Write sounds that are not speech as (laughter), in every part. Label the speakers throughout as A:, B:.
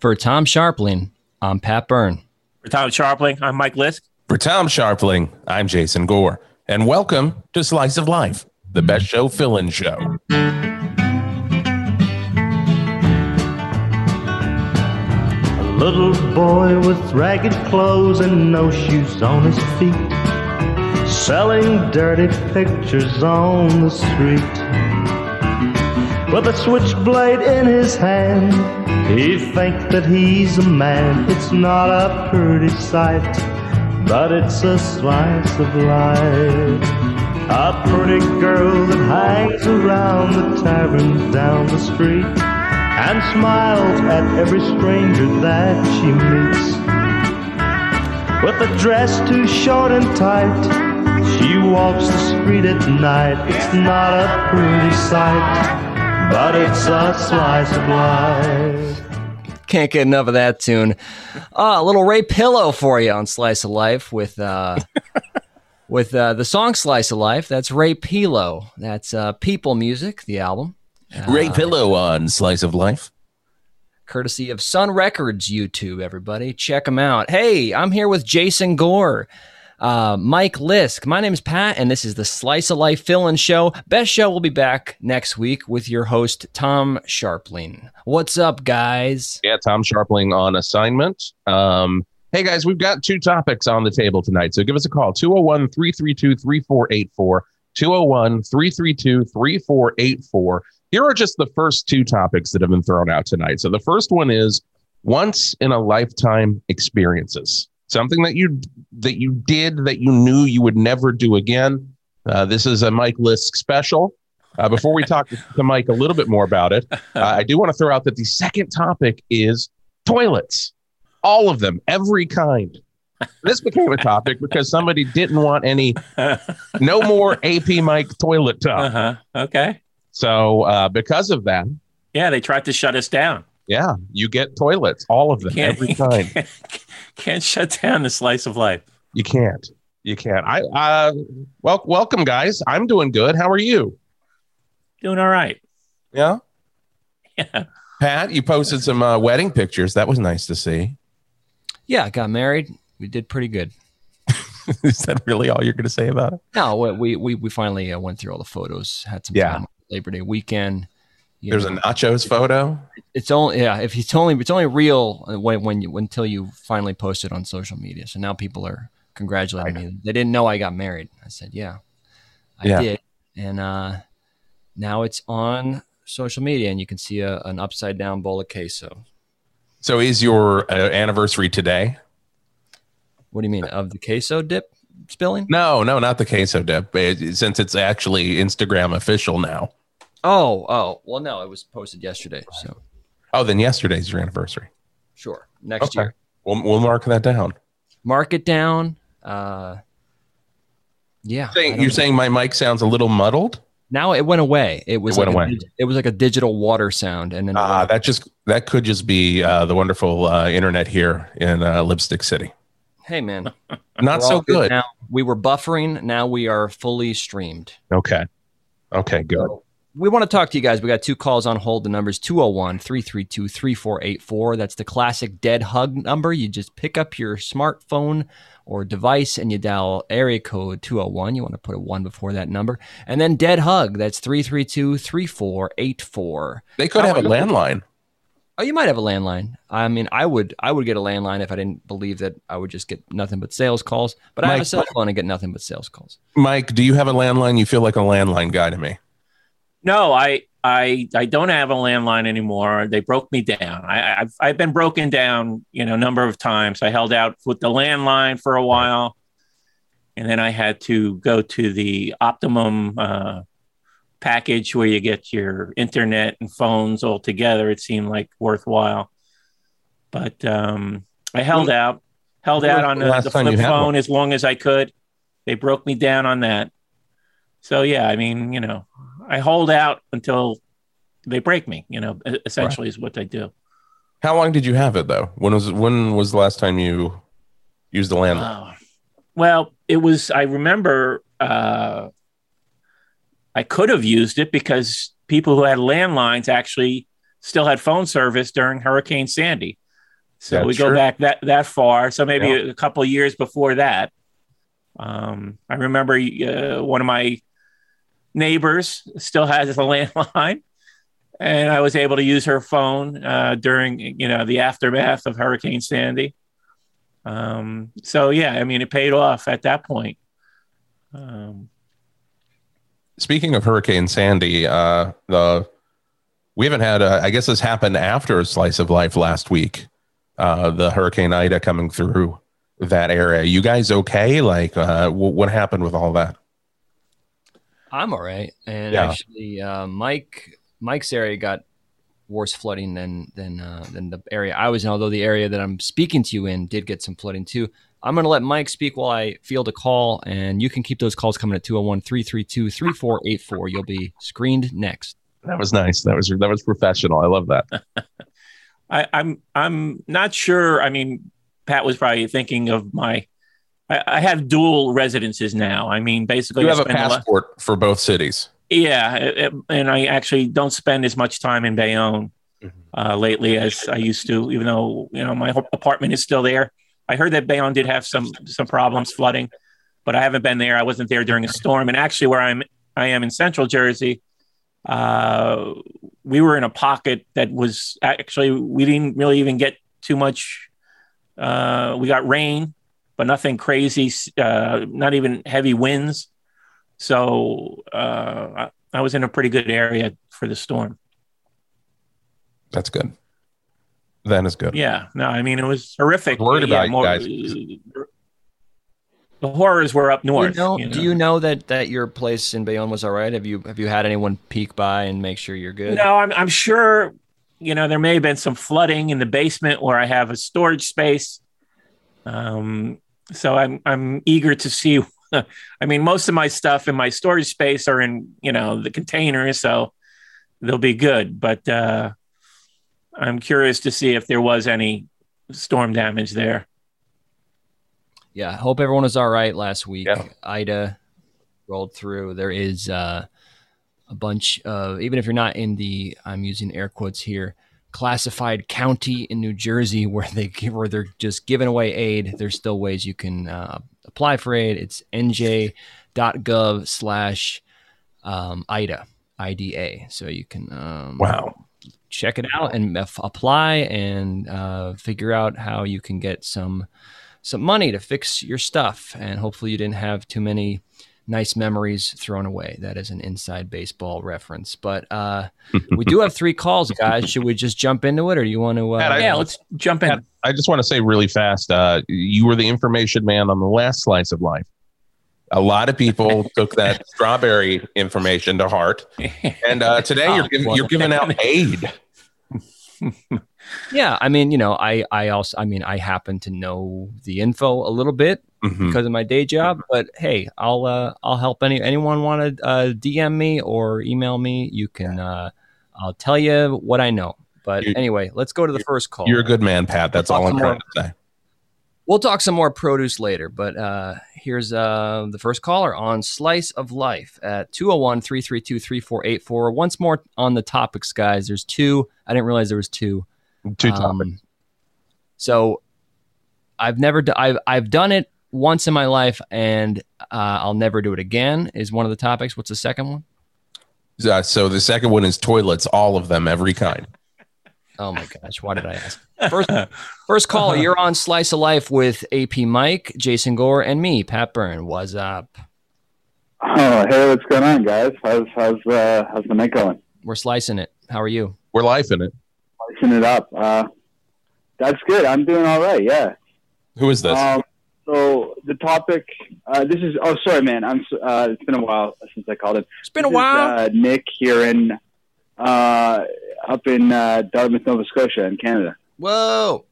A: For Tom Sharpling, I'm Pat Byrne.
B: For Tom Sharpling, I'm Mike Lisk.
C: For Tom Sharpling, I'm Jason Gore. And welcome to Slice of Life, the best show fill in show.
D: A little boy with ragged clothes and no shoes on his feet, selling dirty pictures on the street. With a switchblade in his hand, he thinks that he's a man. It's not a pretty sight, but it's a slice of life. A pretty girl that hangs around the tavern down the street and smiles at every stranger that she meets. With a dress too short and tight, she walks the street at night. It's not a pretty sight, but it's a slice of life.
A: Can't get enough of that tune. Ah, a little Ray Pillow for you on Slice of Life with uh, with uh, the song Slice of Life. That's Ray Pillow. That's uh, People Music, the album,
C: Ray Pillow on Slice of Life.
A: courtesy of Sun Records YouTube. Everybody, check them out. Hey, I'm here with Jason Gore. Uh, Mike Lisk. My name's Pat, and this is the Slice of Life Fill-In Show. Best Show will be back next week with your host Tom Sharpling. What's up, guys?
C: Yeah, Tom Sharpling on assignment. Um, hey, guys, we've got two topics on the table tonight. So give us a call 201 332 3484. 201 332 3484. Here are just the first two topics that have been thrown out tonight. So the first one is once in a lifetime experiences. Something that you that you did that you knew you would never do again. Uh, this is a Mike Lisk special. Uh, before we talk to Mike a little bit more about it, uh, I do want to throw out that the second topic is toilets, all of them, every kind. This became a topic because somebody didn't
B: (laughs)
C: want any, no more AP Mike toilet
B: Uh
C: talk.
B: huh. Okay.
C: So, uh, because of that,
B: Yeah, they tried to shut us down.
C: yeah, you get toilets, all of them,
B: Can't, (laughs)
C: every time.
B: can't, can't shut down the slice of life.
C: You can't. You can't. I, uh, well, welcome, guys. I'm doing good. How are you?
B: Doing all right.
C: Yeah.
B: (laughs) Yeah.
C: Pat, you posted some uh, wedding pictures. That was nice to see. (laughs)
A: Yeah, got married. We did pretty good.
C: Is that really all you're going to say about it?
A: No, we- we we we finally uh, went through all the photos. Had some
C: Yeah.
A: time on Labor Day weekend. You
C: There's a
A: know,
C: nachos photo.
A: It's only yeah. If it's only it's only real uh, when when you until you finally post it on social media. So now people are congratulating me. They didn't know I got married. I said yeah, I
C: Yeah.
A: did. And uh, now it's on social media, and you can see a, an upside down bowl of queso.
C: So, is your uh, anniversary today?
A: What do you mean of the queso dip spilling?
C: No, no, not the queso dip. It- since it's actually Instagram official now.
A: Oh oh well no, it was posted yesterday. So
C: Oh, then yesterday's your anniversary.
A: sure next year.
C: We'll, we'll mark that down.
A: mark it down. Uh, yeah, I
C: Saying,
A: don't
C: you're
A: know.
C: saying my mic sounds a little muddled?
A: now it went away. It was
C: It went
A: like a
C: away.
A: dig- it was like a digital water sound, and then
C: Uh, that just that could just be uh, the wonderful uh, internet here in uh, Lipstick City.
A: hey man, we're
C: Not so
A: all
C: good.
A: Now we were buffering. Now we are fully streamed.
C: Okay. Okay, good.
A: We want to talk to you guys. We got two calls on hold. The number's 201 332 3484. That's the classic dead hug number. You just pick up your smartphone or device and you dial area code 201. You want to put a one before that number. And then dead hug. That's 332 3484.
C: They could have a landline.
A: Oh, you might have a landline. I mean, I would I would get a landline if I didn't believe that I would just get nothing but sales calls. But I have a
C: Mike,
A: cell phone and get nothing but sales calls.
C: Mike, do you have a landline? You feel like a landline guy to me.
B: No, I I I don't have a landline anymore. They broke me down. I, I've I've been broken down, you know, a number of times. I held out with the landline for a while, and then I had to go to the optimum uh, package where you get your internet and phones all together. It seemed like worthwhile, but um, I held out, held
C: When was
B: out on
C: the
B: the,
C: last
B: the
C: time you
B: flip
C: had one?
B: phone as long as I could. They broke me down on that. So yeah, I mean, you know, I hold out until they break me. You know, e- essentially is what they do.
C: How long did you have it though? When was when was the last time you used a landline?
B: Wow. Uh, well, it was. I remember uh, I could have used it because people who had landlines actually still had phone service during Hurricane Sandy. So
E: Yeah,
B: we
E: sure.
B: go back that that far. So maybe
E: Yeah.
B: a couple of years before that. Um, I remember uh, one of my neighbors still has a (laughs) landline, and I was able to use her phone uh, during you know the aftermath of Hurricane Sandy. Um, so yeah, I mean it paid off at that point. Um,
E: Speaking of Hurricane Sandy, uh, the we haven't had. A, I guess this happened after Slice of Life last week. Uh, the Hurricane Ida coming through that area. You guys okay? Like, uh, w- what happened with all that?
A: I'm all right. And
E: Yeah.
A: actually, uh, Mike Mike's area got worse flooding than than uh, than the area I was in. Although the area that I'm speaking to you in did get some flooding too. I'm going to let Mike speak while I field a call, and you can keep those calls coming at 201 332 3484. You'll be screened next.
E: That was nice. That was that was professional. I love that.
B: I, I'm I'm not sure. I mean, Pat was probably thinking of my. I, I have dual residences now. I mean, basically,
E: you
B: I
E: have a
B: spend a lot-
E: passport for both cities.
B: yeah, it- it- and I actually don't spend as much time in Bayonne uh, lately as I used to. Even though you know my whole apartment is still there. I heard that Bayonne did have some some problems flooding, but I haven't been there. I wasn't there during a storm. And actually, where I'm I am in Central Jersey, uh, we were in a pocket that was actually we didn't really even get too much. Uh, we got rain, but nothing crazy. Uh, not even heavy winds. So uh, I, I was in a pretty good area for the storm.
E: That's good. That is good.
B: Yeah. No, I mean it was horrific.
E: I was worried
B: Yeah,
E: about you guys.
A: mm-hmm.
B: The horrors were up north.
A: you know,
B: you know?
A: Do you know that that your place in Bayonne was all right? Have you have you had anyone peek by and make sure you're good?
B: No, I'm, I'm sure, you know, there may have been some flooding in the basement where I have a storage space. Um, so I'm, I'm eager to see. (laughs) I mean, most of my stuff in my storage space are in, you know, the containers, so they'll be good. But uh, I'm curious to see if there was any storm damage there.
A: yeah hope everyone was all right last week
E: Yeah.
A: ida rolled through there is uh, a bunch of even if you're not in the i'm using air quotes here classified county in new jersey (laughs) where they give where they're just giving away aid there's still ways you can uh, apply for aid it's nj.gov slash um, ida ida so you can um,
E: Wow.
A: check it out and f- apply and uh, figure out how you can get some some money to fix your stuff and hopefully you didn't have too many nice memories thrown away that is an inside baseball reference but uh we do have three calls guys should we just jump into it or do you want to uh,
E: Pat, I-
B: yeah, let's jump in.
E: Pat, I just want to say really fast uh, you were the information man on the last slice of life. A lot of
A: (laughs)
E: people took that strawberry information to heart. And uh, today you're, giving, you're giving out aid.
A: yeah i mean you know i i also i mean i happen to know the info a little bit
E: Mhm.
A: because of my day job. But hey, I'll uh, I'll help any anyone want to uh, DM me or email me. You can uh, I'll tell you what I know. But
E: You-
A: anyway, let's go to the first call.
E: You're a good man, Pat. That's all I'm trying to say.
A: We'll talk some more produce later. But uh, here's uh, the first caller on Slice of Life at 201 332 3484. Once more on the topics, guys. There's two. I didn't realize there was two.
E: Two
A: Um,
E: topics.
A: So I've never do- I've I've done it once in my life, and uh, I'll never do it again. Is one of the topics. What's the second one?
E: Uh, so the second one is toilets, all of them, every kind.
A: Oh my gosh, why did I ask?
E: (laughs)
A: First, first call. You're on Slice of Life with AP Mike, Jason Gore, and me, Pat Byrne. What's up?
F: Oh, hey, what's going on, guys? How's how's uh, how's the night going?
A: We're slicing it. How are you?
E: We're life in it.
F: Listen it up. Uh, that's good. I'm doing all right. Yeah.
E: Who is this?
F: Um, so the topic. Uh, this is. Oh, sorry, man. I'm. s- Uh, it's been a while since I called it.
A: It's been a
F: This is,
A: while.
F: uh, Nick here in uh, up in uh, Dartmouth, Nova Scotia, in Canada.
A: Whoa.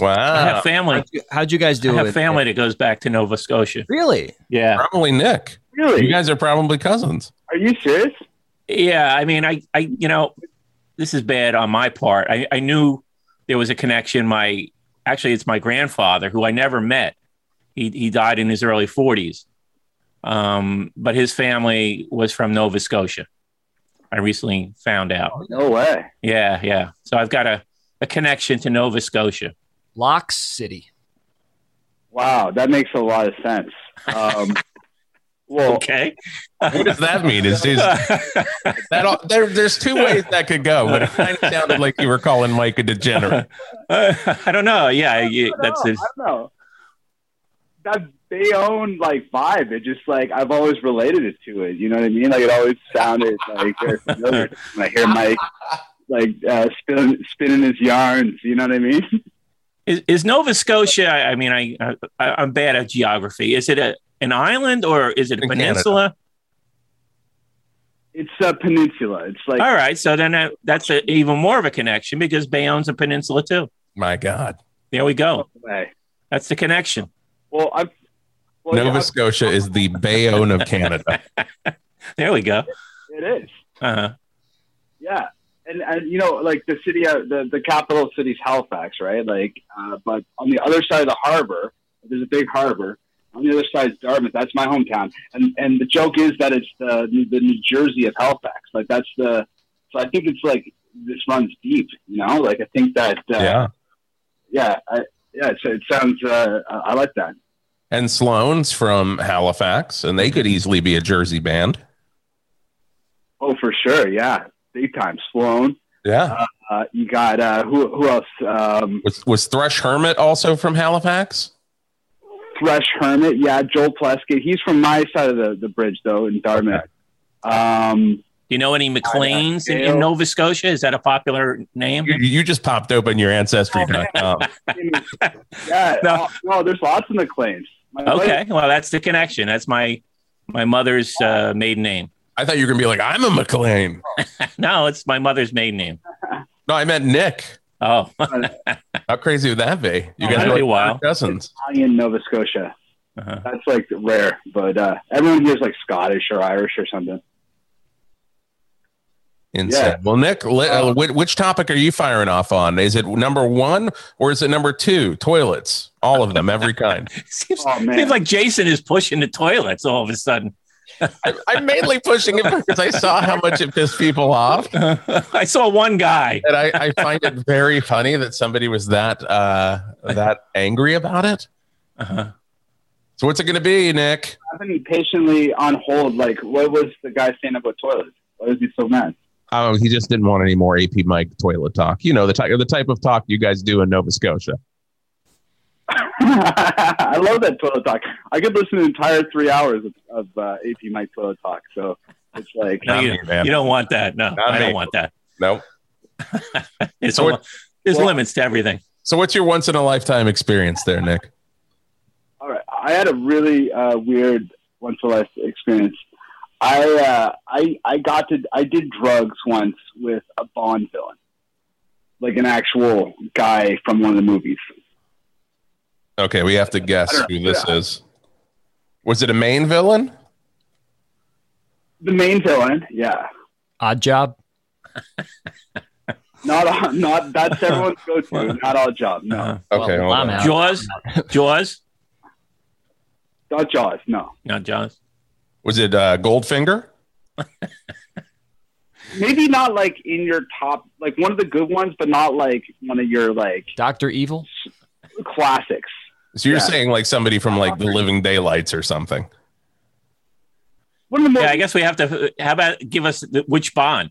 B: I
E: wow.
B: have family.
A: How'd you, how'd you guys
B: I
A: do
B: have
A: it?
B: family that goes back to Nova Scotia.
A: Really?
B: Yeah.
E: Probably Nick.
F: Really?
E: You guys are probably cousins.
F: Are you serious?
B: Yeah, I mean, I, I, you know, this is bad on my part. I, I knew there was a connection. My, actually, it's my grandfather who I never met. He, he died in his early 40s, um, but his family was from Nova Scotia. I recently found out.
E: Oh.
F: No way.
B: Yeah, yeah. So I've got a a connection to Nova Scotia.
A: Lock City.
F: Wow, that makes a lot of sense.
A: (laughs)
F: Um, well,
B: Okay.
C: What does that mean?
A: (laughs)
C: Is, is that all, there, there's two ways that could
B: (laughs)
C: go, but it kind of sounded like you were calling Mike a degenerate.
B: Uh, I don't know. Yeah, you, that's
F: I
B: it.
F: don't know. That they own like vibe. It just like I've always related it to it. You know what I mean? Like it always sounded like very familiar. When I hear Mike like uh, spinning spinning his yarns. You know what I mean? (laughs)
B: Is, is Nova Scotia? I, I mean, I, I I'm bad at geography. Is it a an island or is it a
C: In Canada.
B: peninsula?
F: It's a peninsula. It's like
B: All right, so then that, that's a, even more of a connection because Bayone's a peninsula too.
C: My God.
B: There we go.
F: way.
B: That's the connection.
F: Well, I've well,
C: Nova
F: yeah, I've-
C: Scotia is the Bayonne of Canada.
B: (laughs) There we go.
F: it is.
B: Uh-huh.
F: Yeah, and and you know, like the city, uh, the the capital city's Halifax, right? Like, uh, but on the other side of the harbor, there's a big harbor. On the other side is Dartmouth. That's my hometown, and and the joke is that it's the the New Jersey of Halifax. Like that's the. So I think it's like this runs deep, you know. Like I think that. Uh,
C: yeah.
F: Yeah. I, yeah. So it sounds. Uh, I I like that.
C: And Sloan's from Halifax, and they could easily be a Jersey band.
F: Oh, for sure. Yeah. Big time. Sloan.
C: Yeah.
F: Uh, you got uh, who? Who else? Um,
C: Was, was Thrush Hermit also from Halifax?
F: Thresh Hermit, yeah, Joel Pleskett. He's from my side of the, the bridge though in Dartmouth. Um,
B: Do you know any McLeans in, in
F: Dale.
B: Nova Scotia? Is that a popular name?
C: You, you just popped open your ancestry.com.
F: yeah, no.
B: No.
F: no, there's lots in the claims. My
B: Okay, well that's the connection. That's my my mother's uh, maiden name.
C: I thought you were going to be like, I'm a McLean.
B: (laughs) No, it's my mother's maiden name.
C: No, I meant Nick.
B: Oh,
C: How crazy would that be?
B: Oh,
C: You guys
B: that'd
C: are
B: be
C: like
B: wild.
C: cousins.
F: buddy's Italian Nova Scotia.
B: uh
F: That's like rare, but uh, everyone here's like Scottish or Irish or something.
C: Insane.
F: Yeah.
C: Well, Nick, let, uh,
F: Uh,
C: which, which topic are you firing off on? Is it number one or is it number two? Toilets, all of them, every kind.
B: (laughs) seems,
F: Oh, man.
B: seems like Jason is pushing the toilets all of a sudden.
C: I, I'm mainly pushing it because I saw how much it pissed people off,
B: (laughs) I saw one guy.
C: and I, I find it very funny that somebody was that uh, that angry about it.
B: Uh-huh.
C: So, what's it going to be, Nick?
F: I've been patiently on hold. Like, what was the guy saying about toilets? Why was he so mad? (laughs)
C: Oh, he just didn't want any more AP Mike toilet talk. You know the type the type of talk you guys do in Nova Scotia.
F: I love that toilet talk. I could listen to the entire three hours of, of uh, AP Mike toilet talk. So it's like,
B: No,
C: Not
B: you,
C: me, man.
B: you don't want that. No,
C: Not
B: I don't
C: me.
B: want that.
C: No.
B: (laughs) It's
C: So
B: a-
C: what-
B: there's
F: well-
B: limits to everything.
C: So, what's your once in a lifetime experience there, Nick?
F: All right. I had a really uh, weird once or less experience. I uh, I I got to I did drugs once with a Bond villain, like an actual guy from one of the movies.
C: Okay, we have to guess
F: I don't
C: who
F: know.
C: this is. Was it a main villain?
F: The main villain, yeah.
A: Odd job.
F: Not (laughs) all, not that's everyone's go to. Not all job, no.
B: Uh-huh.
C: Okay,
A: Well,
C: hold
A: I'm
C: on.
A: out.
B: Jaws, Jaws,
F: Not Jaws, no.
B: not Jaws.
C: was it uh, Goldfinger?
F: Maybe not like in your top, like one of the good ones, but not like one of your like
A: Dr. Evil.
F: classics.
C: So you're
F: Yeah.
C: saying like somebody from like the Living Daylights or something?
F: One of the most
B: Yeah, I guess we have to. How about give us the, which Bond?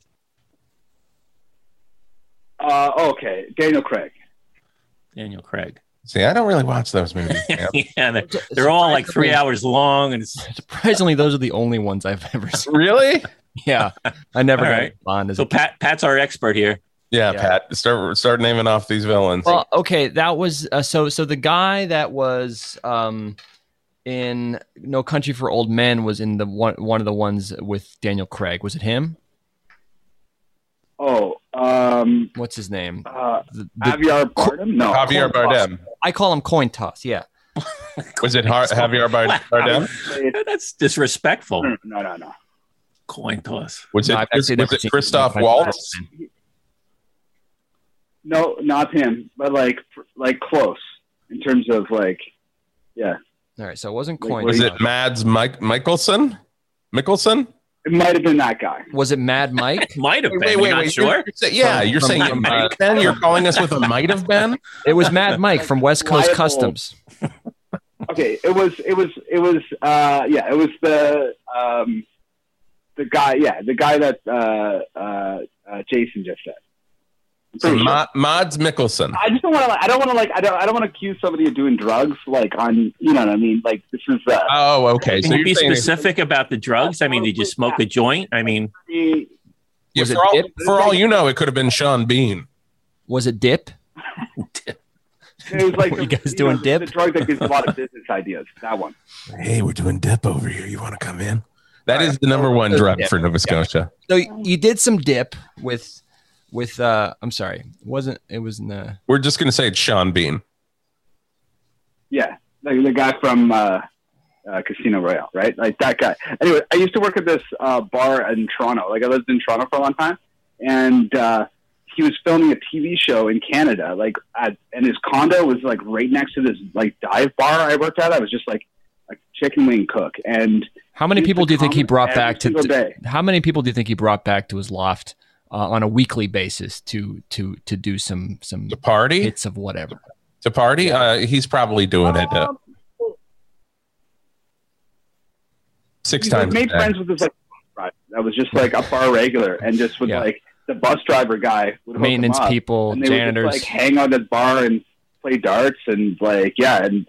F: uh, okay, Daniel Craig.
B: Daniel
C: (laughs)
B: Craig.
C: See, I don't really watch those movies. man.
B: yeah, they're, they're all like three hours long, and it's,
A: (laughs) Surprisingly, those are the only ones I've ever seen.
C: really?
A: Yeah, I never
B: (laughs) All
A: got
B: right.
A: Bond as a
B: so Pat Pat's our expert here.
C: Yeah,
A: Yeah.
C: Pat, start start naming off these villains.
A: Well, okay, that was uh, so. So the guy that was um, in No Country for Old Men was in the one one of the ones with Daniel Craig. Was it him?
F: Oh, um,
A: What's his name?
F: uh,
A: The- the-
F: Javier Bardem? No.
C: Javier
A: Corn Toss.
C: Bardem.
A: I call him Coin Toss. Yeah,
C: Was it Har- Javier
B: (laughs)
C: Bar-
B: Wow.
C: Bardem?
B: That's disrespectful.
F: No, no, no, no.
B: Coin toss.
C: Was it,
A: No, I've actually never
C: was
A: seen
C: it Christoph
A: No Country for Old
C: Waltz?
A: Men.
F: No, not him, but like, like close in terms of like, yeah.
A: All right, so it wasn't
F: Like,
A: Coin.
F: what
C: Was
A: Toss.
C: it Mads Mike- Michelson? Mickelson?
F: It might have been that guy.
A: Was it
B: (laughs)
A: Mad Mike?
B: Might have been. Wait, wait, not sure.
C: You're, you're, yeah,
A: From-
C: you're
A: from-
C: saying it
A: from-
C: might have been. You're calling us with a might have been.
A: it was Mad Mike from West Coast
F: Liable.
A: Customs.
F: Okay, it was it was it was uh yeah, it was the um the guy yeah, the guy that uh uh, uh Jason just said. I'm (laughs)
C: So
F: pretty sure.
C: Ma- Mods Mickelson.
F: I just don't want to. I don't want to like. I don't. I don't want to accuse somebody of doing drugs. Like on. You know what I mean. Like this is uh,
C: Oh, okay.
B: Can
C: So
B: you
C: you're
B: be
C: saying
B: specific about the drugs? I mean, did you smoke a joint? I mean,
F: pretty-
C: yeah,
A: Was it
C: for, all,
A: dip?
C: for all you know, it could have been Sean Bean.
A: Was it Dip?
F: it was like
A: What, (laughs) you
F: the-
A: guys
F: know,
A: doing
F: the- The
A: dip?
F: drug that gives a lot of business ideas. That one.
C: Hey, we're doing dip over here. You want to come in? That is the number one drug for Nova Scotia.
A: So you did some dip with with uh I'm sorry. It wasn't it was in the
C: We're just gonna say it's Sean Bean.
F: Yeah, like the guy from uh, uh, Casino Royale, right? Like that guy. Anyway, I used to work at this uh, bar in Toronto. Like I lived in Toronto for a long time, and uh, he was filming a TV show in Canada. Like, at, and his condo was like right next to this like dive bar I worked at. I was just like a chicken wing cook, and
A: How many
F: used
A: people
F: to
A: do you think he
F: comment
A: brought
F: every
A: back to,
F: single
A: to-
F: day.
A: How many people do you think he brought back to his loft uh, on a weekly basis to to to do some some
C: To party,
A: hits of whatever?
C: to party. Uh, he's probably doing it uh,
F: Um,
C: six
F: he
C: times. a
F: made
C: day.
F: friends with this like driver that was just like a bar
C: (laughs)
F: regular, and just with
A: Yeah.
F: like the bus driver guy would hook him
A: Maintenance
F: up.
A: people,
F: and they
A: janitors.
F: would just, like hang out at the bar and play darts and like yeah and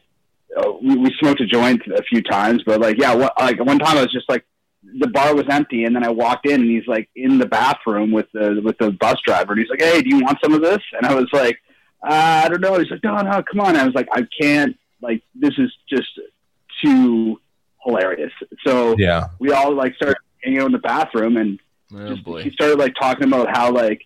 F: uh, we, we smoked a joint a few times but like yeah what, like one time I was just like the bar was empty and then I walked in and he's like in the bathroom with the with the bus driver and he's like hey do you want some of this and I was like uh, I don't know he's like no no come on I was like I can't like this is just too hilarious so
C: Yeah,
F: we all like started hanging out in the bathroom and
A: oh
F: just, he
A: boy.
F: started like talking about how like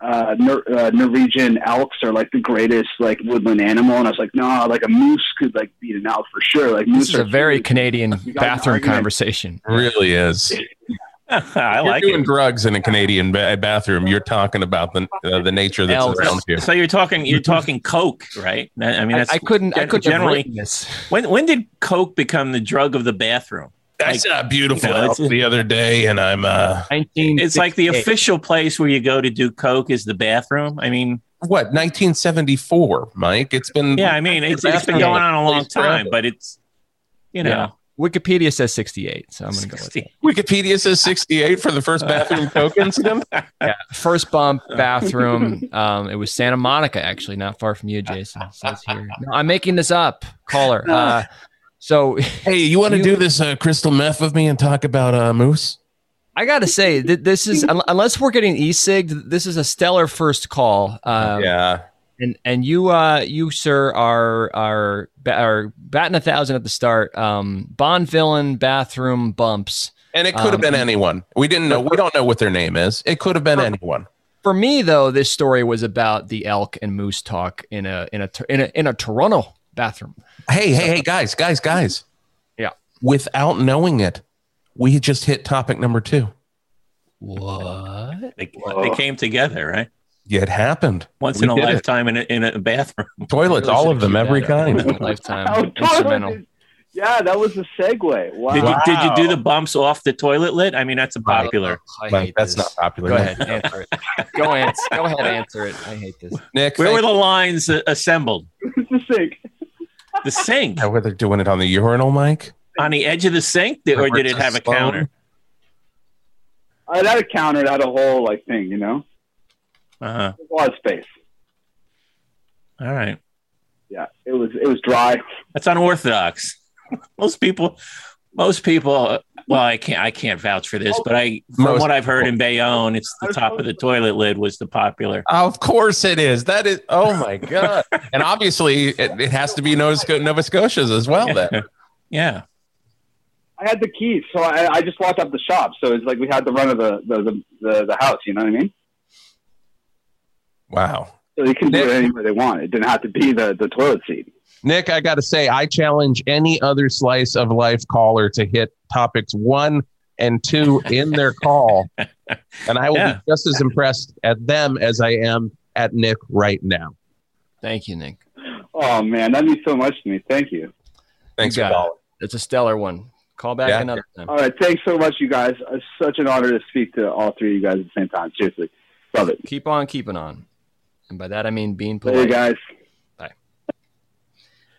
F: uh, Nor- uh, Norwegian elks are like the greatest like woodland animal, and I was like, no, like a moose could like beat an elk for sure. Like moose
A: This is a
F: are
A: very
F: huge.
A: Canadian
F: got an
A: bathroom
F: argument.
A: conversation.
C: really is.
B: (laughs) I
C: you're
B: like
C: doing
B: it.
C: drugs in a Canadian ba- bathroom. You're talking about the uh, the nature that's
A: Elves.
C: around you.
B: So you're talking, you're talking coke, right? I I mean,
A: I,
B: that's
A: I couldn't I
B: gen-
A: couldn't have
B: generally-
A: written this.
B: when when did coke become the drug of the bathroom?
C: That's not beautiful.
B: you know,
C: elf
B: it's-
C: the other day, and I'm uh,
A: 19
B: It's like the official place where you go to do coke is the bathroom. I mean,
C: what 1974, Mike. It's been
B: yeah, I mean, it's, it's been going on a long time, but it's you know,
A: Wikipedia says 68, so I'm going to go with
B: 60.
C: Wikipedia says 68 for the first
B: (laughs)
C: bathroom coke incident.
A: first bump bathroom. Um, it was Santa Monica, actually, not far from you, Jason. It says here. No, I'm making this up, caller. Uh, so (laughs)
C: Hey, you want to
A: You-
C: do this uh, crystal meth with me and talk about uh, moose?
A: I gotta say that this is un- unless we're getting e-sig, this is a stellar first call. Um,
C: yeah,
A: And and you, uh, you sir, are are ba- are batting a thousand at the start. Um, Bond villain, bathroom bumps.
C: and it could have
A: um,
C: been anyone. We didn't know. We don't know what their name is. It could have been anyone.
A: For me, though, this story was about the elk and moose talk in a in a Tor- in a in a Toronto bathroom.
C: Hey, hey, hey, guys, guys, guys.
A: Yeah.
C: Without knowing it, we just hit topic number two.
A: What?
B: They,
F: Whoa.
B: they came together, right?
C: It happened.
B: Once
C: We
B: in a
C: did it.
B: lifetime in a, in a bathroom.
C: (laughs) Toilets, all of them, every kind.
F: Oh,
A: Lifetime
F: totally.
A: instrumental.
F: Yeah, that was a segue. Wow.
B: Did you
C: Wow.
B: did you do the bumps off the toilet lid? I mean, that's a popular.
A: I
C: Mike,
A: hate
C: that's
A: this.
C: not popular.
A: Go ahead, answer it. Go, ans- go ahead, answer it. I hate this.
C: Nick.
B: Where
C: thank
B: were the lines uh, assembled?
F: It's a sink.
B: The sink
C: Yeah, were they doing it on the urinal, Mike?
B: on the edge of the sink, Did- or
C: Where
B: did
C: it's
B: it have a
C: slow?
B: counter?
F: Uh, that encounter, that a whole like thing, you know,
B: Uh-huh.
F: There's a lot of space.
B: All right,
F: Yeah, it was it was dry.
B: that's unorthodox. (laughs) most people, most people. uh, Well, I can't I can't vouch for
F: Oh.
B: this, but I from
C: Most
B: what I've heard in Bayonne, it's the top of the toilet lid was the popular.
C: Of course it is. That is. Oh my god! and obviously, it, it has to be Nova, Sc- Nova Scotia's as well. Then
B: (laughs) yeah,
F: I had the keys, so I, I just locked up the shop. So it's like we had the run of the the, the, the, the house. You know what I mean?
C: wow,
F: So they can do it anywhere they want. It didn't have to be the the toilet seat.
C: Nick, I got to say, I challenge any other slice of life caller to hit topics one and two in their call, and I will
B: Yeah.
C: be just as impressed at them as I am at Nick right now.
A: Thank you, Nick.
F: Oh man, that means so much to me. Thank you.
C: Thanks
A: You
C: for
A: got it.
C: calling.
A: It's a stellar one. Call back
E: Yeah.
A: another time.
F: All right. Thanks so much, you guys. It's such an honor to speak to all three of you guys at the same time. Seriously. Love it.
A: Keep on keeping on. And by that I mean being
F: Later,
A: polite.
F: guys.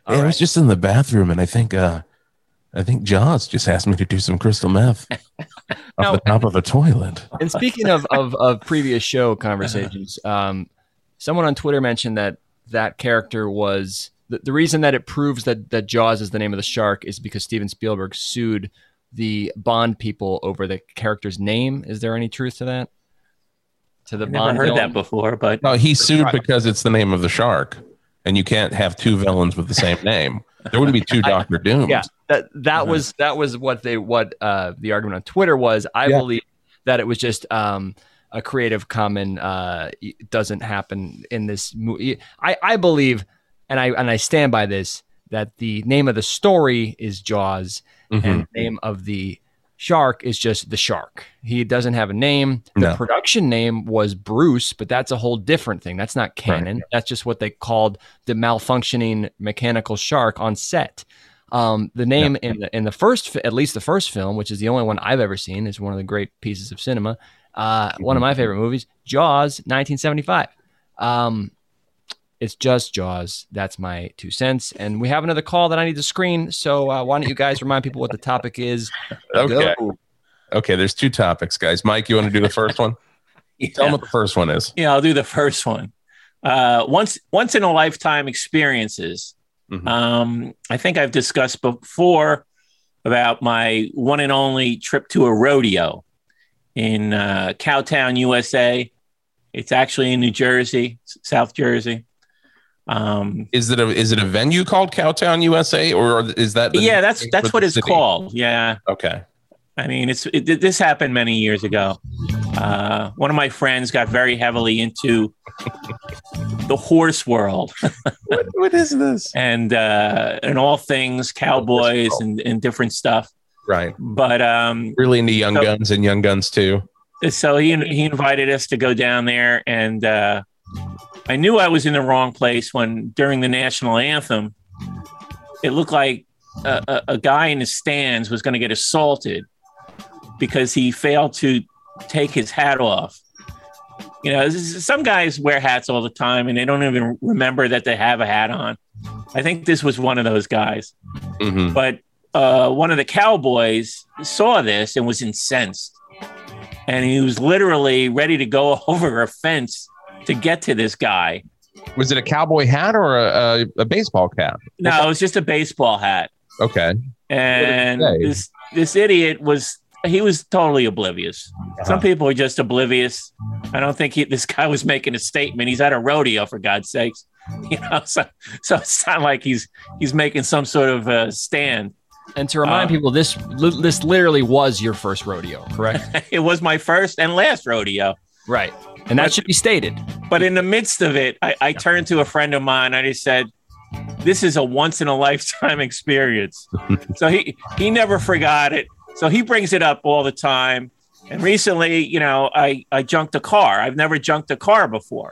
A: All
C: Yeah, I
A: right.
C: was just in the bathroom, and I think uh, I think Jaws just asked me to do some
E: (laughs)
C: crystal meth
A: No.
C: off the top of a toilet.
B: (laughs)
A: and speaking of, of of previous show conversations,
B: Uh-huh.
A: um, someone on Twitter mentioned that that character was the, the reason that it proves that that Jaws is the name of the shark is because Steven Spielberg sued the Bond people over the character's name. Is there any truth to that? To the
B: I've never
A: Bond
B: heard that
A: villain?
B: before, but
C: No,
E: Oh, he
C: sued
E: sued because it's the name of the shark, and you can't have two villains with the same name. There wouldn't be two Doctor Dooms.
A: Yeah, that that
C: Uh-huh.
A: was that was what they what uh, the argument on Twitter was. I
E: Yeah.
A: believe that it was just um, a Creative Common uh, y- doesn't happen in this movie. I I believe, and I and I stand by this that the name of the story is Jaws,
E: Mm-hmm.
C: Mhm.
A: and the name of the shark is just the shark. He doesn't have a name. The
C: No.
A: production name was Bruce, but that's a whole different thing. That's not canon. That's just what they called the malfunctioning mechanical shark on set. Um, the name in the in the first, fi- at least the first film, which is the only one I've ever seen, is one of the great pieces of cinema. Uh, One of my favorite movies, Jaws, 1975. Um, it's just Jaws. That's my two cents. And we have another call that I need to screen. So uh, why don't you guys remind people what the topic is?
E: Okay.
A: Go.
E: Okay. There's two topics, guys. Mike, you want to do the first one? Tell
B: (laughs) yeah,
E: them what the first one is.
B: yeah, I'll do the first one. Uh, once once in a lifetime experiences.
E: Mhm.
B: Um, I think I've discussed before about my one and only trip to a rodeo in uh, Cowtown, USA. It's actually in New Jersey, S- South Jersey. Um,
E: Is it a is it a venue called Cowtown USA, or is that the-
B: yeah, that's that's
E: for
B: what
E: the
B: it's
E: city?
B: called. Yeah.
E: Okay.
B: I mean, it's it, this happened many years ago. Uh, one of my friends got very heavily into the horse world (laughs)
C: What is this?
B: and uh, and all things cowboys and, and different stuff.
E: Right.
B: But um,
E: Really into Young
B: So-
E: Guns and Young Guns too.
B: so he he invited us to go down there, and uh, I knew I was in the wrong place when during the national anthem, it looked like a, a, a guy in the stands was going to get assaulted because he failed to take his hat off. You know, this is- some guys wear hats all the time and they don't even remember that they have a hat on. I think this was one of those guys
E: Mhm.
B: but uh, one of the cowboys saw this and was incensed and he was literally ready to go (laughs) over a fence to get to this guy
E: Was it a cowboy hat or a, a, a baseball cap?
B: no it was just a baseball hat
E: (laughs) Okay.
B: and
E: What did it say?
B: this this idiot was he was totally oblivious
E: Uh-huh.
B: some people are just oblivious i don't think he, this guy was making a statement he's at a rodeo for god's sakes (laughs) you know so so it's not like he's he's making some sort of uh, stand
A: And to remind
B: Uh,
A: people, this li- this literally was your first rodeo,
B: (laughs)
A: correct?
B: it was my first and last rodeo
A: right. And that
B: But-
A: should be stated.
B: But in the midst of it, I, I turned to a friend of mine. I just said, "This is a once in a lifetime
A: (laughs)
B: (laughs) experience." so he he never forgot it. So he brings it up all the time. And recently, you know, I I junked a car. I've never junked a car before.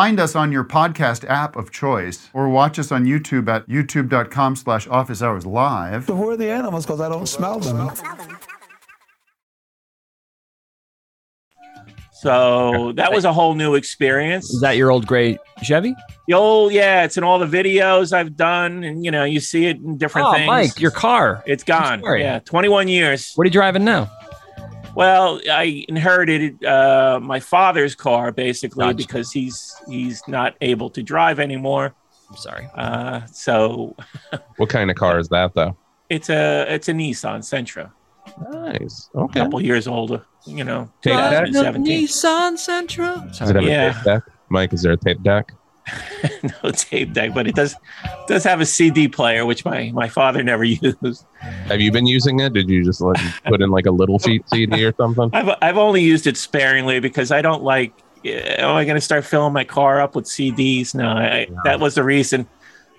G: Find us on your podcast app of choice or watch us on YouTube at youtube.com slash office hours live.
H: Who are the animals? Because I don't smell them.
B: So that was a whole new experience.
A: Is that your old gray Chevy?
B: The old yeah, it's in all the videos I've done, and you know, you see it in different
A: Oh,
B: things.
A: Mike, your car.
B: it's gone.
A: sorry.
B: Yeah, 21 years.
A: What are you driving now?
B: Well, I inherited uh, my father's car basically
A: Gotcha.
B: because he's he's not able to drive anymore.
A: I'm sorry.
B: Uh, so
E: What kind of car is that though?
B: it's a it's a Nissan Sentra,
E: Nice.
B: a
E: Okay.
B: couple years older. You know,
A: Uh,
E: Tape deck.
B: 2017.
A: Nissan Sentra.
E: Does it have
B: Yeah.
E: a tape deck? Mike, is there a tape deck?
B: (laughs) no tape deck, but it does does have a CD player, which my my father never (laughs) used.
E: Have you been using it? Did you just like put in like a
B: (laughs)
E: little feet CD or something?
B: I've I've only used it sparingly because I don't like. eh, Am I going to start filling my car up with CDs? No, I, that was the reason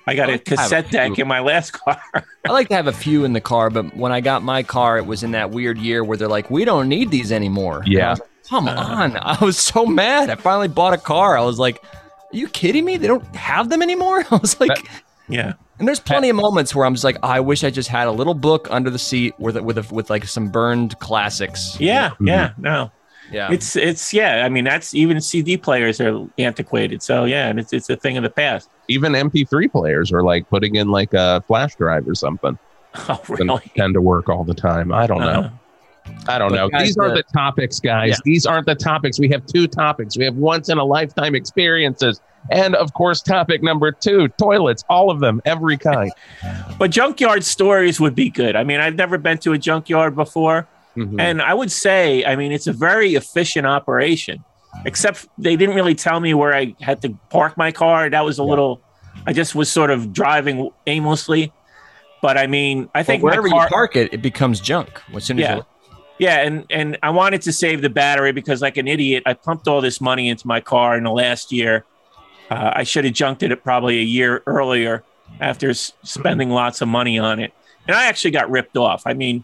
B: I got a cassette deck in my last car.
A: I like to have a few in the car, but when I got my car, it was in that weird year where they're like, "We don't need these anymore." And I
E: Yeah.
A: was like, come on! (laughs) I was so mad. I finally bought a car. I was like, "Are you kidding me? They don't have them anymore." (laughs) I was like,
B: yeah,
A: and there's plenty of moments where I'm just like, "I wish I just had a little book under the seat with a, with a, with like some burned classics."
B: yeah, yeah. No,
A: yeah.
B: it's it's yeah. I mean, that's even CD players are antiquated. So yeah, and it's it's a thing of the past.
E: Even MP3 players are like putting in like a flash drive or something.
B: (laughs) Oh
E: They
B: really?
E: Tend to work all the time. I don't know. I don't
A: But
E: know.
A: guys, uh,
E: These are
A: the-
E: the topics, guys. These aren't the topics. We have two topics. We have once in a lifetime experiences. And of course, topic number two toilets, all of them, every kind.
B: (laughs) But junkyard stories would be good. I mean, I've never been to a junkyard before.
A: Mm-hmm.
E: Mhm.
B: And I would say, I mean, it's a very efficient operation, except they didn't really tell me where I had to park my car. That was a little, I just was sort of driving aimlessly. But I mean, I
A: But
B: think my
A: wherever
B: car-
A: you park it, it becomes junk as soon as
B: Yeah.
A: you
B: yeah, and and I wanted to save the battery because, like an idiot, I pumped all this money into my car in the last year. Uh, I should have junked it probably a year earlier after s- spending lots of money on it, and I actually got ripped off. I mean,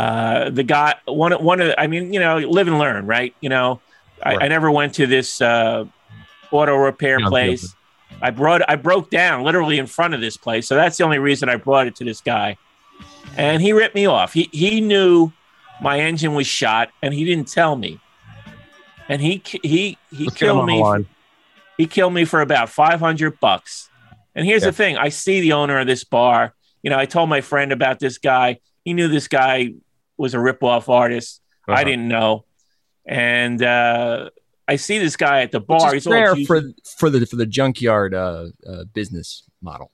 B: uh, the guy one of- one of the- I mean, you know, live and learn, right? You know, I, I
E: Right.
B: never went to this uh, auto repair
E: Yeah,
B: place. I brought I broke down literally in front of this place, so that's the only reason I brought it to this guy, and he ripped me off. He he knew my engine was shot, and he didn't tell me. And he ki- he he
E: Let's get 'em
B: killed
E: on the
B: me.
E: line.
B: He killed me for about 500 bucks. And here's
E: Yeah.
B: the thing I see the owner of this bar. You know, I told my friend about this guy. He knew this guy was a ripoff artist.
E: Uh-huh.
B: I didn't know. And uh, I see this guy at the
A: Which
B: bar.
A: is
B: He's all
A: rare
B: juiced-
A: for for the for the junkyard uh, uh, business model.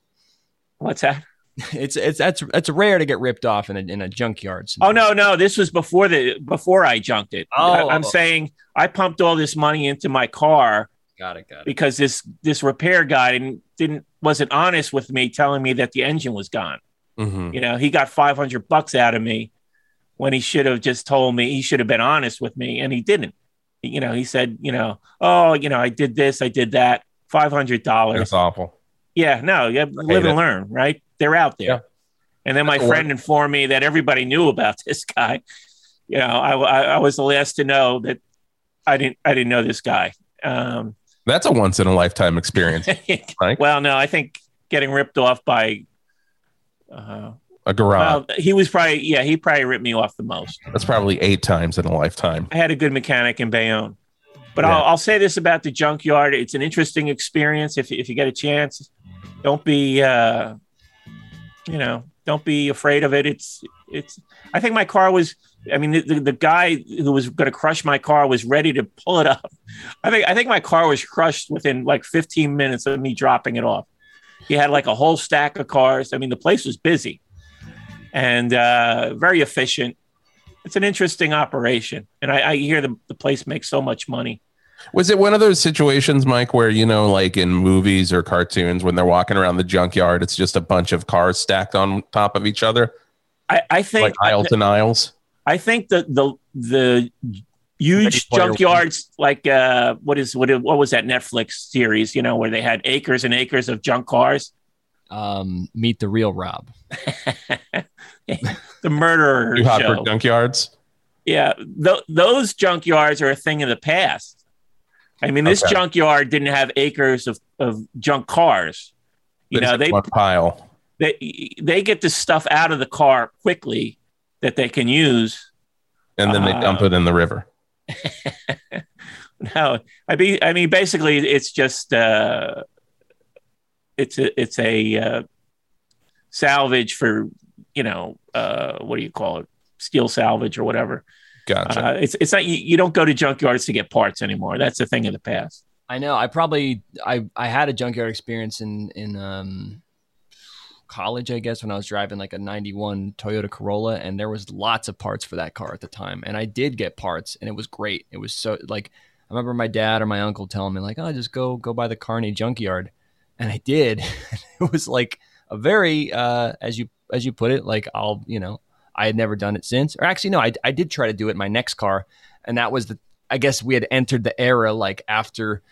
B: What's that?
A: (laughs) It's it's that's it's rare to get ripped off in a in a junkyard.
B: Oh, no, no. This was before the before I junked it.
A: Oh.
B: I, I'm saying I pumped all this money into my car
A: got it, got it.
B: because this this repair guy didn't, didn't wasn't honest with me telling me that the engine was gone.
C: Mm-hmm.
A: Hmm.
B: You know, he got 500 bucks out of me when he should have just told me, he should have been honest with me, and he didn't. You know, he said, you know, oh, you know, I did this, I did that,
E: That's
B: $500.
E: awful.
B: Yeah, no, yeah, live
E: it.
B: and learn, right? They're out there.
E: Yeah.
B: And then my
E: That's a
B: friend informed me that everybody knew about (laughs) this guy. You know, I, I, I was the last to know that I didn't, I didn't know this guy. Um, (laughs)
C: That's a once in a lifetime experience. Right.
B: well, no, I think getting ripped off by, uh,
C: A garage.
B: well, he was probably, yeah, he probably ripped me off the most.
C: That's probably eight times in a lifetime.
B: I had a good mechanic in Bayonne. But
C: Yeah.
B: I'll, I'll say this about the junkyard: it's an interesting experience. If if you get a chance, don't be, uh, you know, don't be afraid of it. It's it's. I think my car was. I mean, the, the, the guy who was going to crush my car was ready to pull it up. I think I think my car was crushed within like 15 minutes of me dropping it off. He had like a whole stack of cars. I mean, the place was busy and uh, very efficient. It's an interesting operation, and I, I hear the, the place makes so much money.
C: Was it one of those situations, Mike, where you know, like in movies or cartoons, when they're walking around the junkyard, it's just a bunch of cars stacked on top of each other,
B: I, I think
C: like aisle to aisles?
B: I think the the the huge
A: Ready Player
B: junkyards, like uh, what is what what was that Netflix series? You know, where they had acres and acres of junk cars.
A: Um, meet the real Rob.
B: (laughs) The murderer
C: Too hot for
B: show.
C: junkyards.
B: Yeah, th- those junkyards are a thing of the past. I mean, this
C: Okay.
B: junkyard didn't have acres of, of junk cars. You
C: There's
B: know, they
C: one pile.
B: they they get the stuff out of the car quickly that they can use.
C: and then they dump
B: Ah.
C: it in the river.
B: (laughs) No, I mean, I mean, basically, it's just uh, it's a it's a uh, salvage for you know uh, what do you call it? Steel salvage or whatever.
C: Gotcha.
B: Uh, it's it's not you, you don't go to junkyards to get parts anymore. That's a thing of the past.
A: I know. I probably I I had a junkyard experience in in um college, I guess, when I was driving like a '91 Toyota Corolla, and there was lots of parts for that car at the time, and I did get parts, and it was great. It was so like. I remember my dad or my uncle telling me like, "Oh, just go go by the Carney Junkyard," and I did. (laughs) it was like a very, uh, as you as you put it, like I'll you know I had never done it since. Or actually, no, I I did try to do it in my next car, and that was the I guess we had entered the era like after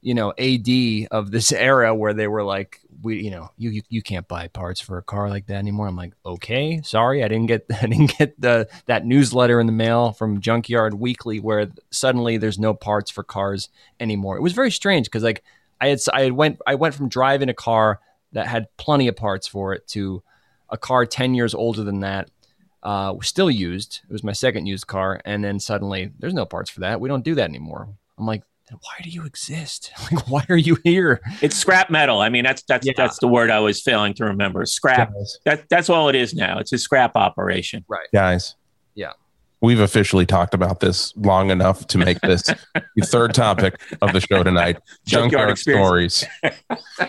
A: you know AD of this (laughs) era where they were like we you know you you, you can't buy parts for a car like that anymore. I'm like okay, sorry, I didn't get (laughs) I didn't get the that newsletter in the mail from Junkyard Weekly where suddenly there's no parts for cars anymore. It was very strange because like I had I had went I went from driving a car that had plenty of parts for it to a car 10 years older than that uh, was still used. It was my second used car, and then suddenly there's no parts for that. We don't do that anymore. I'm like, "Then why do you exist? (laughs) Like, why are you here?
B: It's scrap metal. I mean, that's that's
A: Yeah.
B: that's the word I was failing to remember. Scrap.
C: Guys,
B: That that's all it is now. It's a scrap operation.
C: guys.
A: Yeah.
C: We've officially talked about this long enough to make this the third topic of the show tonight.
B: Junkyard
C: Junkyard,
B: experience.
C: stories.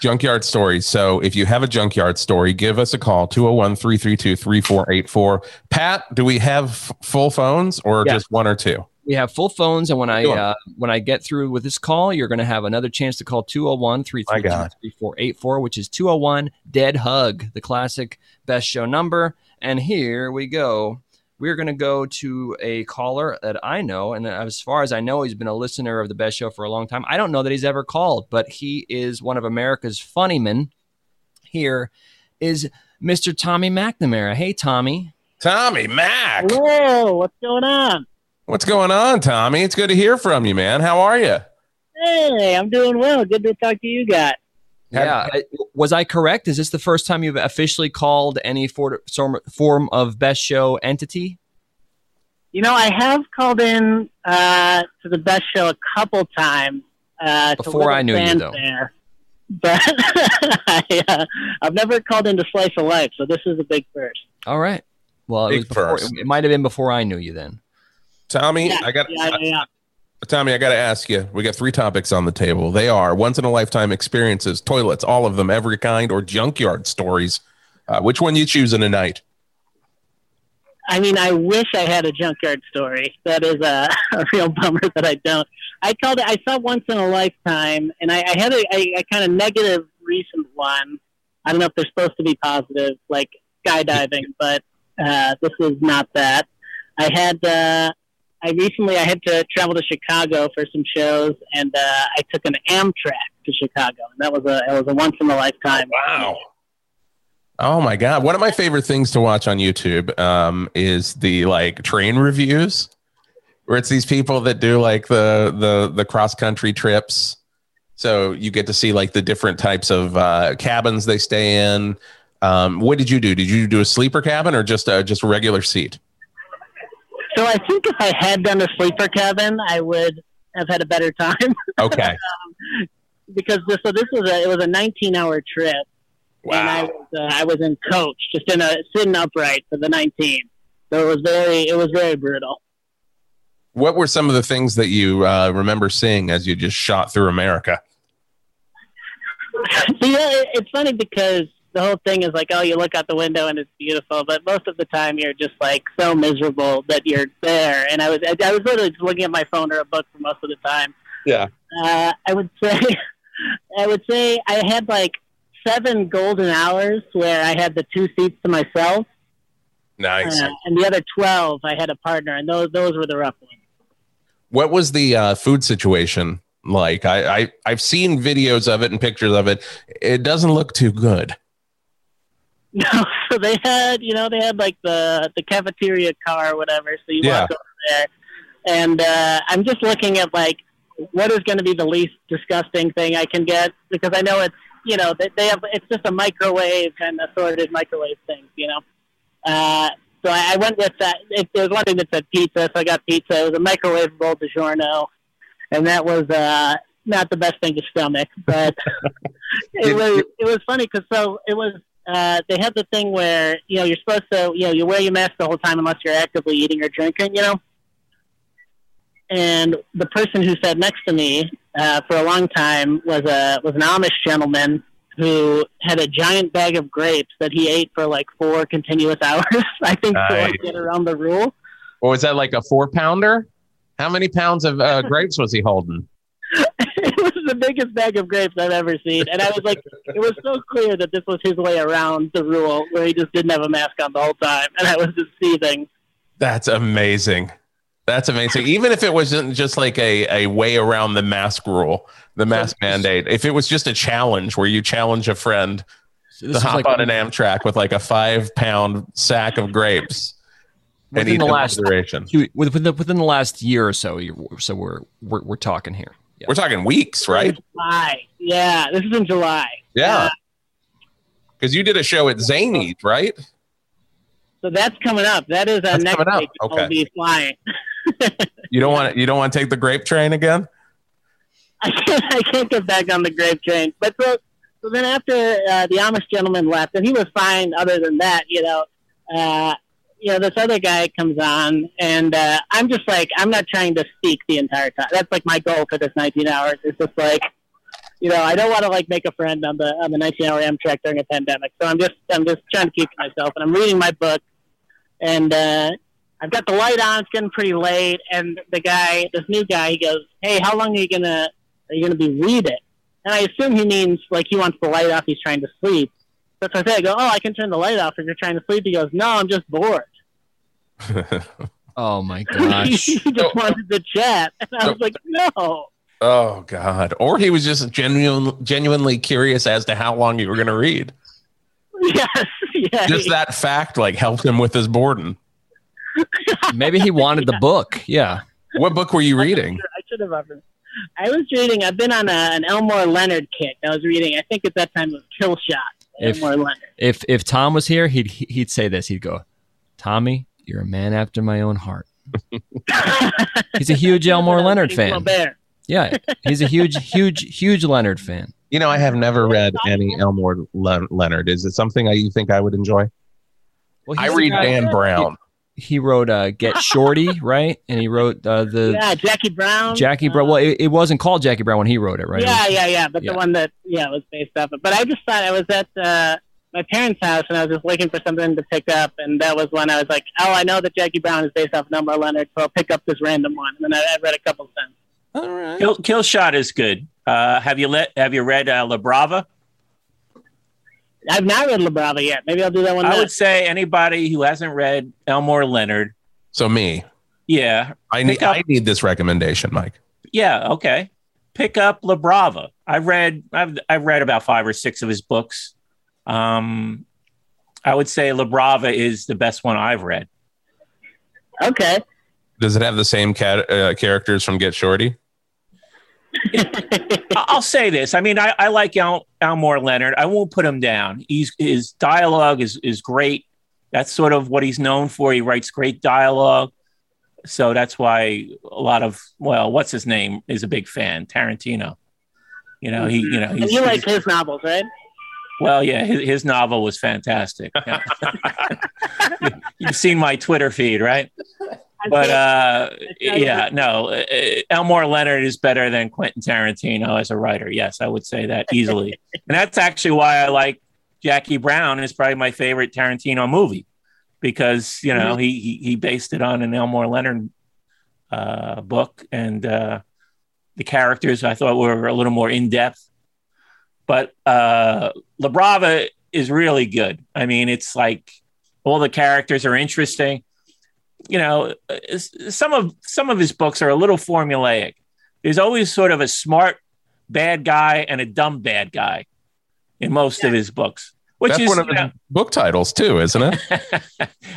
C: junkyard stories. So if you have a junkyard story, give us a call 201 332 3484. Pat, do we have f- full phones or
A: Yeah.
C: just one or two?
A: We have full phones, and when I
C: Go on.
A: uh, when I get through with this call, you're going to have another chance to call 201
C: God.
A: 3484 which is 201 Dead Hug, the classic best show number. And here we go. We're going to go to a caller that I know, and as far as I know, he's been a listener of the best show for a long time. I don't know that he's ever called, but he is one of America's funny men. Here is Mr. Tommy McNamara. Hey, Tommy.
C: Tommy Mac.
I: Hello, what's going on?
C: What's going on, Tommy? It's good to hear from you, man. How are you?
I: Hey, I'm doing well. Good to talk to you guys.
C: Have-
A: yeah, I- was I correct? Is this the first time you've officially called any for, some form of best show entity?
I: You know, I have called in uh, to the best show a couple times. Uh, to
A: Before
I: Little
A: I knew you,
I: Fans
A: though.
I: Fair. But (laughs) I, uh, I've never called in to Slice of Life, so this is a big first.
A: All right. Well, it, was
C: Big
A: before,
C: first.
A: it might have been before I knew you then.
C: Tommy, I got
I: Yeah, yeah, yeah.
C: Tommy, I got to ask you. We got three topics on the table. They are once in a lifetime experiences, toilets, all of them, every kind, or junkyard stories. Uh, which one you choose in a night?
I: I mean, I wish I had a junkyard story. That is a, (laughs) a real bummer that I don't. I called it. I saw once in a lifetime, and I, I had a, a, a kind of negative recent one. I don't know if they're supposed to be positive, like skydiving, but uh, this is not that. I had. Uh, I recently I had to travel to Chicago for some shows, and uh, I took an Amtrak to Chicago, and that was a it was a once in a lifetime.
C: Oh my god! One of my favorite things to watch on YouTube um, is the like train reviews, where it's these people that do like the the the cross country trips. So you get to see like the different types of uh, cabins they stay in. Um, what did you do? Did you do a sleeper cabin or just a just a regular seat?
I: So I think if I had done a sleeper cabin, I would have had a better time.
C: Okay.
I: (laughs) because this so this was a it was a 19 hour trip and I
C: Wow.
I: was uh, I was in coach just in a sitting upright for the 19 so it was very it was very brutal (laughs)
C: What were some of the things that you uh, remember seeing as you just shot through America?
I: so yeah it, it's funny because the whole thing is like oh you look out the window and it's beautiful but most of the time you're just like so miserable that you're there and I was I, I was literally just looking at my phone or a book for most of the time
C: Yeah.
I: uh, I would say (laughs) I would say I had like seven golden hours where I had the two seats to myself
C: Nice.
I: Uh, and the other 12, I had a partner, and those those were the rough ones. (laughs)
C: what was the uh, food situation like? I, I I've seen videos of it and pictures of it. It doesn't look too good.
I: No, so they had, you know, they had like the the cafeteria car or whatever. So you
C: Yeah.
I: walk over there, and uh, I'm just looking at like what is going to be the least disgusting thing I can get because I know it's you know they, they have it's just a microwave and assorted microwave things, you know. Uh, so I, I went with that. It, there was one thing that said pizza, so I got pizza. It was a microwavable DiGiorno, and that was uh, not the best thing to stomach, but it
C: Did-
I: was it was funny because so it was uh, they had the thing where you know you're supposed to you know you wear your mask the whole time unless you're actively eating or drinking, you know. And the person who sat next to me uh, for a long time was a was an Amish gentleman who had a giant bag of grapes that he ate for like four continuous (laughs) hours. I think
C: Nice.
I: to like, get around the rule. (laughs)
C: Or was that like a four pounder? How many pounds of uh, grapes was he holding?
I: it was the biggest bag of grapes I've ever seen. And I was like, it was so clear that this was his way around the rule where he just didn't have a mask on the whole time. And I was just seething.
C: That's amazing. That's amazing. Even if it wasn't just like a, a way around the mask rule, the mask mandate, if it was just a challenge where you challenge a friend
A: So
C: to
A: this
C: hop
A: was like
C: on an Amtrak with like a five pound sack of grapes and
A: Within
C: eat
A: the
C: the
A: last-
C: last duration.
A: two- within the, within the last year or so. you- So we're we're, we're talking here.
C: We're talking weeks, right?
I: July. Yeah, this is in July.
C: Yeah. Because you did a show at Zany, right?
I: So that's coming up. That is uh,
C: That's
I: next
C: coming up.
I: week.
C: Okay.
I: I'll be flying.
C: You don't want to you don't want to take the grape train again. (laughs)
I: (laughs) I can't, I can't get back on the grave train. But so, so then after uh, the Amish gentleman left, and he was fine other than that, you know, uh, you know, this other guy comes on, and uh, I'm just like, I'm not trying to speak the entire time. That's like my goal for this 19 hours. It's just like, you know, I don't want to like make a friend on the on the 19 hour Amtrak during a pandemic. So I'm just I'm just trying to keep to myself, and I'm reading my book, and uh, I've got the light on. It's getting pretty late, and the guy, this new guy, he goes, "Hey, how long are you gonna are you going to be reading? And I assume he means like he wants the light off. He's trying to sleep. That's what I say. I go, oh, I can turn the light off if you're trying to sleep. He goes, no, I'm just bored. (laughs)
A: Oh my
I: he
A: gosh!
I: just
C: No.
I: wanted to chat, and I
C: No.
I: was like, no.
C: oh God! Or he was just genuine, genuinely curious as to how long you were going to read.
I: Yes, yeah.
C: Just that fact like helped him with his boredom.
A: Maybe he wanted the book. Yeah.
C: What book were you reading?
I: I should have offered. I was reading. I've been on a, an Elmore Leonard kick. I was reading. I think at that time it was Kill Shot.
A: If-
I: Elmore Leonard.
A: If if Tom was here, he'd he'd say this. He'd go, "Tommy, you're a man after my own
I: (laughs)
A: heart." He's a huge Elmore Leonard fan.
I: Flaubert.
A: Yeah, he's a huge, huge, huge Leonard fan.
C: You know, I have never read any Elmore Le- Leonard. Is it something I, you think I would enjoy?
A: Well,
C: I
A: he's the
C: read
A: guy-
C: Dan Brown.
A: He wrote uh, "Get
I: (laughs)
A: Shorty," right? And he wrote uh, the
I: Yeah, Jackie Brown.
A: Jackie
I: Uh,
A: Brown. Well, it, it wasn't called Jackie Brown when he wrote it, right?
I: Yeah, yeah, yeah. But
A: Yeah.
I: the one that yeah it was based off of. But I just thought I was at uh, my parents' house and I was just looking for something to pick up, and that was when I was like, oh, I know that Jackie Brown is based off of Elmore Leonard, so I'll pick up this random one. And then I, I read a couple times.
C: All right.
B: Kill, Kill Shot is good. Uh, have you let? Have you read uh, La Brava?
I: I've not read La Brava yet. Maybe I'll do that one.
B: I
I: next.
B: would say anybody who hasn't read Elmore Leonard,
C: So me,
B: yeah,
C: I need
B: Pick up-
C: I need this recommendation, Mike.
B: yeah, okay, pick up La Brava. I've read. I've I've read about five or six of his books. Um, I would say La Brava is the best one I've read.
I: okay.
C: Does it have the same cat, uh, characters from Get Shorty?
B: I- I'll say this. I mean, I, I like Al, Almore Leonard. I won't put him down. He's, his dialogue is, is great. That's sort of what he's known for. He writes great dialogue. So that's why a lot of, well, what's his name is a big fan, Tarantino. You know, he, you know,
I: and
B: he's,
I: you like
B: he's-
I: his novels, right?
B: well, yeah, his, his novel was fantastic. (laughs) Yeah. You've seen my Twitter feed, right?
I: I
B: but
I: think-
B: uh,
I: That's
B: yeah,
I: right.
B: no, uh, Elmore Leonard is better than Quentin Tarantino as a writer. Yes, I would say that easily, and that's actually why I like Jackie Brown is probably my favorite Tarantino movie because you know he, he he based it on an Elmore Leonard uh, book, and uh, the characters I thought were a little more in depth. But uh, La Brava is really good. I mean, it's like all the characters are interesting you know, uh, s- some of some of his books are a little formulaic. There's always sort of a smart bad guy and a dumb bad guy in most of his books, which
C: That's
B: is
C: one of
B: you know,
C: his book titles too,
B: (laughs)
C: isn't it?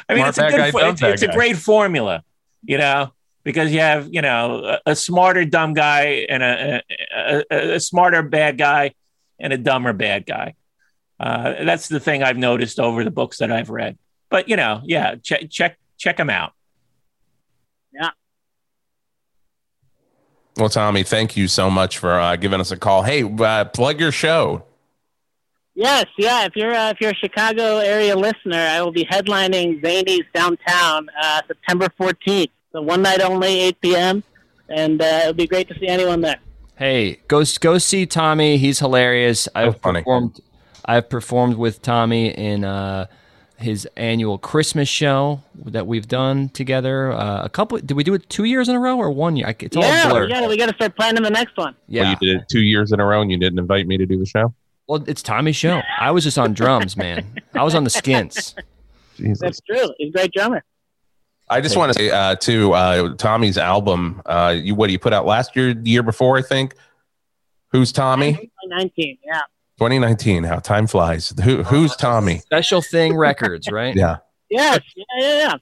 B: I mean,
C: Smart
B: it's a
C: bad
B: good,
C: guy,
B: fo-
C: dumb
B: it's,
C: bad
B: it's a
C: guy.
B: great formula, you know, because you have you know a, a smarter dumb guy and a, a, a, a smarter bad guy and a dumber bad guy. Uh, that's the thing I've noticed over the books that I've read. But you know, yeah, check check check him out.
C: Well, Tommy, thank you so much for uh, giving us a call. Hey, uh, plug your show.
I: Yes, yeah. If you're uh, if you're a Chicago area listener, I will be headlining Zanies downtown uh, September 14th. So one night only, 8 p.m. And uh, it'll be great to see anyone there.
A: Hey, go go see Tommy. He's hilarious. I've
C: funny.
A: performed. I've performed with Tommy in uh, his annual Christmas show that we've done together. Uh, a couple. Did we do it two years in a row or one year? I- It's all
I: yeah,
A: blurred.
I: we got we got to start planning the next one.
A: Yeah.
C: Well, you did it two years in a row and you didn't invite me to do the show.
A: Well, it's Tommy's show. I was just on drums, (laughs) man. I was on the
I: (laughs)
A: skins.
C: Jesus.
I: That's true. He's a great drummer.
C: I just want to say uh, too, uh, Tommy's album. Uh, you what you put out last year, the year before, I think. Who's Tommy?
I: 19, yeah.
C: 2019. How time flies. Who, who's Tommy?
A: Oh, Special thing records, right?
C: Yeah,
I: Yes, yeah, yeah, yeah.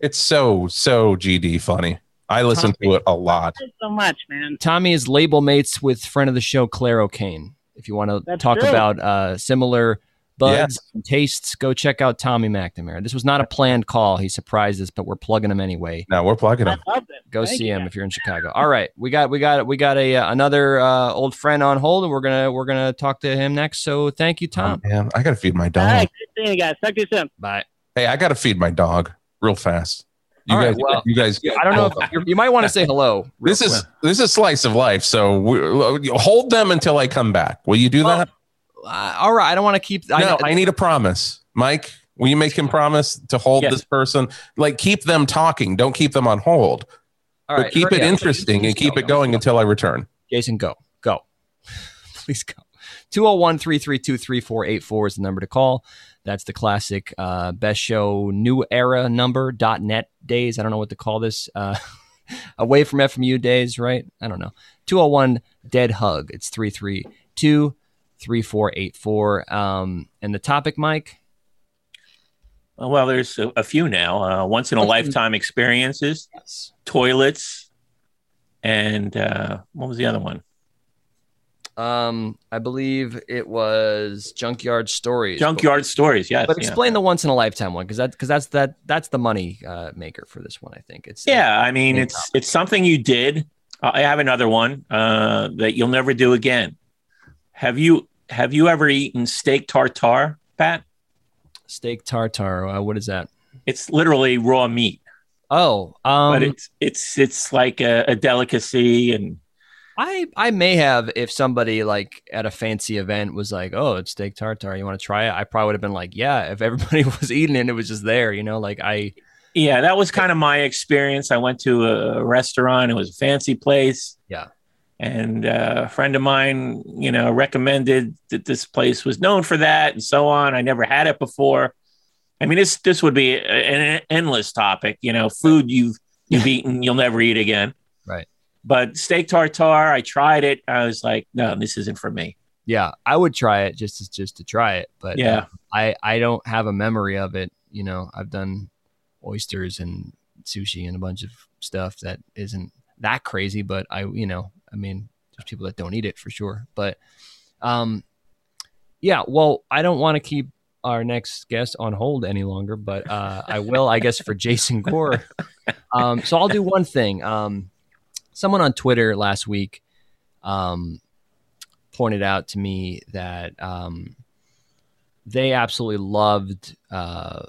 C: it's so so GD funny. I listen to it a lot.
I: Thanks so much, man.
A: Tommy is label mates with friend of the show Claire O'Kane. If you want to
I: That's
A: talk
I: true.
A: about uh, similar buds and tastes, go check out Tommy McNamara. This was not a planned call. He surprised us, but we're plugging him anyway.
C: No, we're plugging
I: I
C: him.
I: love it.
A: Go
I: Thank
A: see
I: you.
A: him if you're in Chicago. All right, we got we got we got a uh, another uh, old friend on hold, and we're gonna we're gonna talk to him next. So thank you, Tom.
C: Oh, man, I gotta feed my
I: All
C: dog.
I: right, good seeing you guys. Talk to you soon.
A: Bye.
C: Hey, I gotta feed my dog real fast. You
A: All
C: guys,
A: right, well,
C: you guys.
A: I don't know. If, you you might want to say hello. real
C: This is
A: quick.
C: this is slice of life. So we, uh, hold them until I come back. Will you do
A: Well,
C: that?
A: uh, all right. I don't want to keep.
C: no, I need a promise, Mike. Will you make him promise to hold
B: Yes.
C: this person? Like, keep them talking. Don't keep them on hold,
A: all
C: but
A: right,
C: keep
A: hurry
C: it
A: up.
C: interesting and keep it going until I return.
A: Jason, go. Go. (laughs) Please go. 201 332 3484 is the number to call. That's the classic uh, best show new era number dot net days. I don't know what to call this. Uh, (laughs) away from FMU days, right? I don't know. 201 dead hug. It's 332 3484. Um, and the topic, Mike?
B: Well, there's a, a few now. Uh, once in a lifetime experiences,
A: Yes.
B: toilets, and uh, what was the other one?
A: Um, I believe it was Junkyard Stories.
B: Junkyard stories. Yes.
A: but
B: yeah.
A: explain the once in a lifetime one because that because that's that that's the money uh, maker for this one. I think it's
B: Yeah, I mean,
A: Any
B: it's it's something you did. I have another one uh, that you'll never do again. Have you have you ever eaten steak tartare, Pat?
A: steak tartare. Uh, what is that?
B: It's literally raw meat,
A: Oh, um,
B: but it's it's it's like a, a delicacy, and
A: I I may have if somebody like at a fancy event was like, oh, it's steak tartare. You want to try it? I probably would have been like, yeah. If everybody (laughs) was eating it, and it was just there. You know, like I
B: yeah, that was kind of my experience. I went to a restaurant; it was a fancy place.
A: Yeah.
B: and uh, a friend of mine, you know, recommended that this place was known for that, and so on. I never had it before. I mean, this this would be a- an endless topic. You know, food you've you've eaten, you'll never eat again.
A: Right.
B: But steak tartare, I tried it. I was like, no, this isn't for me.
A: yeah I would try it just to, just to try it. But
B: yeah.
A: uh, I I don't have a memory of it. You know, I've done oysters and sushi and a bunch of stuff that isn't that crazy, but I you know, I mean, there's people that don't eat it for sure. But um yeah, well, I don't want to keep our next guest on hold any longer, but uh I will, I guess, for Jason Gore. Um so I'll do one thing. Um someone on Twitter last week um pointed out to me that um they absolutely loved uh,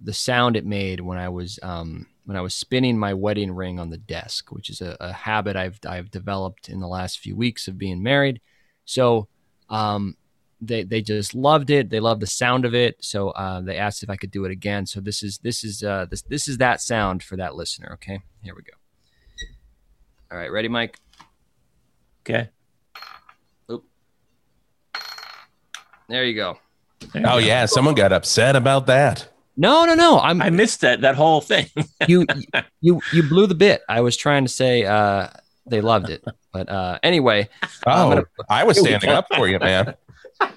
A: the sound it made when I was um, when I was spinning my wedding ring on the desk, which is a, a habit I've I've developed in the last few weeks of being married. So um, they they just loved it. They loved the sound of it. So uh, they asked if I could do it again. So this is this is uh, this this is that sound for that listener. Okay, here we go. All right, ready, Mike.
B: Okay.
A: There you go.
B: There you
C: Oh
B: go.
C: yeah, someone got upset about that.
A: No, no, no. I'm
B: I missed that that whole thing. (laughs)
A: you you you blew the bit. I was trying to say uh, they loved it, but uh, anyway, I'm
C: Oh,
A: gonna-
C: I was standing up for you,
A: (laughs)
C: man. I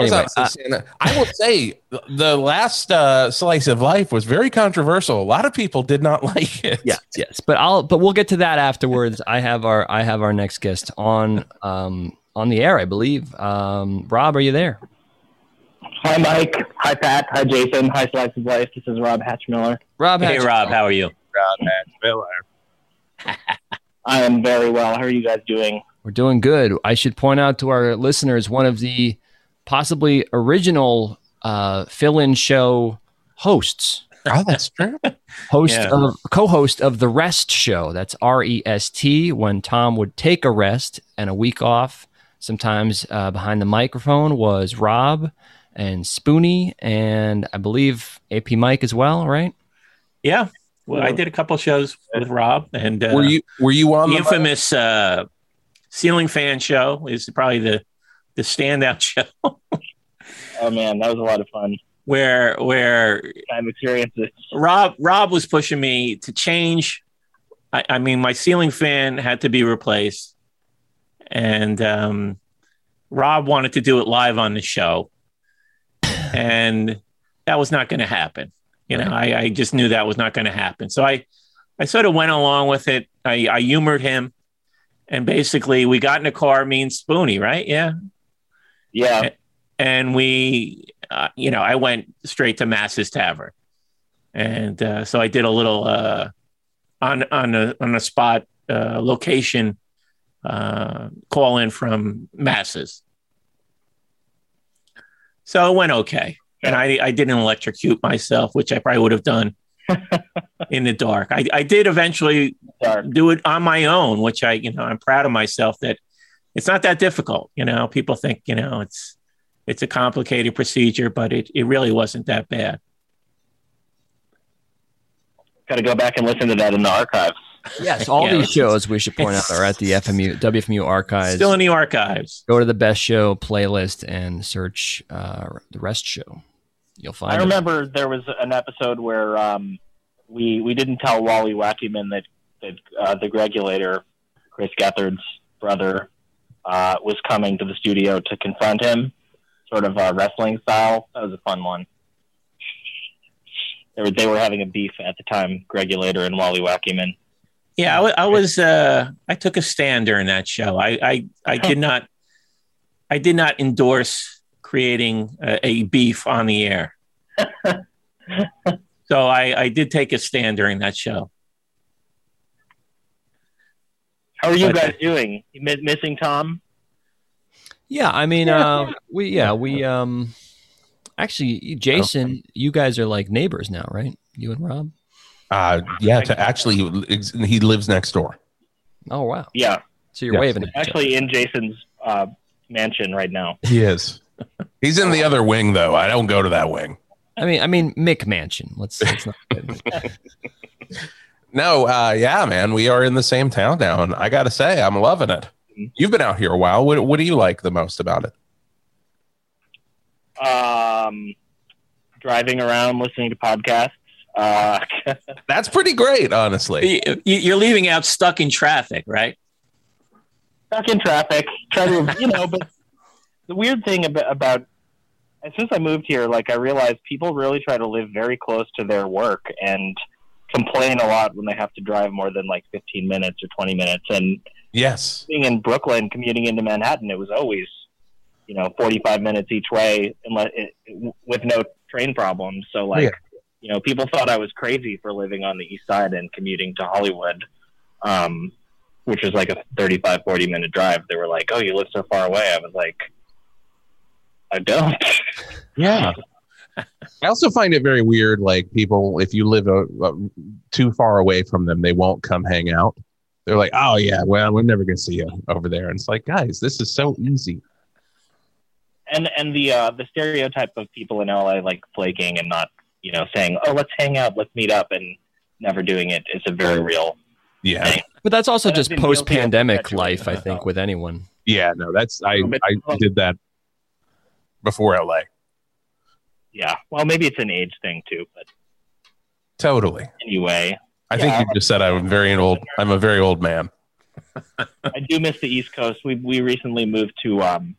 C: was
A: Anyway,
C: obviously standing. I will say th- the last uh, slice of life was very controversial. A lot of people did not (laughs) like it.
A: yes, yes. But I'll but we'll get to that afterwards. I have our I have our next guest on um on the air, I believe. Um, Rob, are you there?
J: Hi, Mike. Hi, Pat. Hi, Jason. Hi, Slice of Life. This is Rob Hatchmiller.
A: Rob,
B: Hey
A: how's-
B: Rob, how are you?
J: (laughs) I am very well. How are you guys doing?
A: We're doing good. I should point out to our listeners one of the possibly original uh, fill-in show hosts.
B: (laughs)
C: Oh, that's true.
A: host
B: Yeah.
A: of co-host of the rest show that's r-e-s-t when tom would take a rest and a week off sometimes uh, behind the microphone was rob and Spoonie, and I believe AP Mike as well, right?
B: Yeah. Well, I did a couple shows with Rob, and uh,
A: Were you-
E: were you on
B: the
E: the-
B: infamous uh, ceiling fan show? Is probably the the standout (laughs) show.
J: oh man, that was a lot of fun.
B: Where where
J: time experiences.
B: Rob Rob was pushing me to change. I, I mean, my ceiling fan had to be replaced, and um, Rob wanted to do it live on the show, and that was not going to happen. You know, I, I just knew that was not going to happen. So I, I sort of went along with it. I, I humored him, and basically we got in a car, me and Spoonie, right? Yeah,
J: yeah.
B: And we, uh, you know, I went straight to Mass's Tavern, and uh, so I did a little uh, on on a on a spot uh, location uh, call in from Masses. So it went okay, and I I didn't electrocute myself, which I probably would have done in the dark. I, I did eventually do it on my own, which I, you know, I'm proud of myself that it's not that difficult. You know, people think, you know, it's it's a complicated procedure, but it, it really wasn't that bad.
J: Got to go back and listen to that in the archives.
A: Yes,
B: (laughs)
A: all
B: Yeah,
A: these shows we should point out are at the FMU WFMU archives.
B: Still in the archives.
A: Go to the best show playlist and search uh, the rest show. You'll find.
J: I
A: it.
J: remember there was an episode where um, we we didn't tell Wally Wackyman that that uh, the regulator, Chris Gethard's brother, uh, was coming to the studio to confront him, sort of uh, wrestling style. That was a fun one. They were, they were having a beef at the time, regulator and Wally Wackyman.
B: Yeah, I, wa- I was. Uh, I took a stand during that show. I, I, I did not. I did not endorse creating a, a beef on the air. so I, I did take a stand during that show.
J: How are you
B: But-
J: guys doing? You mi- missing Tom?
A: Yeah, I mean, uh, we yeah we um actually Jason, you guys are like neighbors now, right? You and Rob.
C: Uh, yeah, to actually, he lives next door.
A: Oh wow.
J: Yeah.
A: So you're Yes. waving at each
J: Actually, in Jason's uh, mansion right now.
C: He is. He's in the other wing, though. I don't go to that wing.
A: I mean, I mean Mick Mansion. Let's. let's not
C: No, uh, yeah, man, we are in the same town now, and I gotta say, I'm loving it. You've been out here a while. What, what do you like the most about it?
J: um, driving around listening to podcasts. Uh, (laughs)
C: That's pretty great, honestly.
B: You- You're leaving out stuck in traffic, right?
J: stuck in traffic. Try to, you know, but the weird thing about, about and since I moved here, like I realized people really try to live very close to their work and complain a lot when they have to drive more than like 15 minutes or 20 minutes. And
C: Yes.
J: being in Brooklyn, commuting into Manhattan, it was always, you know, 45 minutes each way, unless it, with no train problems. So like, you know, people thought I was crazy for living on the East Side and commuting to Hollywood, um, which was like a 35, 40 minute drive. They were like, "Oh, you live so far away." I was like, "I don't." (laughs)
C: Yeah. I also find it very weird. Like people, if you live a, a- too far away from them, they won't come hang out. They're like, "Oh yeah, well, we're never gonna see you over there." And it's like, guys, this is so easy.
J: And and the uh, the stereotype of people in LA like flaking and not, you know, saying, "Oh, let's hang out, let's meet up," and never doing it is a very real.
C: Yeah.
A: But that's also
J: I've
A: just
J: been guilty of
A: post-pandemic life, I think, with anyone.
C: Yeah, no, that's I I did that before LA.
J: Yeah. Well, maybe it's an age thing too, but
C: Totally.
J: Anyway,
C: I think
J: Yeah.
C: you just said I'm very old. I'm a very old man.
J: I do miss the East Coast. We we recently moved to um,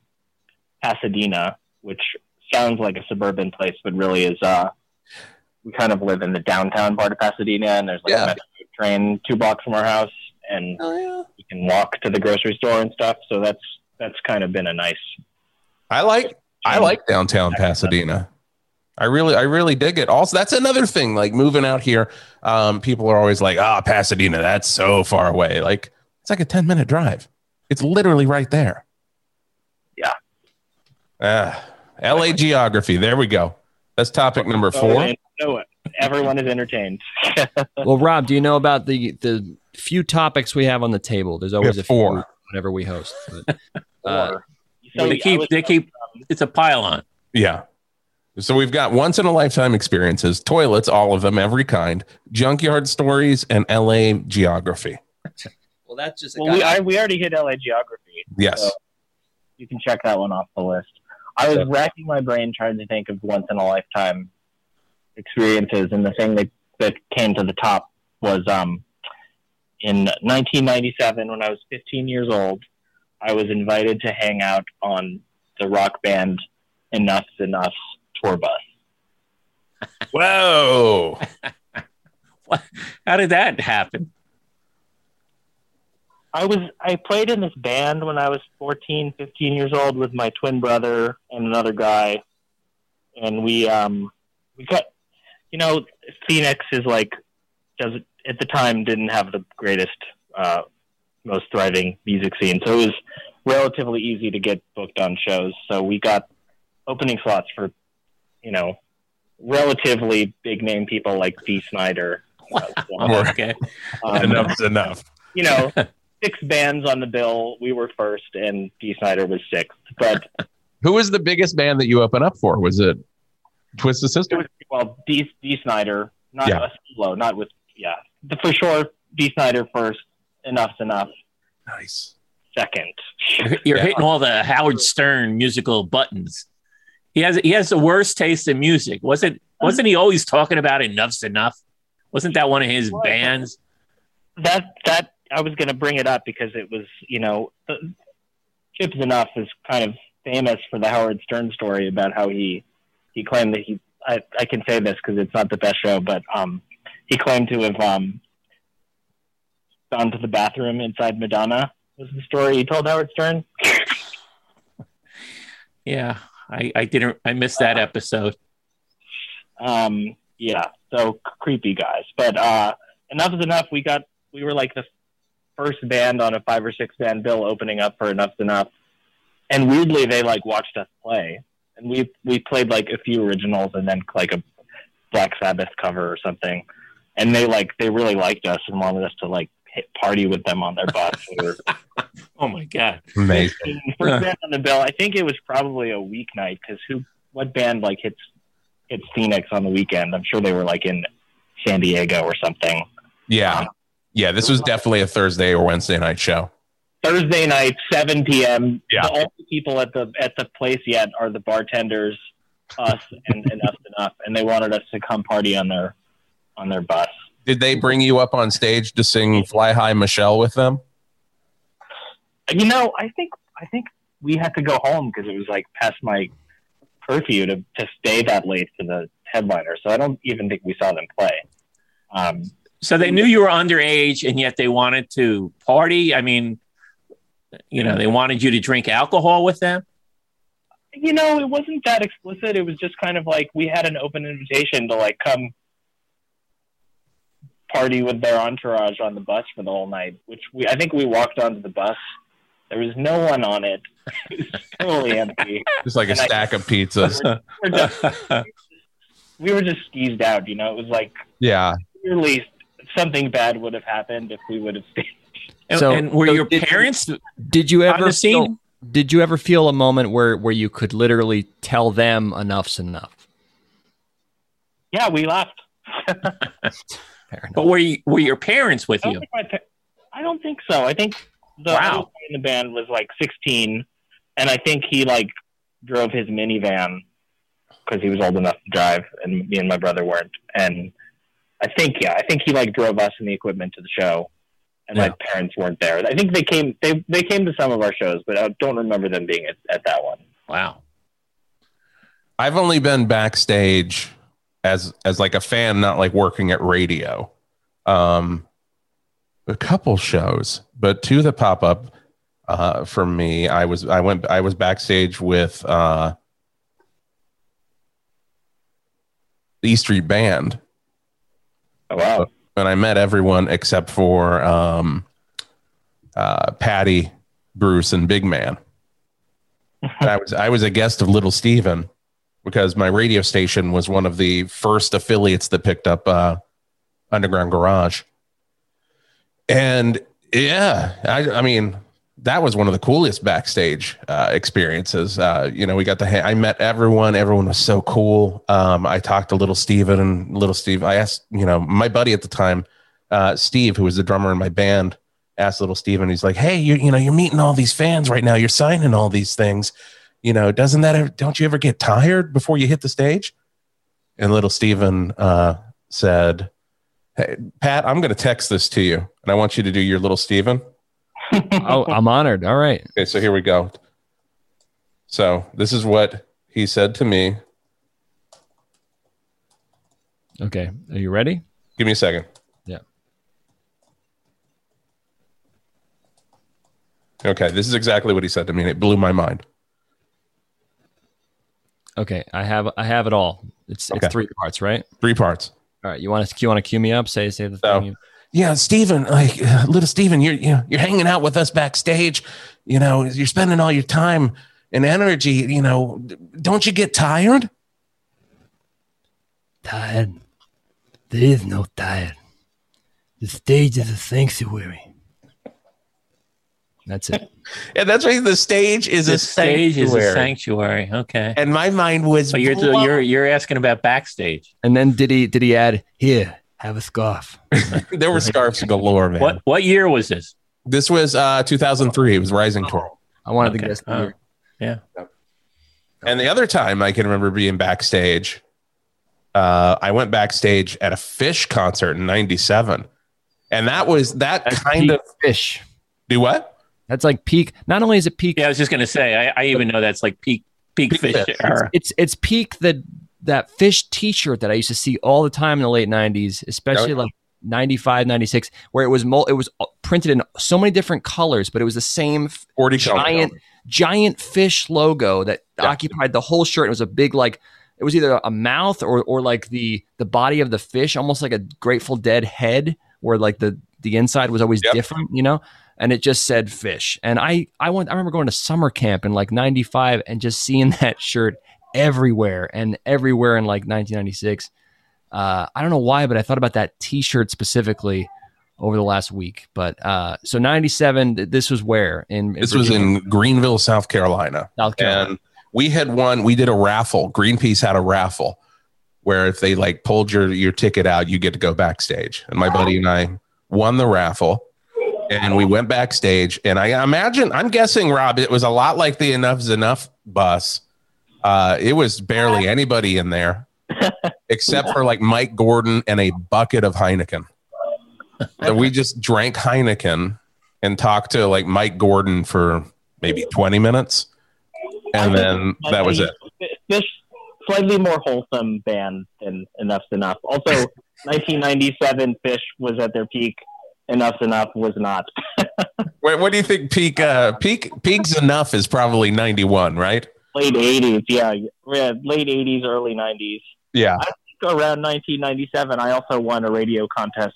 J: Pasadena, which sounds like a suburban place, but really is. Uh, we kind of live in the downtown part of Pasadena, and there's like a metro train two blocks from our house, and you can walk to the grocery store and stuff. So that's that's kind of been a nice.
C: I like I like downtown Pasadena. I really I really dig it. Also, that's another thing. Like moving out here, um, people are always like, "Ah, Pasadena, that's so far away." Like it's like a ten minute drive. It's literally right there.
J: Yeah.
C: Ah, L.A. geography. There we go. That's topic number
J: Oh,
C: four.
J: So everyone is entertained.
A: well, Rob, do you know about the the few topics we have on the table? There's always a few
C: four.
A: whenever we host. But, uh,
B: they keep. They keep. It's a pylon.
C: Yeah. So we've got once in a lifetime experiences, toilets, all of them, every kind, junkyard stories, and LA geography.
A: Well, that's just a
J: Well, we,
A: guy-
J: I, we already hit LA geography.
C: Yes.
J: So you can check that one off the list. I was racking my brain trying to think of once in a lifetime experiences, and the thing that, that came to the top was um, in 1997, when I was 15 years old, I was invited to hang out on the rock band Enough's Enough tour bus.
C: Whoa.
B: How did that happen?
J: I was I played in this band when I was 14, 15 years old with my twin brother and another guy, and we um we got you know Phoenix is like does at the time didn't have the greatest uh, most thriving music scene, so it was relatively easy to get booked on shows. So we got opening slots for you know relatively big name people like Dee Snyder.
B: Well, okay.
J: Um,
C: Enough's enough.
J: you know, six bands on the bill. We were first, and D. Snyder was sixth. But
C: Who was the biggest band that you open up for? Was it Twisted
J: it
C: Sister?
J: was well, D. D. Snyder, not
C: Yeah.
J: us solo, not with yeah, The- for sure. D. Snyder first. Enough's enough.
C: Nice.
J: Second.
B: (laughs) You're
C: Yeah.
B: hitting all the Howard Stern musical buttons. He has he has the worst taste in music. Wasn't wasn't he always talking about enough's enough? Wasn't that one of his
J: Right.
B: bands?
J: That that I was going to bring it up because it was you know, the- Chip's enough is kind of famous for the Howard Stern story about how he he claimed that he I, I can say this because it's not the best show, but um, he claimed to have um, gone to the bathroom inside Madonna was the story he told Howard Stern.
B: Yeah. I, I didn't I missed
J: Uh,
B: that episode.
J: Um, yeah, so c- creepy guys. But uh, enough is enough. We got we were like the first band on a five or six band bill opening up for Enough's Enough, and weirdly they like watched us play, and we we played like a few originals and then like a Black Sabbath cover or something, and they like they really liked us and wanted us to like hit party with them on their bus. We were
B: Oh my god.
C: Amazing.
J: (laughs)
B: Huh.
J: first band on the bill. I think it was probably a weeknight because who, what band like hits hits Phoenix on the weekend? I'm sure they were like in San Diego or something.
C: Yeah. Yeah. This was definitely a Thursday or Wednesday night show.
J: Thursday night, 7 p.m.
C: Yeah.
J: The only people at the at the place yet are the bartenders, us, and enough enough, and they wanted us to come party on their on their bus.
C: Did they bring you up on stage to sing Fly High Michelle with them?
J: You know, I think I think we had to go home because it was like past my curfew to, to stay that late for the headliner. So I don't even think we saw them play. Um,
B: So they knew you were underage and yet they wanted to party. I mean, you know, they wanted you to drink alcohol with them. (laughs)
J: you know, it wasn't that explicit. It was just kind of like we had an open invitation to like come party with their entourage on the bus for the whole night, which we I think we walked onto the bus. There was no one on it. (laughs) It was totally empty.
C: Just like a
J: And I-
C: stack of pizzas.
J: We were, just, we were just skeezed out, you know. It was like
C: (laughs) yeah.
J: clearly something bad would have happened if we would have stayed.
B: And,
A: So-
B: and were
A: so
B: your
A: did you-
B: parents
A: Did you
B: on
A: ever
B: the scene?
A: feel, did you ever feel a moment where where you could literally tell them enough's enough?
J: Yeah, we left.
A: Fair enough.
B: But were you, were your parents with
J: I
B: you?
J: don't, think my pa- I don't think so. I think the
B: Wow.
J: other guy in the band was like 16, and I think he like drove his minivan because he was old enough to drive, and me and my brother weren't. And I think yeah, I think he like drove us and the equipment to the show, and my parents weren't there. I think they came they they came to some of our shows, but I don't remember them being at, at that one.
B: Wow.
C: I've only been backstage as as like a fan, not like working at radio. Um, a couple shows, but two that pop up uh, for me. I was I went I was backstage with uh, the E Street Band,
J: Oh, wow.
C: and I met everyone except for um, uh, Patty, Bruce, and Big
J: (laughs)
C: Man. And I was I was a guest of Little Steven because my radio station was one of the first affiliates that picked up uh, Underground Garage. And yeah, I, I mean, that was one of the coolest backstage uh, experiences. Uh, you know, we got the ha- I met everyone. Everyone was so cool. Um, I talked to little Steven and little Steve. I asked, you know, my buddy at the time, uh, Steve, who was the drummer in my band, asked little Steven, he's like, Hey, you, you know, you're meeting all these fans right now. You're signing all these things. You know, doesn't that, ever, don't you ever get tired before you hit the stage? And little Steven uh, said, Hey, Pat, I'm going to text this to you and I want you to do your little Steven.
A: (laughs) oh, I'm honored. All right.
C: Okay, so here we go. So this is what he said to me.
A: Okay. Are you ready?
C: Give me a second.
A: Yeah.
C: Okay, this is exactly what he said to me, and it blew my mind.
A: Okay. I have I have it all. It's
C: Okay.
A: it's three parts, right?
C: Three parts.
A: All right. You want to you want to cue me up? Say say the
C: So-
A: thing. You,
C: Yeah, Steven, like (laughs) uh, little Steven, you're you know, you're hanging out with us backstage. You know, you're spending all your time and energy. You know, d- don't you get tired?
K: Tired? There is no tired. The stage is a sanctuary.
A: That's it.
C: And that's why the stage is a
B: the stage is a
C: sanctuary.
B: sanctuary. Okay.
C: And my mind was.
B: So you're
C: blown.
B: you're you're asking about backstage.
A: And then did he did he add
K: Here, have a scarf.
C: there were scarves galore, man.
B: What what year was this?
C: This was uh 2003. It was Rising Tour.
A: I wanted to
B: Okay.
A: guess the
B: Oh.
A: year.
C: And the other time I can remember being backstage, uh, I went backstage at a Fish concert in '97, and that was that
B: That's
C: kind
B: peak.
C: of
A: fish.
C: do what?
A: That's like peak. Not only is it peak,
B: Yeah, I was just gonna say. I, I even know that's like peak peak,
C: Peak
B: fish
C: fish.
B: era.
A: it's it's peak that that fish t-shirt that I used to see all the time in the late 90s, especially
C: Oh, yeah.
A: like 95, 96, where it was mul- it was uh, printed in so many different colors, but it was the same f-
C: Forty
A: giant giant fish logo that
C: Yeah.
A: occupied the whole shirt. It was a big like it was either a mouth or or like the the body of the fish, almost like a Grateful Dead head, where like the the inside was always
C: Yep.
A: different, you know. And it just said fish. And I I went I remember going to summer camp in like '95 and just seeing (laughs) that shirt everywhere and everywhere in like 1996. Uh, I don't know why, but I thought about that T-shirt specifically over the last week. But uh, so '97, th- this was where in, in
C: This was
A: Virginia?
C: in Greenville, South Carolina,
A: South Carolina.
C: and we had one. We did a raffle. Greenpeace had a raffle where if they like pulled your your ticket out, you get to go backstage. And my buddy and I won the raffle. And we went backstage, and I imagine, I'm guessing, Rob, it was a lot like the Enough is Enough bus. Uh, it was barely anybody in there, except for like Mike Gordon and a bucket of Heineken. So we just drank Heineken and talked to like Mike Gordon for maybe 20 minutes, and then that was it.
J: Fish, slightly more wholesome band than Enough's Enough. Also,
C: (laughs)
J: 1997 Fish was at their peak. Enough's Enough was not.
C: What, what do you think? Peak, uh, peak, peaks enough is probably 91, right?
J: Late 80s, yeah, yeah late 80s, early 90s.
C: Yeah.
J: Around 1997, I also won a radio contest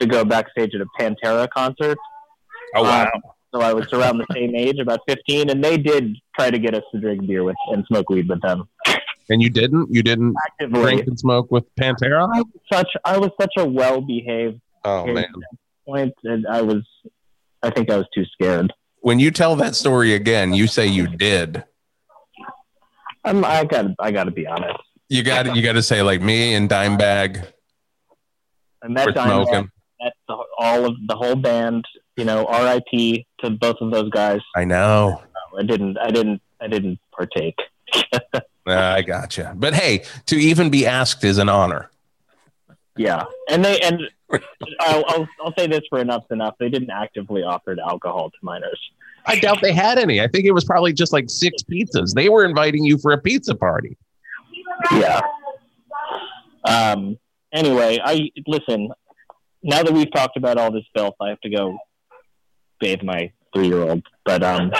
J: to go backstage at a Pantera concert.
C: Oh wow.
J: Um, so I was around the same age, about 15, and they did try to get us to drink beer with and smoke weed with them
C: And you didn't? You didn't
J: actively.
C: drink and smoke with Pantera?
J: I was such I was such a well behaved
C: Oh
J: kid
C: man.
J: at that point, and I was I think I was too scared.
C: When you tell that story again, you say you did.
J: I'm, I got I got to be honest.
C: You got you got to say like me and Dimebag
J: I met
C: were
J: Dimebag,
C: smoking.
J: met the, all of the whole band. You know, R.I.P. to both of those guys.
C: I know.
J: I didn't I didn't I didn't partake.
C: Uh, I gotcha. But hey, to even be asked is an honor.
J: Yeah, and
C: (laughs)
J: they and I'll, I'll I'll say this for enough's enough. They didn't actively offer alcohol to minors.
C: I doubt they had any. I think it was probably just like six pizzas. They were inviting you for a pizza party.
J: Yeah. Um. Anyway, I listen. Now that we've talked about all this filth, I have to go bathe my three-year-old. But um,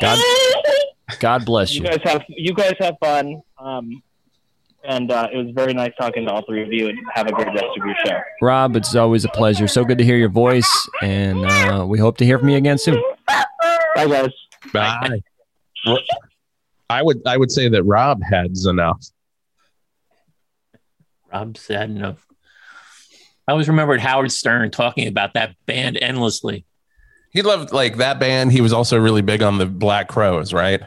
A: God, God bless
J: you
A: you.
J: guys have you guys have fun. Um, and uh, it was very nice talking to all three of you, and have a great rest of your show.
A: Rob, it's always a pleasure. So good to hear your voice, and uh, we hope to hear from you again soon.
J: Bye, guys.
C: Bye. I would I would say that Rob heads enough.
B: Rob said enough. I always remembered Howard Stern talking about that band endlessly.
C: He loved like that band. He was also really big on the Black Crows, right?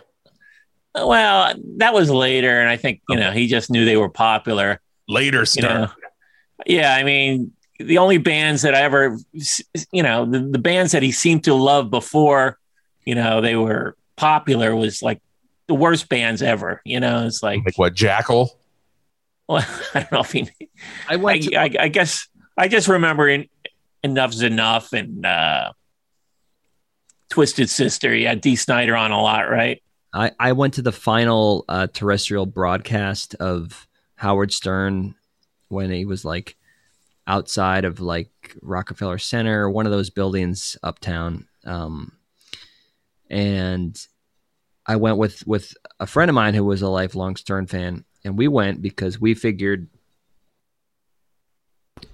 B: Well, that was later, and I think you know he just knew they were popular.
C: Later stuff.
B: yeah, I mean the only bands that I ever, you know, the, the bands that he seemed to love before, you know, they were popular was like the worst bands ever. You know, it's like
C: Like what? Jackal.
B: (laughs) well, I don't know if he.
A: I
B: went. I, I, guess I just remember in, enough's enough and uh, Twisted Sister. Yeah, D. Snyder on a lot, right?
A: I, I went to the final uh, terrestrial broadcast of Howard Stern when he was like outside of like Rockefeller Center, one of those buildings uptown. Um, and I went with with a friend of mine who was a lifelong Stern fan, and we went because we figured,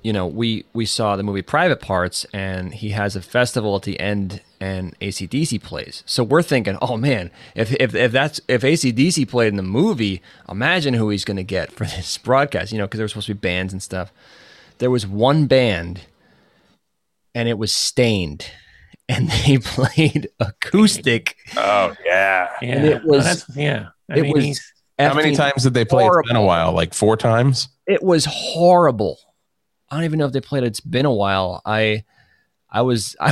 A: you know, we we saw the movie Private Parts, and he has a festival at the end, and ACDC plays. So we're thinking, oh man, if if, if that's if ACDC played in the movie, imagine who he's going to get for (laughs) this broadcast, you know, because there were supposed to be bands and stuff. There was one band, and it was Stained, and (laughs) they played acoustic.
C: Oh yeah,
B: Yeah,
A: And it
B: Well,
A: was-
B: that's- yeah. I
A: it
B: mean,
A: was-
B: he's-
C: How many
A: effing
C: times did they play? It's been a while, like four times.
A: It was horrible. I don't even know if they played. it. It's been a while. I, I was, (laughs) I,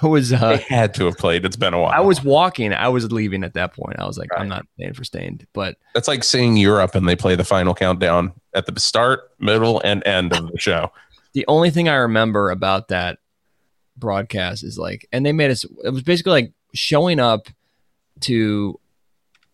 A: I was, uh,
C: They had to have played. It's been a
A: I
C: while.
A: was walking. I was leaving at that point. I was like, I'm not paying for stained. But
C: That's like seeing Europe and they play the final countdown at the start, middle, and end of the show.
A: the only thing I remember about that broadcast is like, and they made us. It was basically like showing up to,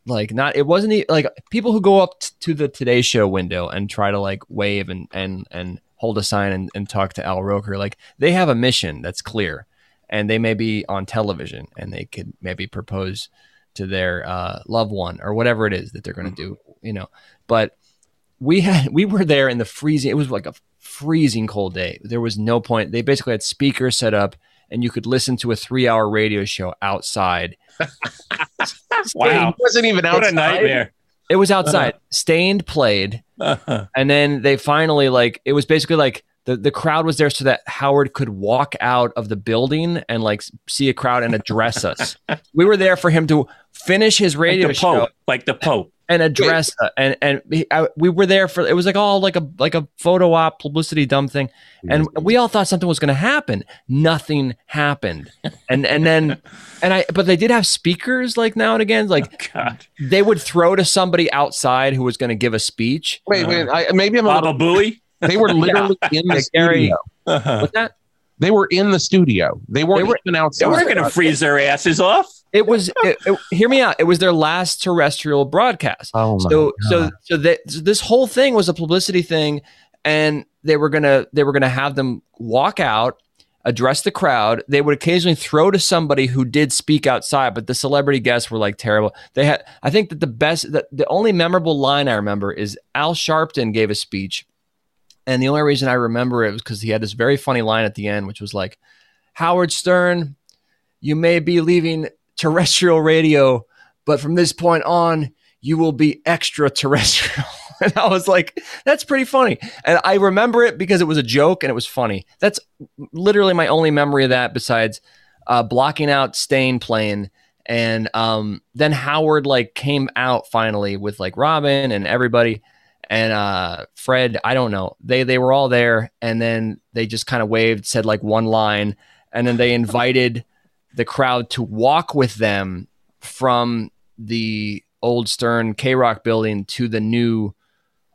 A: like, not. It wasn't e- like people who go up t- to the Today Show window and try to like wave and and and hold a sign and, and talk to Al Roker. Like they have a mission that's clear, and they may be on television and they could maybe propose to their uh, loved one or whatever it is that they're going to do. You know, but we had we were there in the freezing it was like a freezing cold day there was no point they basically had speakers set up and you could listen to a three hour radio show outside
B: Wow.
C: It wasn't
B: What
C: even
B: a
C: outside.
B: nightmare.
A: it was outside stained played
B: Uh-huh.
A: and then they finally like it was basically like the, the crowd was there so that howard could walk out of the building and like s- see a crowd and address
B: (laughs)
A: us we were there for him to finish his radio
B: like the
A: show
B: Pope, like the Pope.
A: and address uh, and and he- I, we were there for it was like all like a like a photo op publicity dumb thing and we all thought something was going to happen nothing happened and and
B: (laughs)
A: then and i but they did have speakers like now and again like
B: Oh, God,
A: they would throw to somebody outside who was going to give a speech
C: Wait, wait. I, maybe I'm a
B: Baba
C: little,
B: Booey.
C: They
A: (laughs)
C: were literally in the
A: Like Gary-
C: studio.
B: Uh-huh.
A: What's that
C: They were in the studio. They weren't
A: They were-
C: even
B: They
C: outside.
B: weren't going to freeze their asses off.
A: it was it, it- hear me out it was their last terrestrial broadcast
C: Oh my
A: so so
C: God.
A: so that so this whole thing was a publicity thing and they were gonna they were gonna have them walk out address the crowd they would occasionally throw to somebody who did speak outside but the celebrity guests were like terrible they had i think that the best the, the only memorable line i remember is al sharpton gave a speech and the only reason i remember it was because he had this very funny line at the end which was like howard stern you may be leaving terrestrial radio, but from this point on, you will be extraterrestrial. (laughs) and I was like, that's pretty funny. And I remember it because it was a joke and it was funny. That's literally my only memory of that, besides uh, blocking out Stain playing. And um, then Howard like came out finally with like Robin and everybody and uh, Fred. I don't know. They they were all there, and then they just kind of waved, said like one line, and then they invited the crowd to walk with them from the old Stern K Rock building to the new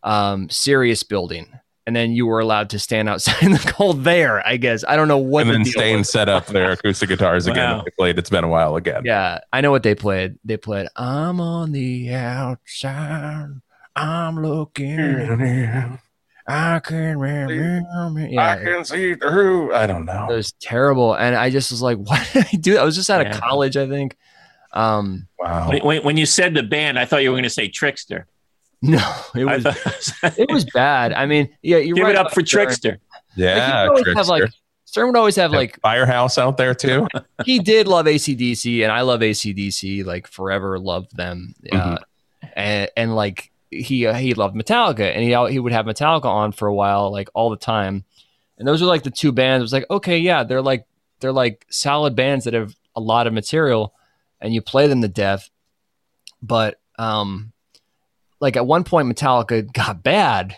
A: um, Sirius building. And then you were allowed to stand outside in the cold there, I guess. I don't know what
C: and
A: the
C: then
A: deal
C: Stain set up their acoustic guitars again.
B: Wow.
C: They played "It's Been a While" again.
A: Yeah, I know what they played. They played "I'm on the (laughs) outside, I'm looking, in. I can remember." Yeah,
C: see through. I don't know.
A: it was terrible, and I just was like, (laughs) "What did I do?" I was just out
B: Yeah.
A: of college, I think. Um,
C: Wow.
B: When, when- when you said the band, I thought you were going to say Trickster.
A: (laughs) no, it was
B: I thought, (laughs)
A: it was bad. I mean, yeah, you
B: give it up for Trickster.
C: Yeah.
A: Like, he would always
C: Trickster.
A: have like Stern would always have like
C: Firehouse out there too.
A: (laughs) he did love ACDC, and I love ACDC. Like forever loved them, uh,
C: Mm-hmm.
A: and and like he uh, he loved Metallica, and he al- he would have Metallica on for a while, like all the time. And those are like the two bands. It was like okay, yeah, they're like they're like solid bands that have a lot of material, and you play them to death. But um, like at one point, Metallica got bad.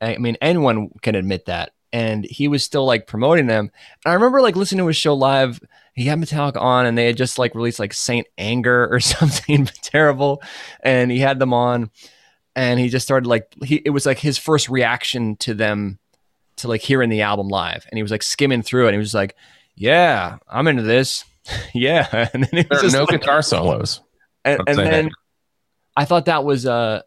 A: I mean, anyone can admit that. And he was still like promoting them. And I remember like listening to his show live. He had Metallica on, and they had just like released like Saint Anger or (laughs) something terrible, and he had them on, and he just started like he. It was like his first reaction to them to like hearing the album live, and he was like skimming through it. And he was just like, "Yeah, I'm into this. (laughs) yeah." And then it
C: There
A: was
C: are
A: just
C: no
A: like- (laughs)
C: guitar solos.
A: and,
C: on
A: and
C: Saint
A: then
C: Anger.
A: I thought that was uh,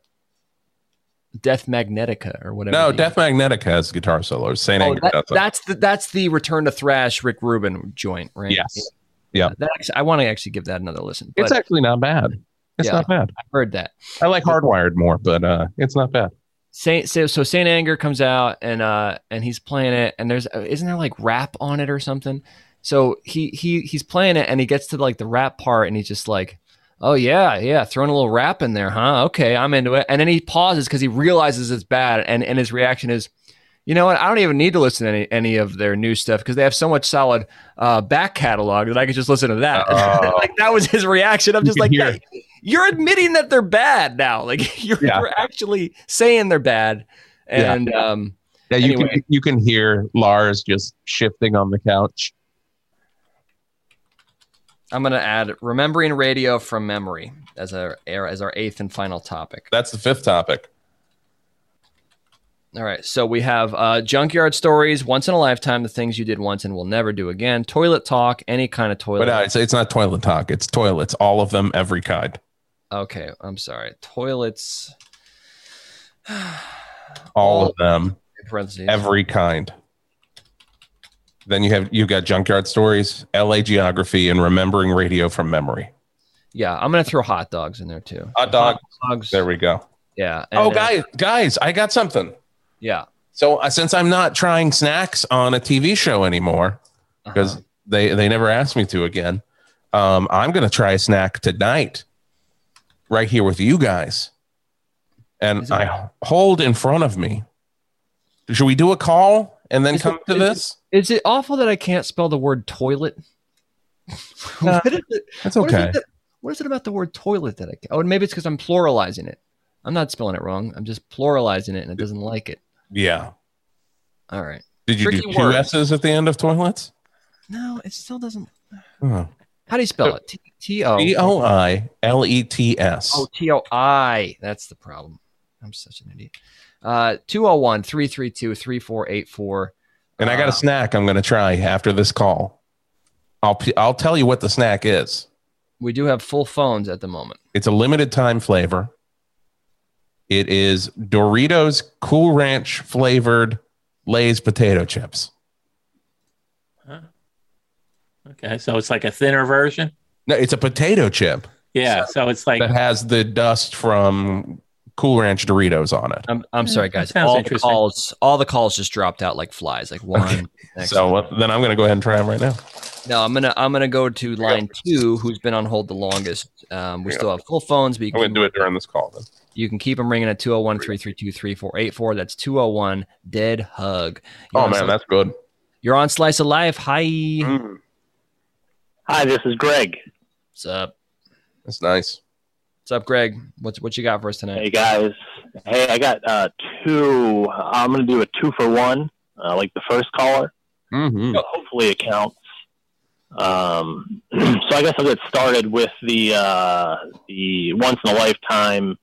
A: Death Magnetica or whatever.
C: No,
A: the-
C: Death Magnetic has guitar solos. Saint
A: Oh,
C: Anger
A: that-
C: doesn't.
A: that's the that's the Return to Thrash Rick Rubin joint, right?
C: Yes. Yeah.
A: That actually, I want to actually give that another listen.
C: It's
A: but
C: actually not bad. It's
A: Yeah.
C: not bad.
A: I've heard that.
C: I like Hardwired more, but uh, it's not bad.
A: Saint so, so Saint Anger comes out and uh and he's playing it and there's uh, isn't there like rap on it or something? So he he he's playing it and he gets to like the rap part and he's just like, oh yeah yeah, throwing a little rap in there, huh? Okay, I'm into it. And then he pauses because he realizes it's bad and and his reaction is. You know what? I don't even need to listen to any, any of their new stuff because they have so much solid uh, back catalog that I could just listen to that. (laughs)
C: Oh.
A: like that was his reaction. I'm
C: You
A: just
C: could
A: like,
C: hear it.
A: (laughs) you're admitting that they're bad now. Like (laughs) you're,
C: Yeah.
A: you're actually saying they're bad.
C: Yeah.
A: And um,
C: Yeah, you
A: Anyway.
C: can you can hear Lars just shifting on the couch.
A: I'm gonna add remembering radio from memory as our as our eighth and final topic.
C: That's the fifth topic.
A: All right, so we have uh, junkyard stories, once in a lifetime, the things you did once and will never do again, toilet talk, any kind of toilet.
C: But no, it's it's not toilet talk. It's toilets, all of them, every kind,
A: okay, I'm sorry, toilets.
C: all
A: All-
C: of them,
A: in Parentheses.
C: every kind. Then you have you've got junkyard stories, L.A. geography, and remembering radio from memory.
A: yeah, I'm gonna throw hot dogs in there too.
C: Hot dog.
A: dogs.
C: There we go.
A: Yeah. and
C: Oh,
A: then-
C: guys, guys, I got something.
A: Yeah.
C: So uh, since I'm not trying snacks on a TV show anymore, because
A: Uh-huh.
C: they they never asked me to again, um, I'm gonna try a snack tonight, right here with you guys, and
A: Is it-
C: I hold in front of me. Should we do a call and then
A: Is it-
C: come
A: is
C: to
A: it-
C: this?
A: Is it awful that I can't spell the word toilet?
C: No,
A: What is it-
C: That's
A: what is it
C: okay.
A: that- what is it about the word toilet that I can't? Oh, and maybe it's because I'm pluralizing it. I'm not spelling it wrong. I'm just pluralizing it and it doesn't like it.
C: Yeah.
A: All right.
C: Did you do
A: Tricky
C: two
A: word.
C: S's at the end of toilets?
A: (laughs) No, it still doesn't.
C: Oh.
A: How do you spell it? T- T O.
C: B O I L E T S.
A: Oh, T O I. That's the problem. I'm such an idiot. Uh, 201 332 3484.
C: And
A: Uh,
C: I got a snack I'm gonna try after this call. I'll p- I'll tell you what the snack is.
A: We do have full phones at the moment.
C: It's a limited time flavor. It is Doritos Cool Ranch flavored Lay's potato chips.
B: Okay, so it's like a thinner version.
C: No, it's a potato chip
B: Yeah, so it's like
C: that has the dust from Cool Ranch Doritos on it.
A: I'm, I'm sorry, guys.
B: Sounds
A: All the
B: interesting.
A: calls, all the calls just dropped out like flies. Like one. (laughs) next
C: So uh, then I'm going to go ahead and try them right now.
A: No, I'm gonna I'm gonna go to line two, who's been on hold the longest. Um, we
C: Yeah.
A: still have full phones, but you
C: I'm going
A: can,
C: to do it during this call then.
A: you can keep them ringing at 201 332 3484. That's 201 Dead Hug. You're
C: Oh
A: on
C: man,
A: Slice-
C: that's good. Mm.
A: you're on Slice of Life. Hi,
L: Hi, this is Greg.
A: what's up?
C: That's nice.
A: What's up, Greg? What's what you got for us
L: Hey
A: tonight?
L: guys. Hey, I got uh, two. I'm gonna do a two for one, uh, like the first caller.
C: Mm-hmm.
L: But hopefully it counts. Um, (clears throat) so I guess I'll get started with the uh, the once in a lifetime.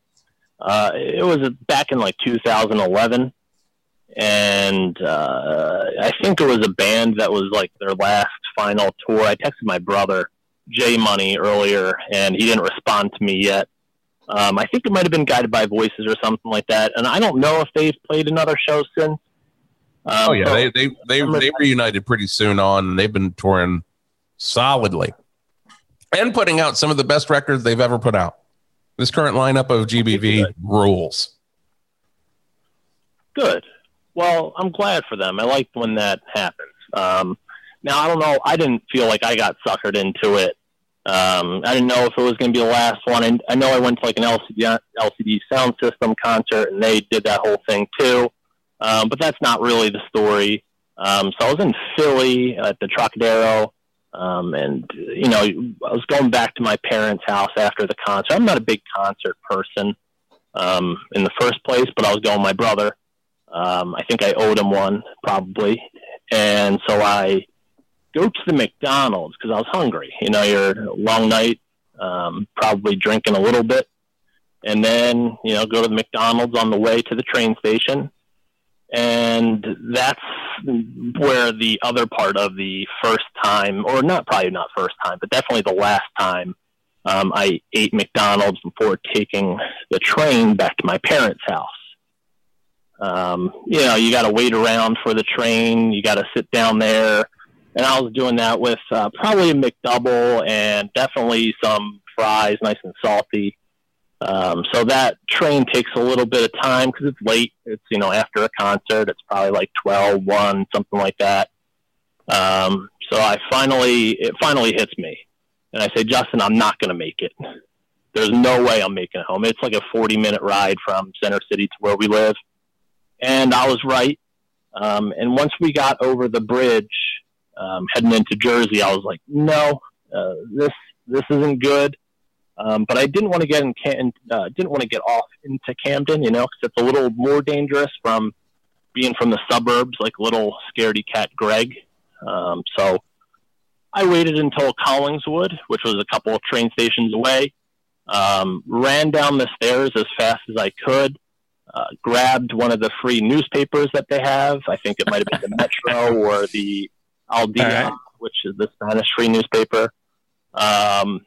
L: Uh, it was back in like 2011, and uh, I think it was a band that was like their last final tour. I texted my brother J Money earlier, and he didn't respond to me yet. Um, I think it might have been Guided by Voices or something like that, and I don't know if they've played another show since. Um,
C: Oh yeah,
L: but-
C: they
B: (laughs)
C: they they, they reunited pretty soon on, and they've been touring solidly and putting out some of the best records they've ever put out. This current lineup of GBV rules.
L: Good. Well, I'm glad for them. I like when that happens. Um, now, I don't know. I didn't feel like I got suckered into it. Um, I didn't know if it was going to be the last one. And I know I went to like an LCD, LCD sound system concert, and they did that whole thing too. Um, but that's not really the story. Um, so I was in Philly at the Trocadero, um, and you know I was going back to my parents' house after the concert. I'm not a big concert person um, in the first place, but I was going with my brother. Um, I think I owed him one probably, and so I go to the McDonald's because I was hungry. You know, you're long night, um, probably drinking a little bit, and then you know go to the McDonald's on the way to the train station, and that's where the other part of the first time, or not probably not first time, but definitely the last time um, I ate McDonald's before taking the train back to my parents' house. Um, you know, you got to wait around for the train. You got to sit down there and I was doing that with uh, probably a McDouble and definitely some fries, nice and salty. Um, so that train takes a little bit of time because it's late. It's you know after a concert, it's probably like 12, 1, something like that. Um, so I finally it finally hits me, and I say, Justin, I'm not going to make it. There's no way I'm making it home. It's like a 40 minute ride from Center City to where we live, and I was right. Um, and once we got over the bridge, um, heading into Jersey, I was like, no, uh, this this isn't good. Um, but I didn't want to get in Can- uh, didn't want to get off into Camden, you know, 'cause it's a little more dangerous from being from the suburbs, like little scaredy cat Greg. Um, so I waited until Collingswood, which was a couple of train stations away. Um, ran down the stairs as fast as I could. Uh, grabbed one of the free newspapers that they have. I think it might have been the Metro or the Al Día, which is the Spanish free newspaper. Um,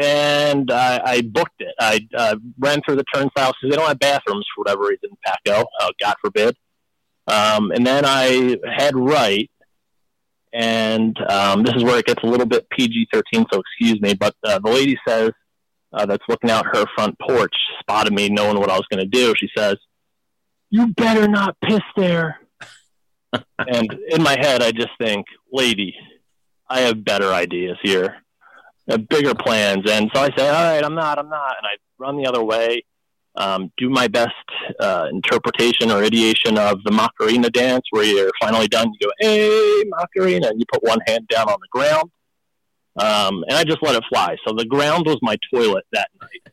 L: and I, I booked it. I uh, ran through the turnstiles because they don't have bathrooms for whatever reason in Paco, uh, God forbid. Um, and then I head right, and um, this is where it gets a little bit PG 13, so excuse me. But uh, the lady says, uh, that's looking out her front porch, spotted me knowing what I was going to do. She says, You better not piss there. and in my head, I just think, lady, I have better ideas here, I have bigger plans. And so I say, all right, I'm not, I'm not. And I run the other way, um, do my best uh, interpretation or ideation of the Macarena dance, where you're finally done. You go, hey, Macarena, and you put one hand down on the ground. Um, and I just let it fly. So the ground was my toilet that night.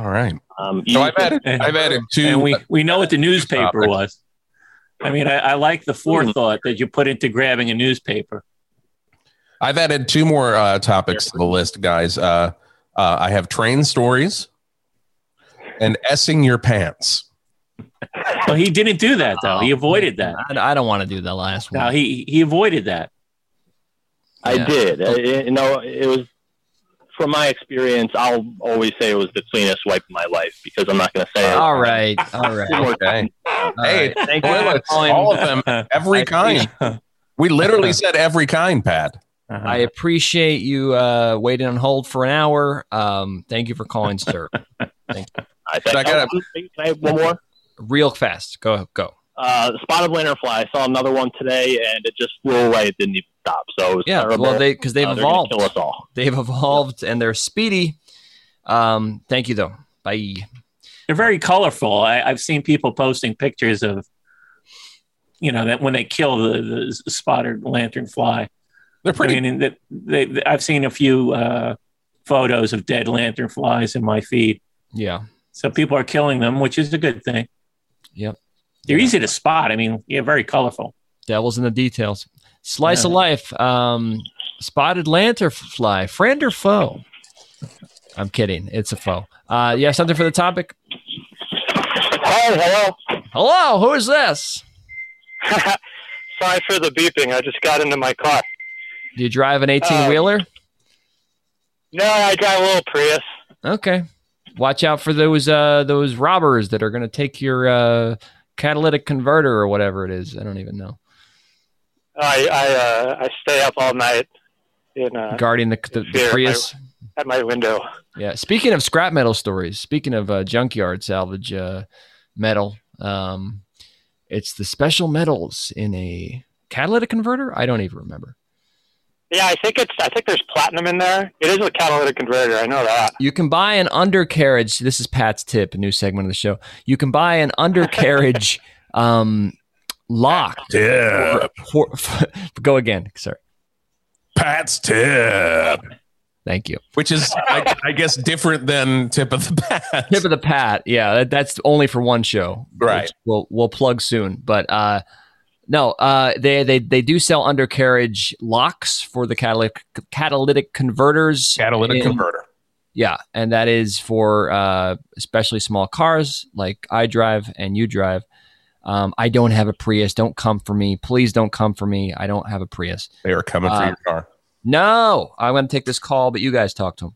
C: All right.
L: Um,
C: So I've added,
B: And-
C: I've added two.
B: And we, we know what the newspaper
C: Uh,
B: was. I mean, I, I like the forethought that you put into grabbing a newspaper.
C: I've added two more uh, topics to the list, guys. Uh, uh, I have train stories and essing your pants.
B: But he didn't do that though. He avoided that.
A: Oh, I, I don't want to do the last one.
B: Now he he avoided that.
L: I
A: Yeah. Oh.
L: did. I, you know, it was from my experience. I'll always say it was the cleanest wipe of my life because I'm not going to say it.
A: All right. All right.
L: One more
C: Okay.
A: All
C: Hey,
A: right. Thank you for
C: toilets,
A: calling. Uh-huh.
C: all
A: (laughs)
C: of them, every kind. We literally said every kind, Pat.
A: I appreciate you uh, waiting on hold for an hour. Um, thank you for calling,
C: (laughs)
A: sir.
L: I think.
C: I gotta-
L: Oh, can I have one more?
A: Real fast. Go go.
L: Uh, the spotted lanternfly. I saw another one today, and it just flew away. It didn't even stop. So it was
A: Yeah.
L: terrible.
A: Well, they because they've
L: Uh, they're gonna
A: evolved.
L: Kill us all.
A: They've evolved and they're speedy. Um, thank you though. Bye.
B: They're very colorful. I, I've seen people posting pictures of, you know, that when they kill the, the spotted lanternfly.
C: They're pretty.
B: I mean, that they, I've seen a few uh, photos of dead lanternflies in my feed.
A: Yeah.
B: So people are killing them, which is a good thing.
A: Yep.
B: They're easy to spot. I mean, yeah, very colorful.
A: Devil's in the details. Slice of
B: Yeah.
A: life. Um, spotted lanternfly. Friend or foe? I'm kidding. It's a foe. Uh, you have something for the topic?
L: Hi, hello.
A: Hello. Who is this?
L: (laughs) Sorry for the beeping. I just got into my car.
A: Do you drive an
B: Uh,
A: 18 wheeler?
L: No, I drive a little Prius.
A: Okay. Watch out for those uh those robbers that are going to take your uh catalytic converter or whatever it is. I don't even know.
L: I I uh, I stay up all night in uh,
A: Guarding the, the, the
L: Fear,
A: Prius.
L: at my window.
A: Yeah. Speaking of scrap metal stories, speaking of uh, junkyard salvage uh, metal, um, it's the special metals in a catalytic converter. I don't even remember.
L: Yeah, I think it's. I think there's platinum in there. It is a catalytic converter. I know that.
A: You can buy an undercarriage.
C: (laughs)
A: This is Pat's tip, a new segment of the show. You can buy an undercarriage um, locked.
C: Tip.
A: For- for- go again. Sorry.
C: Pat's tip.
A: Thank you.
C: Which is, I, I guess, different than tip of the (laughs) pat.
A: Tip of the pat. Yeah, that, that's only for one show.
C: Right.
A: which We'll we'll plug soon, but uh, no, uh, they they they do sell undercarriage locks for the catalytic catalytic converters.
C: catalytic
A: in-
C: converter.
A: Yeah, and that is for uh, especially small cars like I drive and you drive. Um, I don't have a Prius. Don't come for me. Please don't come for me. I don't have a Prius.
C: They are coming for
A: Uh,
C: your car.
A: No, I'm going to take this call, but you guys talk to him.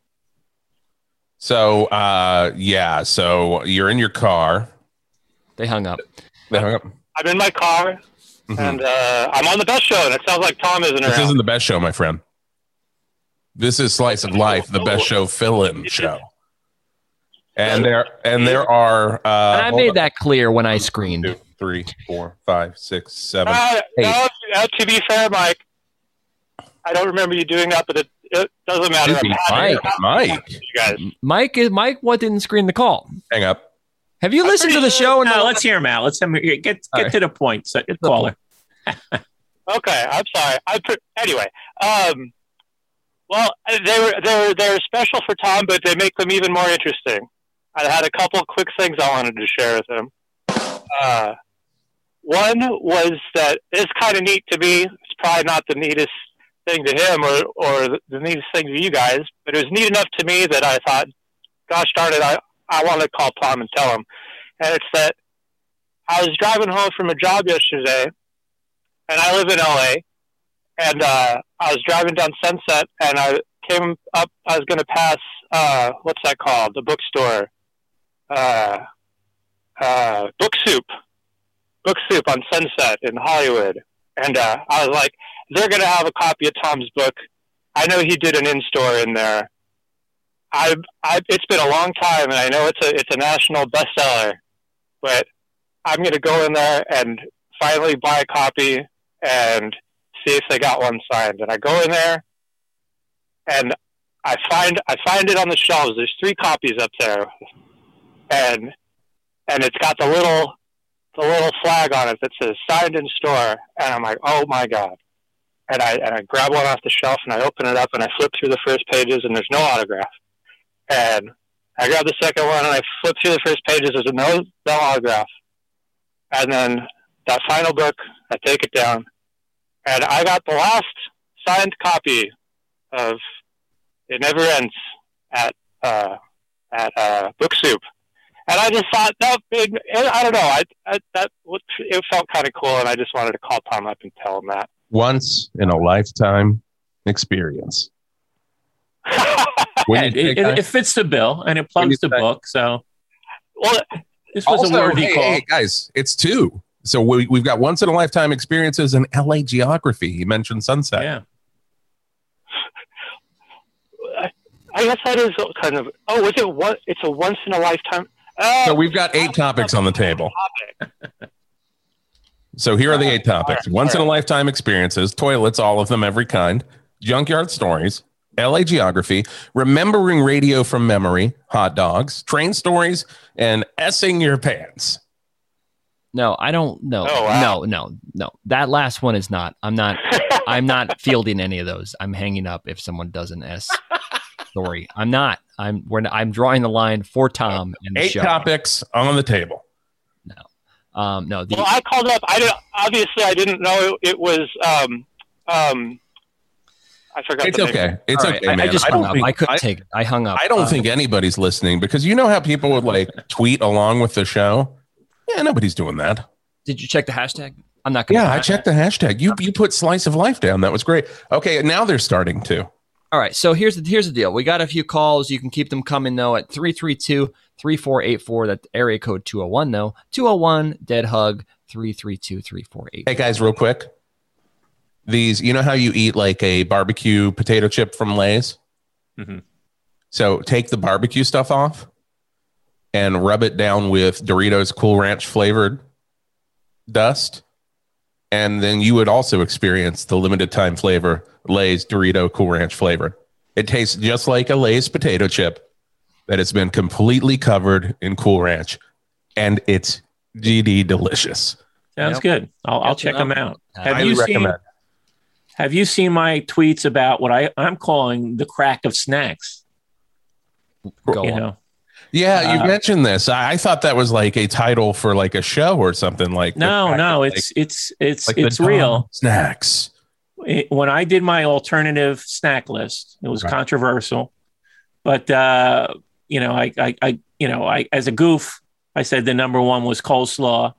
C: So, uh, yeah. So you're in your car.
A: They hung up.
C: They hung up.
M: I'm in my car, and uh, I'm on the best show, and it sounds like Tom isn't
C: This
M: around.
C: isn't the best show, my friend. This is Slice of Life, the best show fill-in show. And there and there are uh
A: and I made that clear when I screened.
C: three, four, five, six, seven,
M: Uh,
C: eight.
M: no, no, to be fair, Mike, I don't remember you doing that, but it, it doesn't matter. I'm happy-
C: Mike, Mike,
M: you guys.
A: Mike is Mike. What didn't screen the call?
C: hang up.
A: Have you listened to the show?
B: No, let's hear him out. Let's him get get
A: Alright.
B: to the point. So, caller.
M: Okay, I'm sorry. I pre- anyway. Um, well, they were they were they were special for Tom, but they make them even more interesting. I had a couple quick things I wanted to share with him. Uh, one was that it's kind of neat to me. It's probably not the neatest thing to him or or the- the neatest thing to you guys, but it was neat enough to me that I thought, gosh darn it, I I want to call Tom and tell him. And it's that I was driving home from a job yesterday and I live in LA. And uh, I was driving down Sunset, and I came up. I was going to pass uh, what's that called? The bookstore, uh, uh, Book Soup, Book Soup on Sunset in Hollywood. And uh, I was like, they're going to have a copy of Tom's book. I know he did an in store in there. I, I, it's been a long time, and I know it's a it's a national bestseller, but I'm going to go in there and finally buy a copy and see if they got one signed. And I go in there and I find I find it on the shelves. There's three copies up there, and and it's got the little the little flag on it that says signed in store. And I'm like, oh my god. And I, and I grab one off the shelf and I open it up and I flip through the first pages and there's no autograph. And I grab the second one and I flip through the first pages. There's no, no autograph. And then that final book, I take it down, and I got the last signed copy of It Never Ends at uh, at uh, Book Soup, and I just thought that big. I don't know. I, I that was- it felt kind of cool, and I just wanted to call Tom up and tell him that.
C: Once in a lifetime experience.
B: Yeah,
C: When
B: it,
C: you
B: it,
C: take-
B: it fits the bill and it plugs the book. So
M: Well,
B: this was
C: Also,
B: a worthy
C: hey,
B: call.
C: hey, guys, it's two. So we, we've got once in a lifetime experiences in LA geography. He mentioned sunset.
B: Yeah.
M: I guess that is kind of. Oh, was it one? It's a once in a lifetime. Oh,
C: So we've got eight topics on the table. So here are the eight topics once in a lifetime experiences, toilets, all of them, every kind, junkyard stories, LA geography, remembering radio from memory, hot dogs, train stories, and S-ing your pants.
A: No, I don't. No,
M: Oh, wow.
A: no, no, no. That last one is not. I'm
M: (laughs)
A: not. I'm not fielding any of those. I'm hanging up if someone does an S. Sorry, I'm not. I'm. We're. Not, I'm drawing the line for Tom and the
C: Eight
A: show.
C: topics on the table.
A: Um, no, the,
M: Well, I called up. I didn't, obviously I didn't know it, it was. Um, um, I forgot.
C: It's
M: the name.
C: okay. It's
A: all right,
C: okay,
A: I-
C: man.
A: I just hung
C: don't
A: up.
C: think-
A: I couldn't take it. I hung up.
C: I don't
A: Uh,
C: think anybody's listening because you know how people would like (laughs) tweet along with the show. Yeah, nobody's doing that.
A: Did you check the hashtag? I'm not gonna.
C: Yeah, I checked the hashtag. You you put slice of life down. That was great. Okay, now they're starting to.
A: All right. So here's the here's the deal. We got a few calls. You can keep them coming though at 332-3484. That's area code 201 though. 201 dead hug 332-3484.
C: Hey guys, real quick. These, you know how you eat like a barbecue potato chip from Lay's?
B: Mhm.
C: So take the barbecue stuff off and rub it down with Doritos Cool Ranch flavored dust. And then you would also experience the limited time flavor Lay's Dorito Cool Ranch flavored. It tastes just like a Lay's potato chip that has been completely covered in Cool Ranch. And it's GD delicious.
B: Sounds
A: Yep.
B: good. I'll, I'll
A: Catch
B: check
A: it up.
B: them out.
A: I
B: Have
A: highly
B: you seen?
A: recommend.
B: Have you seen my tweets about what I, I'm calling the crack of snacks?
A: Go
B: you
A: on.
B: know,
C: Yeah, you
B: Uh,
C: mentioned this. I, I thought that was like a title for like a show or something like. the
B: no,
C: fact
B: no,
C: that,
B: it's
C: like-
B: it's it's
C: like the
B: it's real.
C: Dom snacks.
B: it- when I did my alternative snack list, it was
C: Right.
B: controversial, but uh, you know, I, I, I, you know, I, as a goof, I said the number one was coleslaw,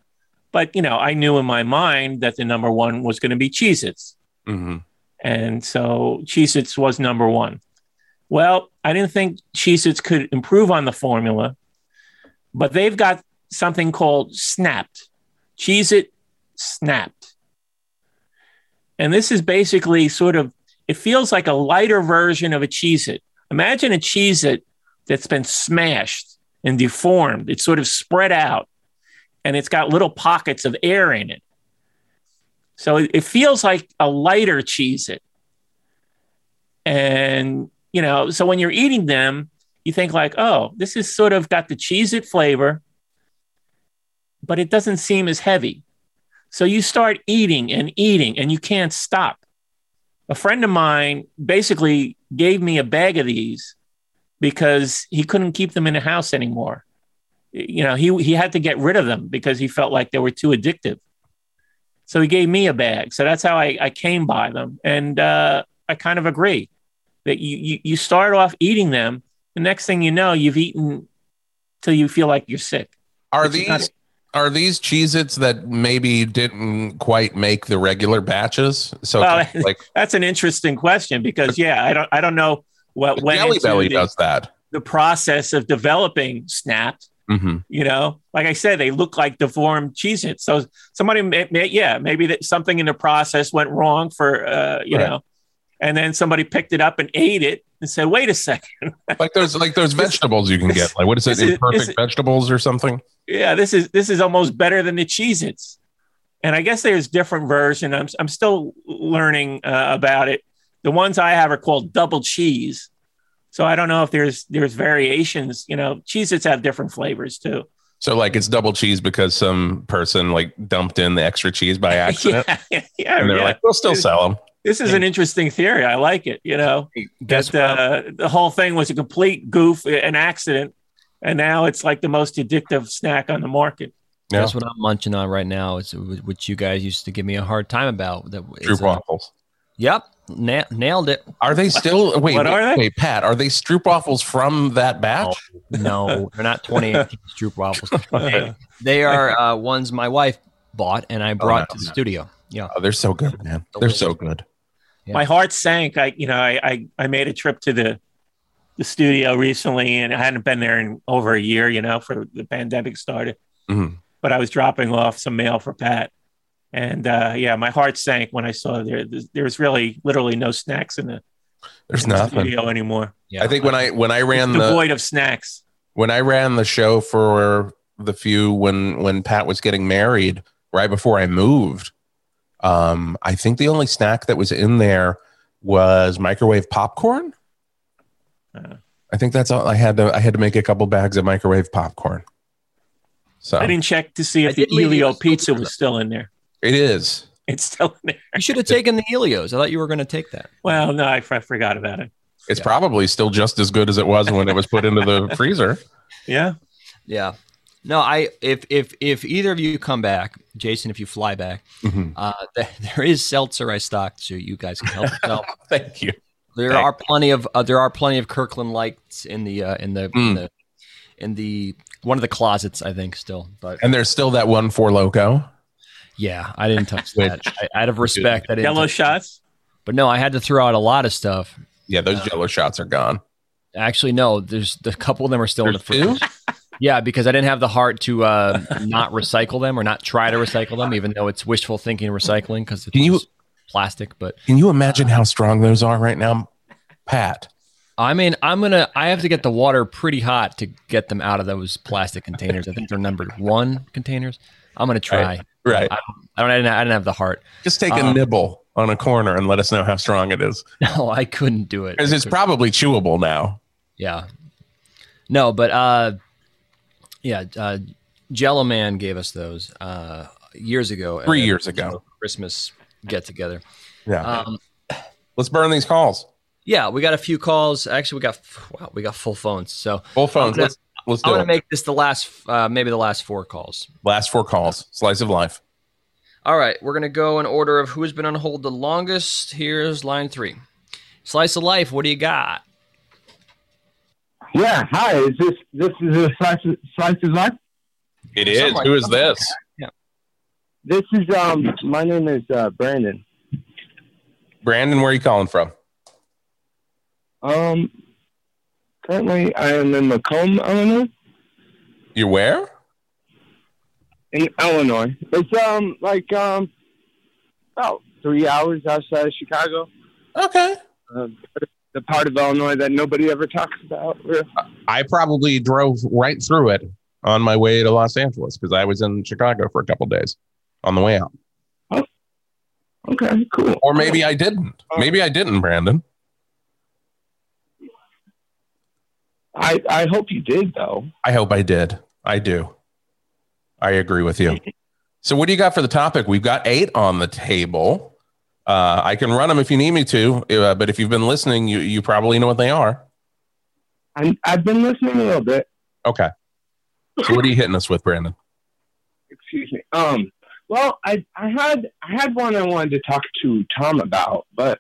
B: but you know, I knew in my mind that the number one was going to be Cheez-Its.
E: Mm-hmm.
B: And so Cheez-Its was number one. Well, I didn't think Cheez-Its could improve on the formula, but they've got something called Snapped. Cheez-It Snapped. And this is basically sort of, it feels like a lighter version of a Cheez It. Imagine a Cheez It that's been smashed and deformed. It's sort of spread out and it's got little pockets of air in it. So it, it feels like a lighter Cheez It. And, you know, so when you're eating them, you think like, oh, this is sort of got the Cheez It flavor, but it doesn't seem as heavy. So you start eating and eating and you can't stop. A friend of mine basically gave me a bag of these because he couldn't keep them in the house anymore. You know, he he had to get rid of them because he felt like they were too addictive. So he gave me a bag. So that's how I, I came by them. And uh, I kind of agree that you, you you start off eating them. The next thing you know, you've eaten till you feel like you're sick.
C: Are
B: It's not-
C: these are these Cheez-Its that maybe didn't quite make the regular batches? So
B: well, (laughs)
C: like
B: that's an interesting question because yeah, I don't I don't know what went
C: Jelly
B: into
C: Belly
B: the,
C: does that.
B: the process of developing snapped.
C: Mm-hmm.
B: You know, like I said, they look like deformed Cheez-Its. So somebody, may, may- yeah, maybe that something in the process went wrong for uh, you
C: Right.
B: know, and then somebody picked it up and ate it and said, "Wait a second,
C: Like those like those vegetables you can get. Like what is it?
B: is it-
C: imperfect
B: is it-
C: vegetables or something?
B: yeah, this is this is almost better than the Cheez-Its. And I guess there's different version. I'm I'm still learning uh, about it. The ones I have are called double cheese. So I don't know if there's there's variations. You know, Cheez-Its have different flavors too. (laughs)
C: So like it's double cheese because some person like dumped in the extra cheese by accident.
B: (laughs) yeah, yeah, yeah.
C: and they're like, we'll still sell them.
B: This is an interesting theory. I like it. You know, that uh, the whole thing was a complete goof, an accident, and now it's like the most addictive snack on the market.
A: That's what I'm munching on right now. Is what you guys used to give me a hard time about. That
C: Droop
A: is, uh,
C: waffles.
A: Yep, na- nailed it.
C: Are they still wait,
A: What
C: wait,
A: are they?
C: wait, Pat, are they stroop waffles from that batch?
A: Oh, No, they're not
C: (laughs)
A: 2018 Stroop waffles. They, they are uh, ones my wife bought and I brought to the studio. Yeah.
C: Oh, they're so good, man. They're so good.
B: My heart sank. I, you know, I, I, I made a trip to the, the studio recently, and I hadn't been there in over a year. You know, for the pandemic started,
C: Mhm.
B: but I was dropping off some mail for Pat, and uh, yeah, my heart sank when I saw there. There was really, literally no snacks in the
C: There's
B: in the
C: nothing.
B: studio anymore.
C: I think when I when I ran
B: It's
C: the
B: devoid of snacks.
C: when I ran the show for the few when when Pat was getting married, right before I moved, um, I think the only snack that was in there was microwave popcorn.
A: Uh.
C: I think that's all I had to I had to make a couple bags of microwave popcorn. So
B: I didn't check to see if the
A: did leave you
B: Elio pizza was still in there.
C: it is.
B: It's still in there.
A: You should have taken the Helios. I thought you were going to take that.
B: Well, no, I, f- I forgot about it.
C: It's probably still just as good as it was when it was put into
A: (laughs)
C: the freezer.
B: Yeah.
A: Yeah. No, I if if if either of you come back, Jason, if you fly back,
C: Mm-hmm.
A: uh, th- there is seltzer I stocked, so you guys can help us out.
C: (laughs) Thank you.
A: There
C: Thank
A: are plenty of uh, there are plenty of Kirkland lights in the uh, in the, in
C: Mm.
A: the in the one of the closets, I think, still. But
C: And there's still that one for loco.
A: yeah, I didn't touch that. I, out of respect, I didn't.
B: Yellow
A: touch-
B: shots.
A: but no, I had to throw out a lot of stuff.
C: Yeah, those yellow shots are gone.
A: Actually, no. There's a couple of them are still in the
C: There's
A: fridge. Yeah, because I didn't have the heart to uh, not recycle them or not try to recycle them, even though it's wishful thinking recycling because it's
C: Can you-
A: just plastic. But
C: Can you imagine how strong those are right now, Pat?
A: I mean, I'm gonna. I have to get the water pretty hot to get them out of those plastic containers. I think they're numbered one containers. I'm gonna try.
C: Right.
A: I don't. (laughs) I, don't, I, didn't, I didn't have the heart.
C: Just take a
A: Um,
C: nibble on a corner and let us know how strong it is.
A: No, I couldn't do it.
C: Because
A: I
C: it's
A: couldn't.
C: probably chewable now.
A: Yeah. No, but uh yeah, uh Jello Man gave us those. Uh years ago.
C: Three
A: at a,
C: years
A: you
C: ago.
A: know, Christmas get together.
C: Yeah.
A: Um,
C: Let's burn these calls.
A: Yeah, we got a few calls. Actually, we got wow, we got full phones. So
C: full phones.
A: I'm gonna,
C: Let's- let's
A: I'm
C: do
A: gonna
C: it.
A: make this the last, uh, maybe the last four calls.
C: Last four calls. Slice of life.
A: All right, we're gonna go in order of who has been on hold the longest. Here's line three. Slice of life. What do you got?
N: Yeah. Hi. Is this this is a slice of, slice of life?
C: It
N: Something
C: is.
N: like-
C: Who is this?
N: This is um. My name is uh, Brandon.
C: Brandon, where are you calling from?
N: Um. Currently, I am in Macomb, Illinois.
C: You're where?
N: In Illinois, it's um like um about three hours outside of Chicago.
C: Okay.
N: Um, the part of Illinois that nobody ever talks about. We're-
C: I probably drove right through it on my way to Los Angeles because I was in Chicago for a couple days on the way out.
N: Okay, cool.
C: Or maybe I didn't. Maybe I didn't, Brandon.
N: I I hope you did though.
C: I hope I did. I do. I agree with you. So, what do you got for the topic? We've got eight on the table. Uh, I can run them if you need me to, uh, but if you've been listening, you you probably know what they are.
N: i I've been listening a little bit.
C: Okay. So, what are you hitting us with, Brandon?
N: excuse me. Um, well, I I had I had one I wanted to talk to Tom about, but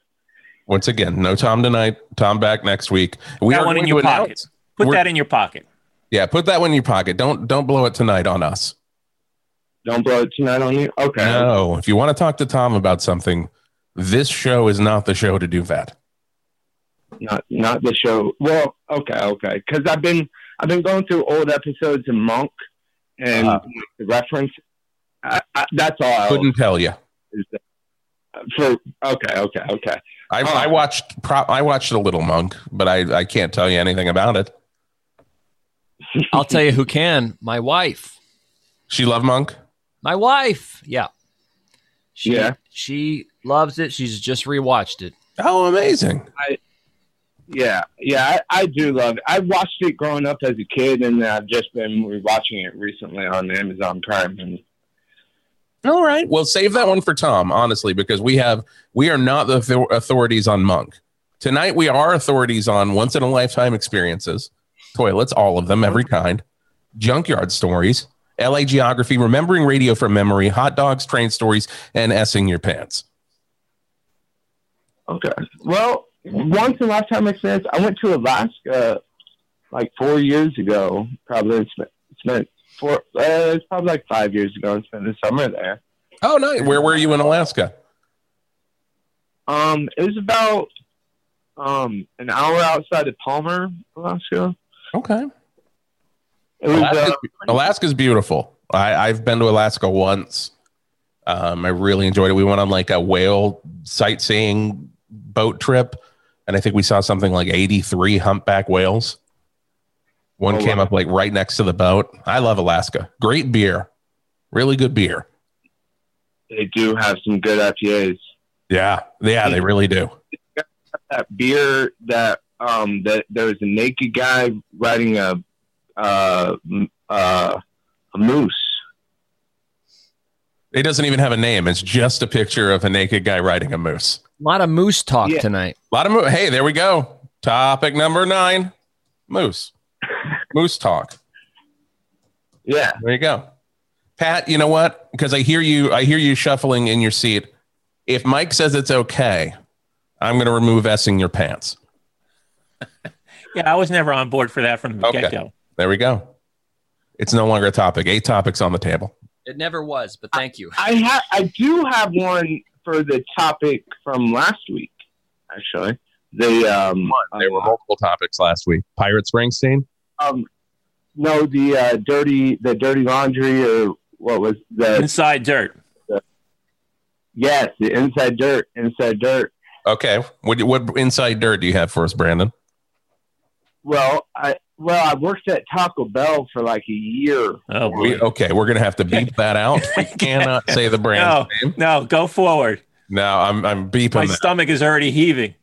C: Once again, no Tom tonight. Tom back next week. We
B: That
C: are
B: one in
C: going to
B: your pocket.
C: announce-
B: Put
C: we're-
B: that in your pocket.
C: Yeah, put that one in your pocket. Don't don't blow it tonight on us.
N: Don't blow it tonight on you. Okay.
C: No, if you want to talk to Tom about something, this show is not the show to do that.
N: not not the show. Well, okay, okay, because I've been I've been going through old episodes of Monk and like, the reference. I, I, that's all. I
C: Couldn't tell you.
N: is that- For okay, okay, okay.
C: I, I watched pro- I watched a little monk, but I, I can't tell you anything about it.
A: I'll tell you who can. My wife.
C: She loved monk.
A: My wife. Yeah. She,
C: Yeah.
A: She loves it. She's just rewatched it.
C: Oh, amazing!
N: I, yeah, yeah, I, I do love it. I watched it growing up as a kid, and I've just been rewatching it recently on Amazon Prime. And
C: All right. Well, save that one for Tom, honestly, because we have we are not the author- authorities on monk tonight. We are authorities on once in a lifetime experiences, toilets, all of them, every kind, junkyard stories, L.A. geography, remembering radio from memory, hot dogs, train stories, and essing your pants.
N: Okay. Well, once in a lifetime experience. I went to Alaska like four years ago, probably and spent, spent four, uh, it's probably like five years ago, and spent the summer there.
C: Oh no! Where were you in Alaska?
N: Um, it was about um an hour outside of Palmer, Alaska.
C: Okay.
N: It was uh,
C: Alaska's, Alaska's beautiful. I, I've been to Alaska once. Um, I really enjoyed it. We went on like a whale sightseeing boat trip, and I think we saw something like 83 humpback whales. One
N: Oh,
C: came
N: wow.
C: up like right next to the boat. I love Alaska. Great beer. Really good beer.
N: they do have some good IPAs.
C: Yeah. Yeah, they really do.
N: That beer that um that there was a naked guy riding a uh m- uh a moose.
C: It doesn't even have a name. It's just a picture of a naked guy riding a moose.
A: A lot of moose talk
C: Yeah.
A: tonight.
C: lot of mo- hey, there we go. Topic number nine: moose, moose talk.
N: Yeah,
C: there you go, Pat. You know what? Because I hear you, I hear you shuffling in your seat. If Mike says it's okay, I'm going to remove S in your pants.
B: Yeah, I was never on board for that from the
C: Okay,
B: get go.
C: there we go. It's no longer a topic. Eight topics on the table.
A: It never was, but thank you.
N: I ha- I do have one for the topic from last week, actually. The um,
C: there were multiple topics last week. Pirate Springsteen.
N: um no the uh, dirty the dirty laundry or what was the
B: Inside dirt.
N: yes the inside dirt inside dirt.
C: Okay, what what inside dirt do you have for us, Brandon?
N: Well, I well I worked at Taco Bell for like a year.
B: Oh,
C: we, okay, we're going to have to
B: (laughs)
C: beep that out. We cannot say the brand.
B: No, no, go forward.
C: No, I'm I'm beeping.
B: My
C: that.
B: stomach is already heaving.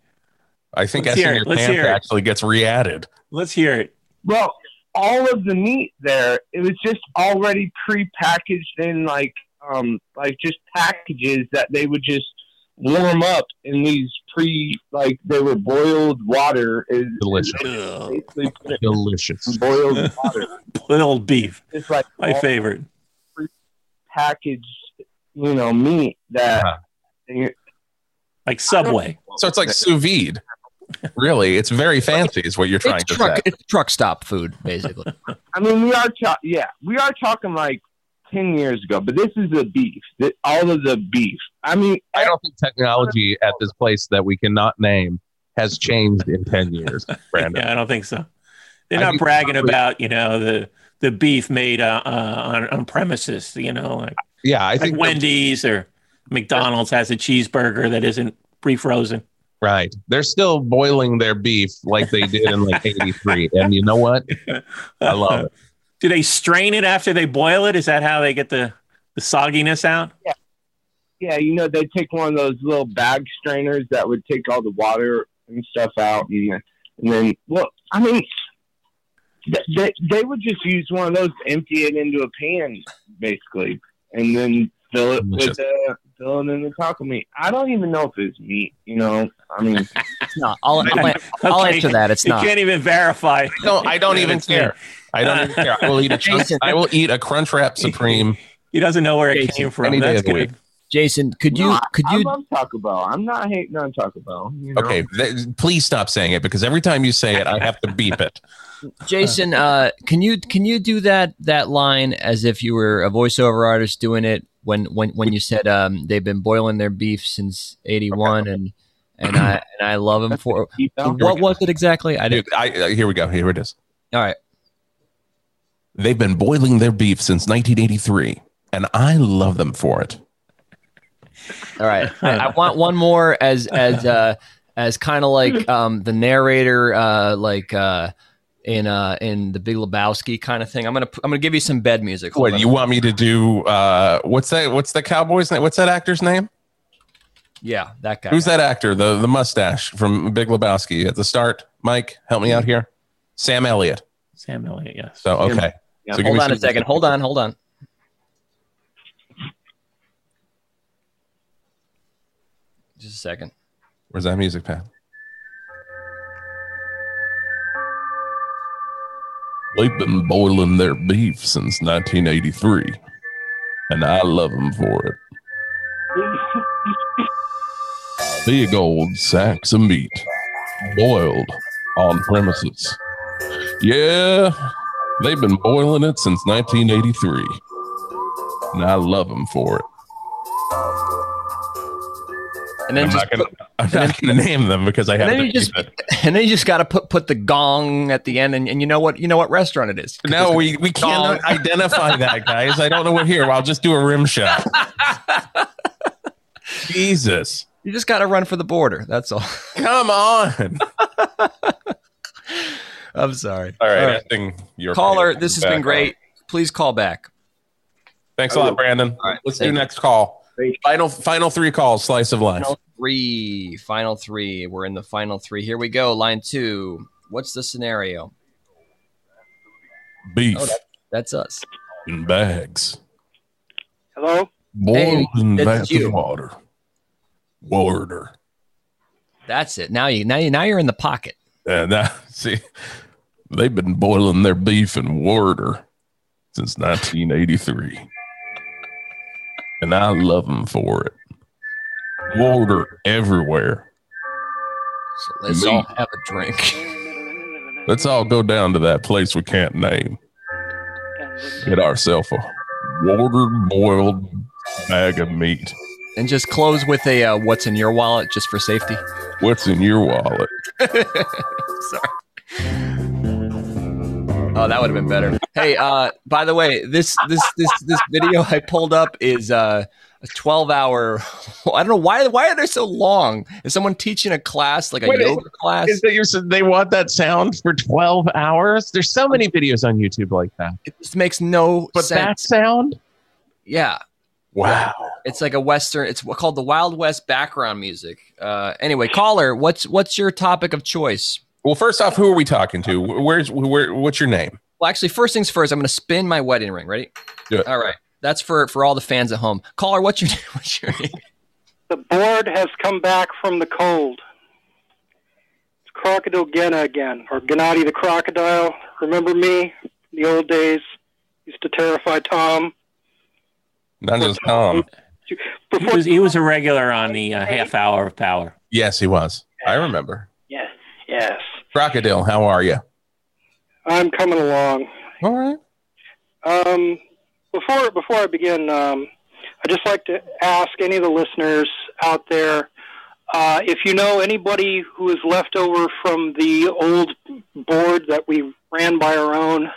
C: I think
B: Let's
C: that's
B: hear
C: in
B: it.
C: your
B: Let's
C: pants
B: hear it.
C: actually gets re-added.
B: Let's hear it.
N: Well, all of the meat there it was just already prepackaged in like um, like just packages that they would just warm up in these pre like they were boiled water. Is
E: Delicious.
N: basically put it-
E: Delicious.
N: Boiled water.
B: Boiled beef.
N: It's like
B: My
N: all
B: favorite.
N: packaged, you know, meat that
B: like Subway.
E: So it's like sous vide. Really, it's very fancy. Is what you're trying to
N: truck-
E: say?
A: It's truck stop food, basically.
N: I mean, we are talking. Yeah, we are talking like ten years ago, but this is the beef. Th- all of the beef. I mean,
E: (laughs) I don't think technology at this place that we cannot name has changed in ten years,
B: (laughs)
E: Brandon.
B: Yeah, I don't think so. They're
E: I
B: not
E: think-
B: bragging about you know the the beef made uh, uh, on on premises. You know, like
E: yeah, I
B: think Wendy's or McDonald's has a cheeseburger that isn't pre-frozen.
E: Right. They're still boiling their beef like they did in
B: (laughs)
E: like '83, and you know what? I love it.
B: Do they strain it after they boil it? Is that how they get the the sogginess out?
N: yeah, you know, they take one of those little bag strainers that would take all the water and stuff out, and, and then well, I mean, th- they they would just use one of those, empty it into a pan, basically, and then fill it with uh, fill it in the taco meat. I don't even know if it's meat. You know, I mean,
A: it's not. I'll,
N: (laughs)
A: I'll, I'll
N: Okay.
A: answer that. It's
N: You
A: not.
B: Can't even verify.
E: No,
B: (laughs)
E: I don't even care. I don't even care. I
N: (laughs)
E: will eat a crunch, I will eat a Crunchwrap Supreme.
B: He doesn't know where it came from.
E: Any day
B: That's
E: of the
B: good.
E: week.
A: Jason, could
N: you? could you? I love Taco Bell. I'm not hating on Taco Bell. You know?
E: Okay, th- please stop saying it because every time you say it, I have to beep it.
A: Jason, uh, can you can you do that that line as if you were a voiceover artist doing it when when when you said um, they've been boiling their beef since '81 and and I and I love them for
C: (clears throat)
A: what was it exactly? I
E: did. I, uh, here we go. Here it is.
A: All right.
E: They've been boiling their beef since 1983, and I love them for it.
A: All right, I, I want one more as as uh, as kind of like um, the narrator, uh, like uh, in uh, in the Big Lebowski kind of thing. I'm gonna I'm gonna give you some bed music. Hold
E: What
A: on.
E: you want me to do? Uh, what's that? What's the cowboy's name? What's that actor's name?
A: Yeah, that guy.
E: Who's that actor? The the mustache from Big Lebowski at the start. Mike, help me out here. Sam Elliott.
B: Sam Elliott, yes.
E: So okay.
A: Yeah,
E: So give
A: hold
E: me
A: on a
E: some-
A: second. Hold on. Hold on. Just a second.
E: Where's that music pad? They've been boiling their beef since 1983, and I love them for it. Big old sacks of meat, boiled on premises. Yeah, they've been boiling it since 1983, and I love them for it.
A: And then
E: I'm
A: just
E: not gonna, I'm not gonna name them because I
A: And
E: have
A: then
E: to
A: you just
E: keep it.
A: (laughs) and then you just got to put put the gong at the end, and, and you know what you know what restaurant it is.
E: No, we, we
A: Gong. (laughs)
E: cannot identify that, guys. I don't know what here. I'll just do a rim
A: (laughs)
E: shot. Jesus.
A: You just got to run for the border. That's
E: (laughs)
A: all.
E: Come on.
A: I'm sorry.
E: All right. I think you're
A: caller. This has been great. Please call back.
E: Thanks
A: Oh.
E: a lot, Brandon. Let's do next call. Final final three calls, slice of life.
A: Final three. Final three. We're in the final three. Here we go. Line two. What's the scenario?
E: Beef
A: Oh, that- that's us.
E: in bags.
F: Hello?
A: Hey,
E: Boiled in
A: that's
E: bags
A: you.
E: of water. Water.
A: That's it. Now you now you now you're in the pocket.
E: And I (laughs) see they've been boiling their beef in water since 1983. And I love them for it. Water everywhere.
A: So let's all have a drink.
E: (laughs) Let's all go down to that place we can't name. Get ourselves a water boiled bag of meat.
A: And just close with a uh, what's in your wallet just for safety.
E: What's in your wallet?
A: (laughs) Sorry. Oh, that would have been better. Hey, uh, by the way, this this this this video I pulled up is uh, a twelve hour. (laughs) I don't know why why are they so long? Is someone teaching a class like a
E: Wait, is-
A: yoga class?
E: Is that you said they want that sound for 12 hours? There's so many videos on YouTube like that.
A: This makes no
E: But
A: sense.
E: that sound?
A: Yeah,
E: Wow.
A: it's like a western. It's called the Wild West background music. Uh, anyway, caller, what's what's your topic of choice?
E: Well, first off, who are we talking to? Where's where? What's your name?
A: Well, actually, first things first, I'm going to spin my wedding ring. Ready?
E: Do it.
A: All right. That's for for all the fans at home. (laughs) Caller, what's your (laughs) what's your name?
O: The board has come back from the cold. It's Crocodile Genna again, or Gennady the Crocodile. Remember me? In the old days, used to terrify Tom.
C: Not just Tom.
B: He was, he was a regular on the uh, half hour of power.
C: Yes, he was. I remember.
O: Yes, yes.
C: Crocodile, how are you?
O: I'm coming along.
C: All right.
O: Um, before before I begin, um, I'd just like to ask any of the listeners out there uh, if you know anybody who is left over from the old board that we ran by our own,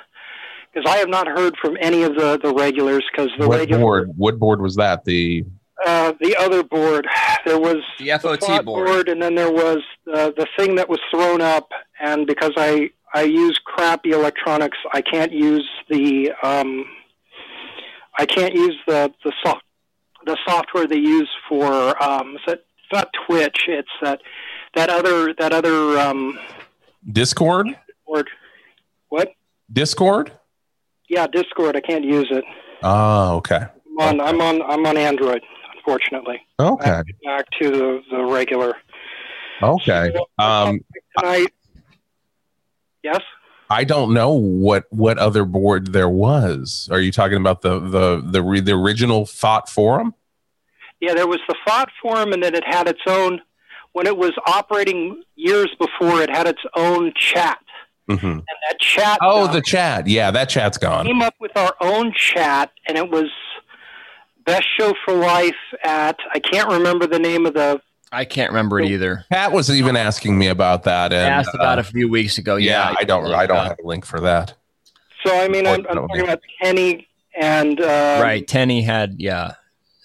O: because I have not heard from any of the, the regulars. Because the
C: What
O: regular,
C: board? What board was that? The
O: uh, the other board, there was
A: the FOT
O: plot
A: board.
O: and then there was uh, the the thing that was thrown up. And because I I use crappy electronics, I can't use the um, I can't use the the soft the software they use for um, is it- it's not Twitch. It's that that other that other um,
C: Discord?
O: board. What?
C: Discord?
O: Yeah, Discord. I can't use it.
C: Oh, okay.
O: I'm on I'm on I'm on Android, unfortunately.
C: Okay.
O: Back to the, the regular
C: Okay. Um,
O: tonight. Yes.
C: I don't know what what other board there was. Are you talking about the the the, re, the original thought forum?
O: Yeah, there was the thought form, and then it had its own. When it was operating years before, it had its own chat,
C: Mm-hmm.
O: and that chat.
C: Oh, the chat. Yeah, that chat's gone.
O: came up with our own chat, and it was best show for life at I can't remember the name of the.
A: I can't remember it either.
C: Pat was even asking me about that. And,
A: asked about a few weeks ago.
C: Yeah, I don't. I don't have a link for that.
O: So I mean, I'm, I'm talking about Kenny and uh,
A: right, Tenny had yeah.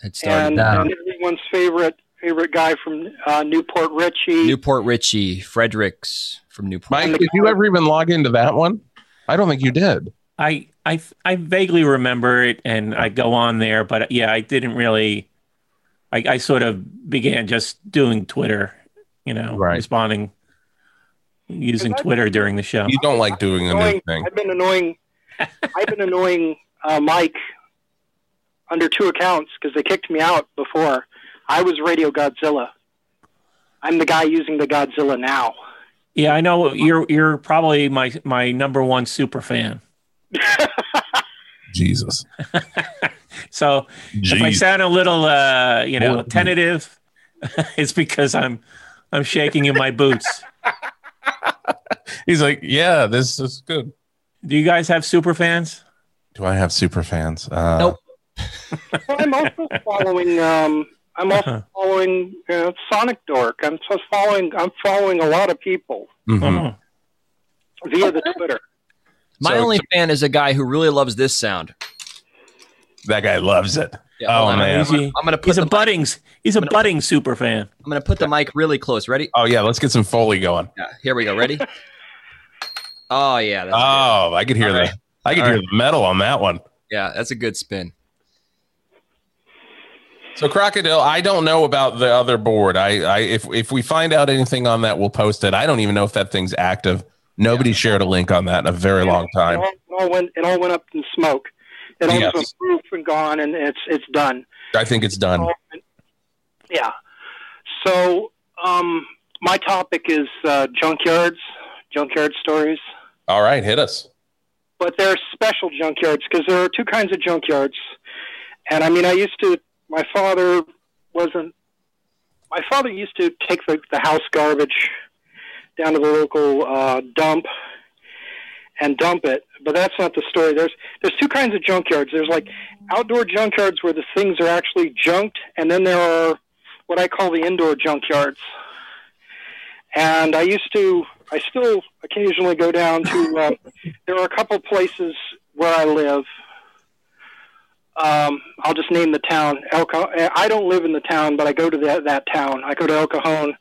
A: It started
O: and,
A: that.
O: and everyone's favorite favorite guy from uh, Newport Richie.
A: Newport Richie, Fredericks from Newport.
C: Mike, did you ever even log into that one? I don't think you did.
B: I I I vaguely remember it, and I go on there, but uh, yeah, I didn't really. I, I sort of began just doing Twitter, you know, responding using Twitter during the show.
C: You don't like doing
O: annoying. I've been annoying. I've been annoying uh, Mike under two accounts because they kicked me out before. I was Radio Godzilla. I'm the guy using the Godzilla now.
C: (laughs)
B: Yeah, I know you're you're probably my my number one super fan.
C: (laughs) Jesus.
B: (laughs) so if I
C: Jeez.
B: sound a little uh, you know
C: Well-
B: tentative, (laughs) it's because I'm I'm shaking in my boots.
C: He's like, yeah, this is good.
B: Do you guys have super fans?
C: Do I have super fans? Uh,
B: Nope.
O: Well, (laughs) I'm also following. Um, I'm
B: Uh-huh.
O: also following uh, Sonic Dork. I'm just following. I'm following a lot of people
C: mhm.
O: via the Twitter.
A: My
O: So-
A: only fan is a guy who really loves this sound.
C: That guy loves it. Oh,
A: Yeah, hold on, I'm gonna- I'm gonna put
B: he's a
A: the mic-
B: budding he's a budding super fan.
A: I'm gonna put the mic really close. Ready?
C: Oh yeah, let's get some foley going.
A: Yeah, here we go.
C: (laughs)
A: Ready? oh yeah. That's
C: Oh, I could hear the I could
A: All
C: hear
A: right.
C: the metal on that one.
A: Yeah, that's a good spin.
C: So crocodile, I don't know about the other board. I, I if if we find out anything on that, we'll post it. I don't even know if that thing's active. Nobody shared a link on that in a very long
O: It
C: time.
O: all, it all went. It all went up in smoke. It all
C: Yes.
O: was proof and gone, and it's it's done.
C: I think it's done.
O: Yeah. So um, my topic is uh, junkyards, junkyard stories,
C: All right, hit us.
O: but they're special junkyards because there are two kinds of junkyards. And I mean, I used to. My father wasn't. My father used to take the, the house garbage down to the local uh, dump and dump it. But that's not the story. There's there's two kinds of junkyards. There's like outdoor junkyards where the things are actually junked, and then there are what I call the indoor junkyards. And I used to, I still occasionally go down to. Um, there are a couple places where I live. Um, I'll just name the town. El Ca- I don't live in the town, but I go to that, that town. I go to El Cajon,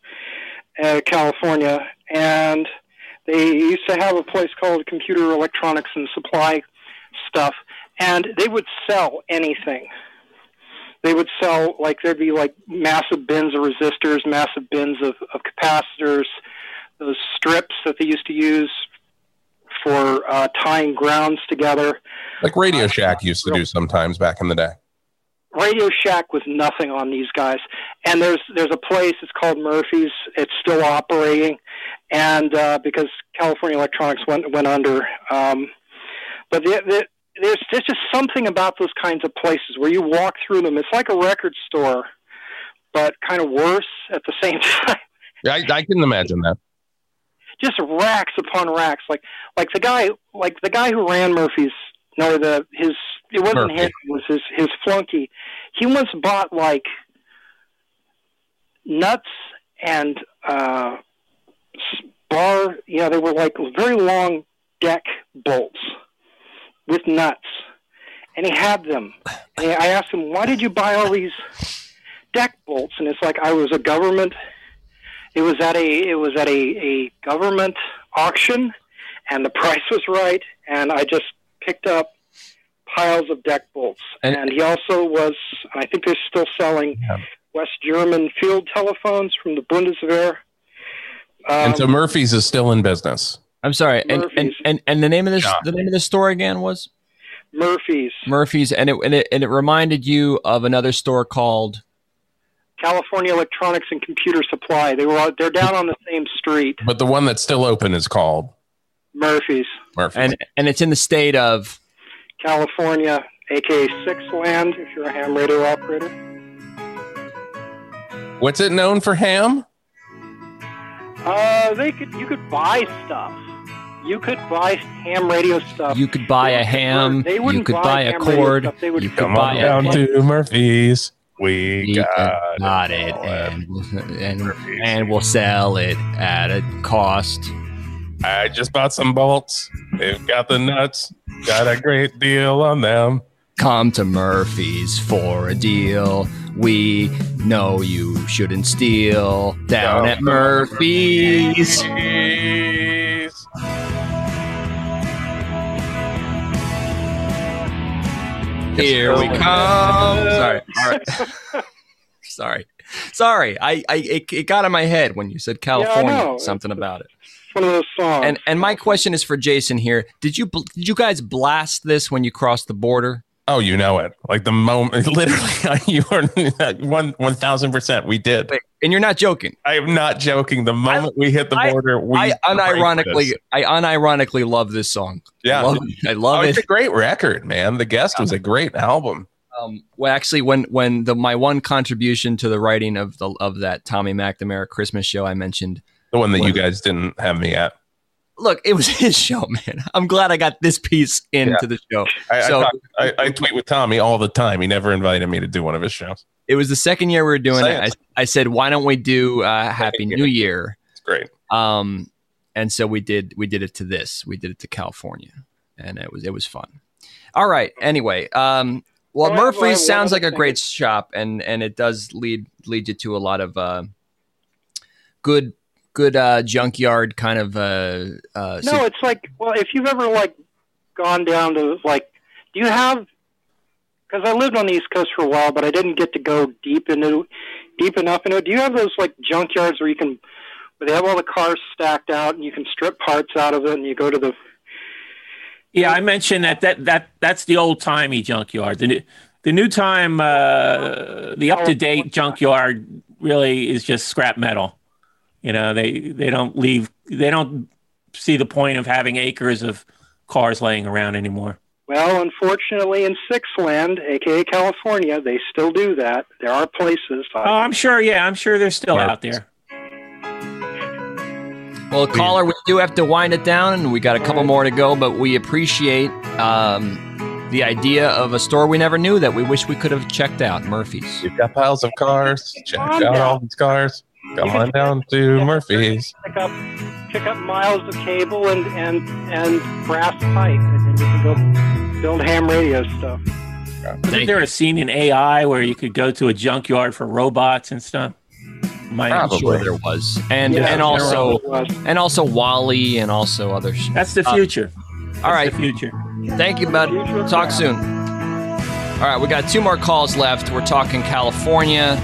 O: uh, California, and they used to have a place called Computer Electronics and Supply Stuff, and they would sell anything. They would sell like there'd be like massive bins of resistors, massive bins of, of capacitors, those strips that they used to use for uh, tying grounds together.
C: Like Radio Shack used to do sometimes back in the day.
O: Radio Shack was nothing on these guys. And there's there's a place. It's called Murphy's. It's still operating, and uh, because California Electronics went went under. Um, but the, the, there's there's just something about those kinds of places where you walk through them. It's like a record store, but kind of worse at the same (laughs) time.
C: I, I can imagine that.
O: Just racks upon racks. Like like the guy like the guy who ran Murphy's. No, the his it wasn't
C: Murphy.
O: him. It was his his flunky. He once bought like nuts and uh, s- bar. You know, they were like very long deck bolts with nuts, and he had them. And I asked him, "Why did you buy all these deck bolts?" And it's like I was a government. It was at a it was at a, a government auction, and the (laughs) price was right, and I just picked up piles of deck bolts.
A: And-
O: And, he also was, and I think they're still selling West German field telephones from the Bundeswehr. Um,
C: and so Murphy's is still in business.
A: I'm sorry. And, and and and the name of this the name of this store again was
O: Murphy's
A: Murphy's, and it and it and it reminded you of another store called
O: California Electronics and Computer Supply. They were all, they're down on the same street.
C: But the one that's still open is called
O: Murphy's,
C: Murphy's.
A: and and it's in the state of
O: California, aka Six Land, if you're a ham radio operator.
C: What's it known for ham?
O: Uh, they could you could buy stuff. You could buy ham radio stuff.
A: you could buy a ham,
O: They
A: you
O: wouldn't
A: could
O: buy
A: buy a
O: ham radio
A: cord,
O: stuff. They would
A: you could
C: Come on
A: buy
C: down
A: a
C: to Murphy's. We, got,
A: got it, and, and, and we'll sell it at a cost.
C: I just bought some bolts. They've got the nuts. Got a great deal on them.
A: Come to Murphy's for a deal. We know you shouldn't steal down at Murphy's. Here we come. (laughs) Sorry. All right.
M: (laughs)
A: Sorry. Sorry. I, I it, it got in my head when you said California
O: know.
A: something about it.
O: It's one of those songs.
A: And and my question is for Jason here. Did you bl- did you guys blast this when you crossed the border?
C: Oh, you know it. Like the moment, (laughs) literally, you are (laughs) one one thousand percent. We did,
A: and you're not joking.
C: I am not joking. The moment we hit the border, we
A: I unironically
C: break this.
A: I unironically love this song.
C: yeah,
A: I love, I love
C: Oh,
A: it.
C: It's a great record, man. The guest was a great album.
A: Um, well, actually, when when the my one contribution to the writing of the of that Tommy McNamara Christmas show I mentioned,
C: The one that you guys didn't have me at.
A: look, it was (laughs) his show, man. I'm glad I got this piece into
C: Yeah.
A: the show.
C: I, I
A: so
C: talk- I, I tweet with Tommy all the time. He never invited me to do one of his shows.
A: it was the second year we were doing
C: Say
A: it.
C: it.
A: I, I said, why don't we do uh, Happy New Year?
C: It's great.
A: Um, and so we did. We did it to this. We did it to California, and it was it was fun. All right. Anyway, um, well,
O: Well, I-
A: Murphy's
O: well, I- well,
A: sounds
O: I
A: like a
O: think-
A: great shop, and and it does lead lead you to a lot of uh, good good uh, junkyard kind of. Uh, uh, sit-
O: No, it's like well, if you've ever like gone down to like, do you have? Because I lived on the East Coast for a while, but I didn't get to go deep into deep enough into it. Do you have those like junkyards where you can, where they have all the cars stacked out and you can strip parts out of it and you go to the?
B: Yeah, I mentioned that that that that's the old timey junkyard. The new, the new time, uh, the up to date junkyard really is just scrap metal. You know, they they don't leave. They don't see the point of having acres of cars laying around anymore.
O: Well, unfortunately, in Six Land, aka California, they still do that. There are places.
B: Oh, I'm sure. Yeah, I'm sure they're still out there.
A: Well, caller, we do have to wind it down, and we got a couple more to go. But we appreciate um, the idea of a store we never knew that we wish we could have checked out. Murphy's.
C: You've got piles of cars. Check
O: Calm
C: out all
O: down.
C: these cars. Come on down
A: (laughs)
C: to Murphy's.
O: Pick up, pick up miles of cable and and and brass pipe, and then you can go build ham radio stuff.
B: Isn't there a scene in AI where you could go to a junkyard for robots and stuff? My,
A: I'm sure there was, and
B: Yeah,
A: and
B: there
A: also
O: was.
A: and also Wally, and also other. Sh-
B: That's the
A: Uh,
B: future.
A: all right,
B: the future.
A: Thank you, bud. Talk soon. All right, we got two more calls left. We're talking California.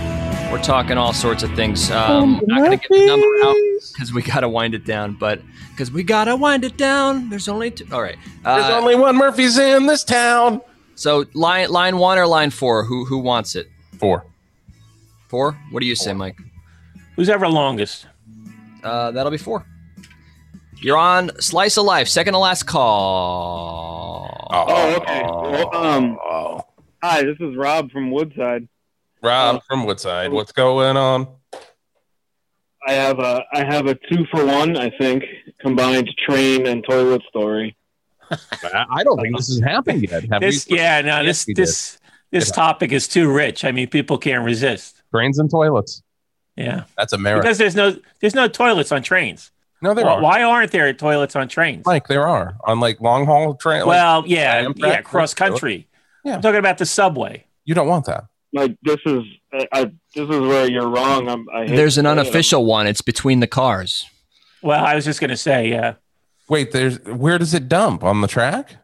A: We're talking all sorts of things. Um, I'm not going to get the number out. because we gotta wind it down. But because we gotta wind it down. There's only two. All right. uh,
C: There's only one Murphy's in this town.
A: So line line one or line four? Who who wants it?
C: Four.
A: Four. What do you say, Mike?
B: Who's ever longest?
A: Uh, that'll be four. You're on Slice of Life, second to last call.
M: Oh, okay. Well, um, hi, this is Rob from Woodside.
C: Rob from Woodside, what's going on?
M: I have a I have a two for one, I think, combined train and toilet story.
C: I (laughs) I don't think this has happened yet. Have
B: This,
C: we?
B: yeah, no, this
C: we did.
B: this this topic is too rich. I mean, people can't resist.
C: Trains and toilets.
B: Yeah,
C: That's America.
B: because there's no there's no toilets on trains.
C: No, there
B: why,
C: are.
B: Why aren't there toilets on trains?
C: like there are on like long haul train.
B: well,
C: like,
B: yeah,
C: Amtrak,
B: yeah, cross country.
C: Yeah.
B: I'm talking about the
C: (laughs)
B: subway.
C: You don't want that.
M: Like this is I, I, this is where you're wrong. I'm, I hate
A: There's an
M: to say it.
A: unofficial one. It's between the cars.
B: um, Well, I was just gonna say, yeah,
C: Wait, there's where does it dump on the track?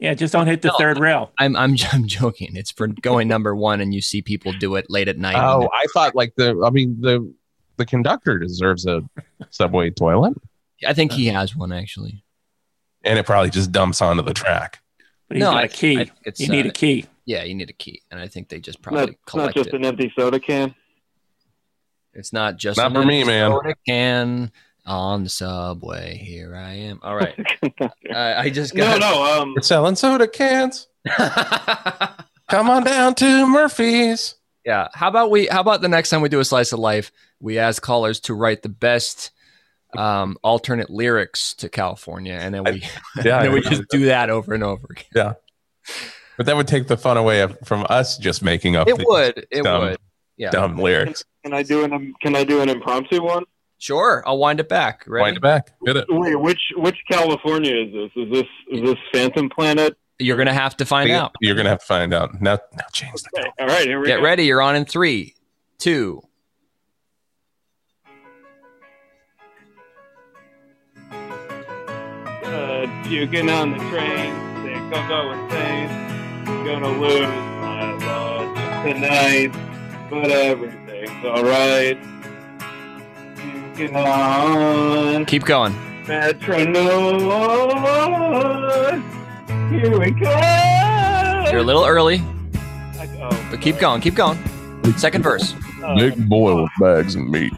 B: yeah, just don't hit the
A: No,
B: third rail.
A: I'm I'm (laughs) I'm joking. It's for going number one, and you see people do it late at night.
C: Oh, I thought like the. I mean the the conductor deserves a subway toilet,
A: I think he has one actually.
C: and it probably just dumps onto the track.
B: But he's got a
A: I-
B: key.
A: I think it's,
B: you need
A: uh,
B: a key.
A: Yeah, you need a key, and I think they just
M: Not,
A: probably
M: not
A: collect
M: just
A: it.
M: an empty soda can.
A: It's not just
C: Not
A: an
C: for me, man.
A: soda Can on the subway. Here I am. All
M: (laughs)
A: right. I, I just
M: No,
A: got
M: no. Um,
C: We're selling
A: (laughs)
C: soda cans. Come on down to Murphy's.
A: Yeah. How about we? How about the next time we do a slice of life, we ask callers to write the best um, alternate lyrics to California, and then we,
C: (laughs)
A: (laughs)
C: yeah,
A: and then we
C: I-
A: just do that over and over again.
C: Yeah, but that would take the fun away of, from us just making up.
A: It
C: these
A: would. It
C: dumb,
A: would. Yeah.
C: dumb lyrics.
M: Can I do an um, Can I do an impromptu one?
A: Sure. I'll wind it back. Ready?
C: Wind it back. Get it.
M: Wait, which which California is this? Is this is this Phantom Planet?
A: You're gonna have to find out.
C: You're gonna have to find out now. Now change the.
M: Okay, All right, here we
A: Get
M: go.
A: ready. You're on in three, two.
M: Uh, puking on the train, they're gonna go insane. Gonna lose my love tonight, but everything's alright. Puking on
A: Keep going.
N: Oh,
M: metronome. Here we go.
A: You're a little early,
M: Oh,
A: but keep going. Keep going. Second verse.
C: Big boy with bags and meat.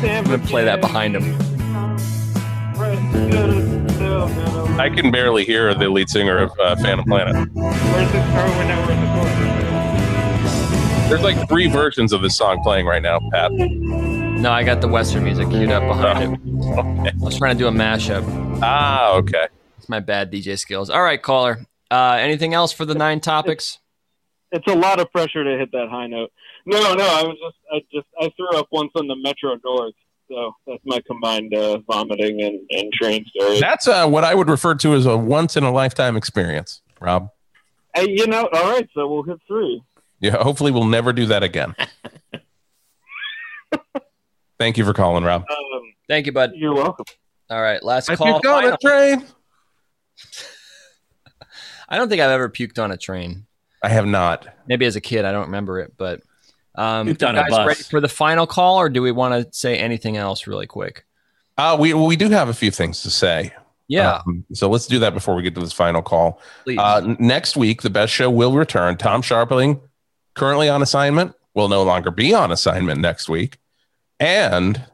A: I'm gonna play that behind him.
C: I can barely hear the lead singer of uh, Phantom Planet.
M: Where's this car? We're now where's the car?
C: There's like three versions of this song playing right now, Pat.
A: No, I got the Western music queued up behind it. I was trying to do a mashup.
C: Ah, okay.
A: It's my bad DJ skills. All right, caller. Uh, anything else for the nine topics?
M: it's a lot of pressure to hit that high note. No, no, I was just, I just, I threw up once on the Metro North, so Oh, that's my combined uh, vomiting and, and train story.
C: That's uh, what I would refer to as a once in a lifetime experience, Rob.
M: Hey, you know, all right, so we'll hit three.
C: Yeah, hopefully we'll never do that again. Thank you for calling, Rob.
M: Um,
A: Thank you, bud.
M: you're welcome.
A: All right, last
C: If
A: call.
C: you're on
A: Final-
C: a train,
A: (laughs) I don't think I've ever puked on a train.
C: I have not.
A: Maybe as a kid, I don't remember it, but um,
B: Puked on
A: you
B: a
A: guys
B: bus.
A: ready for the final call, or do we want to say anything else really quick?
C: Uh, we we do have a few things to say.
A: Yeah,
C: Um, so let's do that before we get to this final call.
A: please.
C: Uh, n- next week, the best show will return. Tom Sharpling, currently on assignment, will no longer be on assignment next week. And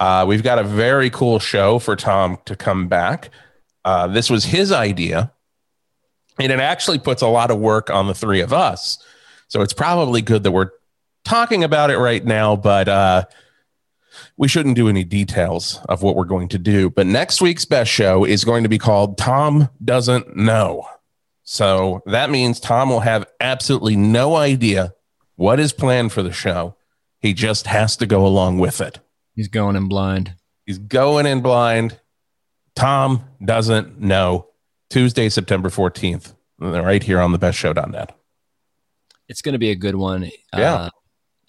C: uh, we've got a very cool show for Tom to come back. Uh, this was his idea, and it actually puts a lot of work on the three of us. So it's probably good that we're talking about it right now, but uh, we shouldn't do any details of what we're going to do. But next week's best show is going to be called Tom Doesn't Know. So that means Tom will have absolutely no idea what is planned for the show. He just has to go along with it.
A: He's going in blind.
C: He's going in blind. Tom doesn't know. Tuesday, September 14th, right here on the thebestshow.net.
A: It's going to be a good one.
C: Yeah.
A: Uh,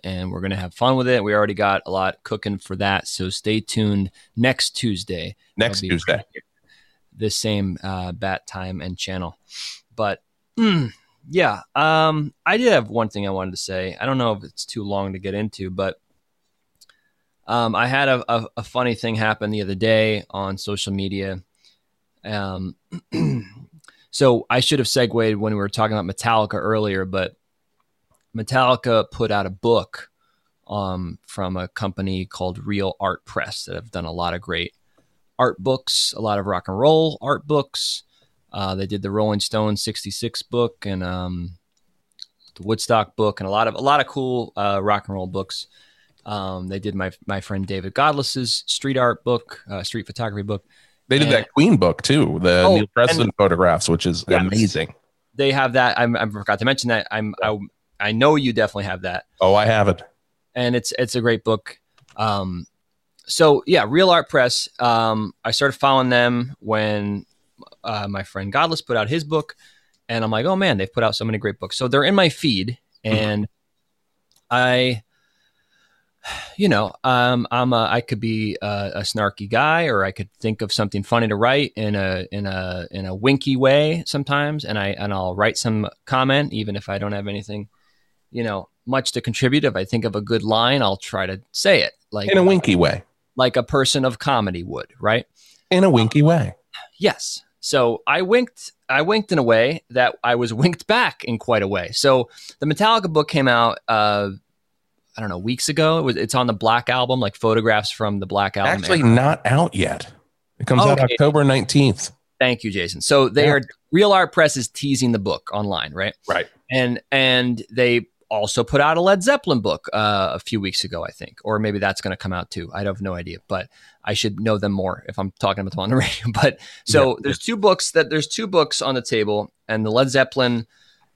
A: and we're going to have fun with it. We already got a lot cooking for that. So stay tuned next Tuesday.
C: Next
A: That'll be
C: Tuesday.
A: This same uh, bat time and channel. But mm, (laughs) yeah, um, I did have one thing I wanted to say. I don't know if it's too long to get into, but Um, I had a, a, a funny thing happen the other day on social media. Um, (clears throat) so I should have segued when we were talking about Metallica earlier, but Metallica put out a book um, from a company called Real Art Press that have done a lot of great art books, a lot of rock and roll art books. Uh, they did the Rolling Stone '66 book and um, the Woodstock book, and a lot of a lot of cool uh, rock and roll books. Um, they did my my friend David Godless's street art book, uh, street photography book.
C: They did
A: And-
C: that Queen book too, the
A: Oh,
C: Neil Preston
A: and-
C: photographs, which is
A: Yes.
C: amazing.
A: They have that. I'm, I forgot to mention that. I'm I, I know you definitely have that.
C: Oh, I have it.
A: and it's it's a great book. Um, so yeah, Real Art Press. Um, I started following them when uh, my friend Godless put out his book, and I'm like, oh man, they've put out so many great books. So they're in my feed,
C: Mm-hmm.
A: and I, you know, um, I'm a, I could be a, a snarky guy, or I could think of something funny to write in a in a in a winky way sometimes, and I and I'll write some comment even if I don't have anything you know much to contribute if i think of a good line i'll try to say it like
C: In a winky way.
A: like a person of comedy would right
C: In a winky way.
A: yes so i winked i winked in a way that i was (laughs) winked back in quite a way so the metallica book came out uh i don't know weeks ago it was it's on the black album like photographs from the black album
C: Actually, not out yet. It comes out
A: Okay.
C: October 19th.
A: Thank you, Jason. So they are Real Art Press is teasing the book online, right?
C: Right.
A: And and they also put out a Led Zeppelin book uh, a few weeks ago, I think, or maybe that's going to come out too. I have no idea, but I should know them more if I'm talking about them on the (laughs) radio. But so there's two books that there's two books on the table, and the Led Zeppelin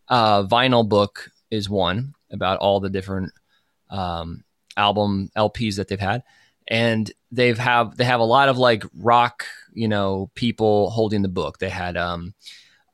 A: uh, vinyl book is one about all the different um, album LPs that they've had, and they've have they have a lot of like rock you know people holding the book. They had um,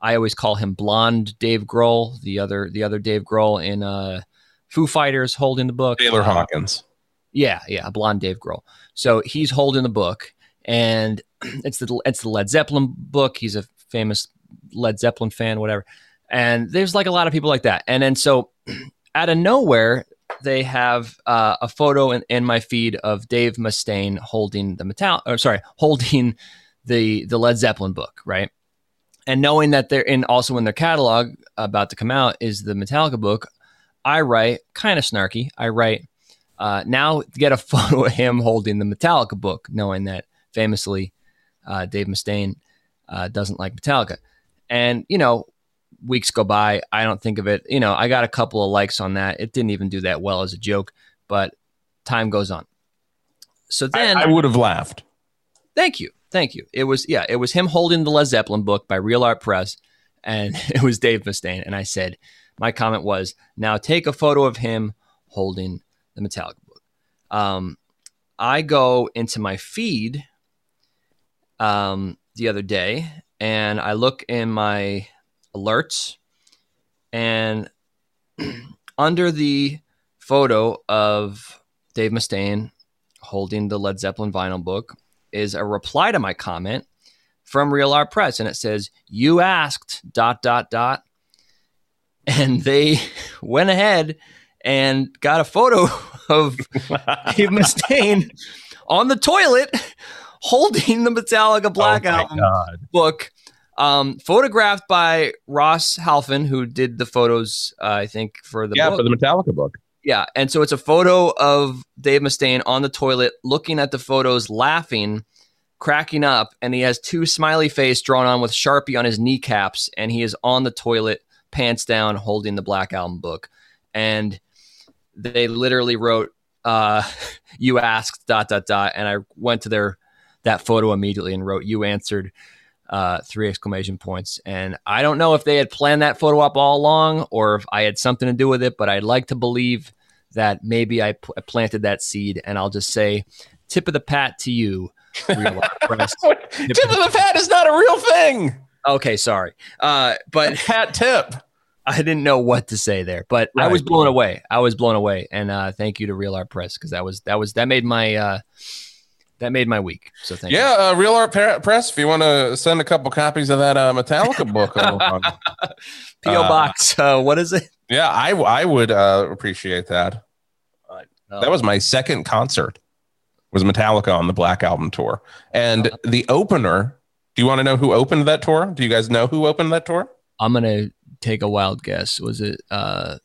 A: I always call him Blonde Dave Grohl, the other the other Dave Grohl in uh, Foo Fighters holding the book.
C: Taylor
A: Uh,
C: Hawkins.
A: yeah, yeah, blonde Dave Grohl. So he's holding the book, and (clears throat) it's the it's the Led Zeppelin book. He's a famous Led Zeppelin fan, whatever. And there's like a lot of people like that. And then so (clears throat) out of nowhere, they have uh, a photo in, in my feed of Dave Mustaine holding the metal. Or sorry, (laughs) holding the the Led Zeppelin book, right? and knowing that they're in also in their catalog about to come out is the Metallica book. I write kind of snarky. I write uh, now get a (laughs) photo of him holding the Metallica book, knowing that famously uh, Dave Mustaine uh, doesn't like Metallica. And you know, weeks go by. I don't think of it. You know, I got a couple of likes on that. It didn't even do that well as a joke, but time goes on. So then
C: I would have laughed.
A: Thank you. Thank you. It was, yeah, it was him holding the Led Zeppelin book by Real Art Press, and (laughs) it was Dave Mustaine. And I said, my comment was, now take a photo of him holding the Metallica book. Um, I go into my feed um, the other day and I look in my alerts, and (clears throat) under the photo of Dave Mustaine holding the Led Zeppelin vinyl book is a reply to my comment from Real Art Press, and it says, "You asked dot dot dot," (laughs) and they (laughs) went ahead and got a photo (laughs) of Dave Mustaine on the toilet holding the Metallica Black Album
C: Oh God.
A: book. Um, photographed by Ross Halfin, who did the photos, uh, I think, for the
C: yeah,
A: book.
C: for the Metallica book.
A: Yeah, and so it's a photo of Dave Mustaine on the toilet, looking at the photos, laughing, cracking up, and he has two smiley face drawn on with Sharpie on his kneecaps, and he is on the toilet, pants down, holding the Black Album book, and they literally wrote, uh, (laughs) "You asked dot dot dot," and I went to their that photo immediately and wrote, "You answered." uh, three exclamation points. And I don't know if they had planned that photo up all along or if I had something to do with it, but I'd like to believe that maybe I p- planted that seed. And I'll just say, tip of the pat to you. Real
C: (laughs)
A: Art Press.
C: Tip of the pat is not a real thing.
A: okay, sorry. Uh, but
C: hat tip.
A: I didn't know what to say there, but I was
C: Right.
A: blown away. I was blown away, and uh, thank you to Real Art Press because that was that was that made my uh, that made my week. So thank you.
C: yeah, uh, Real Art Par- Press. If you want to send a couple copies of that uh, Metallica
A: (laughs)
C: book along,
A: PO box. Uh, what is it?
C: Yeah,
A: um,
C: I I would uh, appreciate that. That was my second concert. was Metallica on the Black Album tour. And
A: Uh-huh.
C: the opener, do you want to know who opened that tour? Do you guys know who opened that tour?
A: I'm going to take a wild guess. Was it uh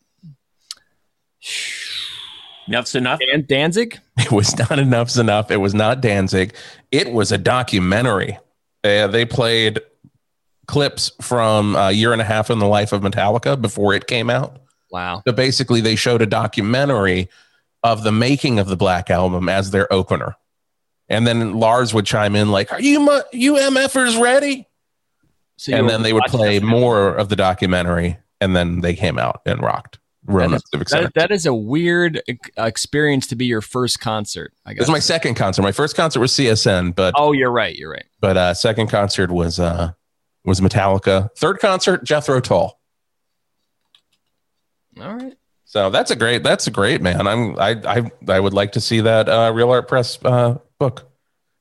B: Enough's enough.
A: Dan- Danzig?
C: (laughs) It was not enough's enough. It was not Danzig. It was a documentary. Uh, they played clips from a year and a half in the life of Metallica before it came out.
A: Wow.
C: So basically, they showed a documentary of the making of the Black Album as their opener. And then Lars would chime in, like, Are you, mu- you MFers ready?
A: So you
C: and
A: were
C: then they would
A: watching
C: play
A: the-
C: more of the documentary. And then they came out and rocked. Rona Civic Center.
A: That, that is a weird ex- experience to be your first concert. I
C: It was
A: guess.
C: my second concert. My first concert was CSN, but
A: oh, you're right. You're right.
C: but uh, second concert was uh, was Metallica. Third concert, Jethro Tull.
A: All right.
C: So that's a great that's a great man. I'm I I, I would like to see that uh, Real Art Press uh, book.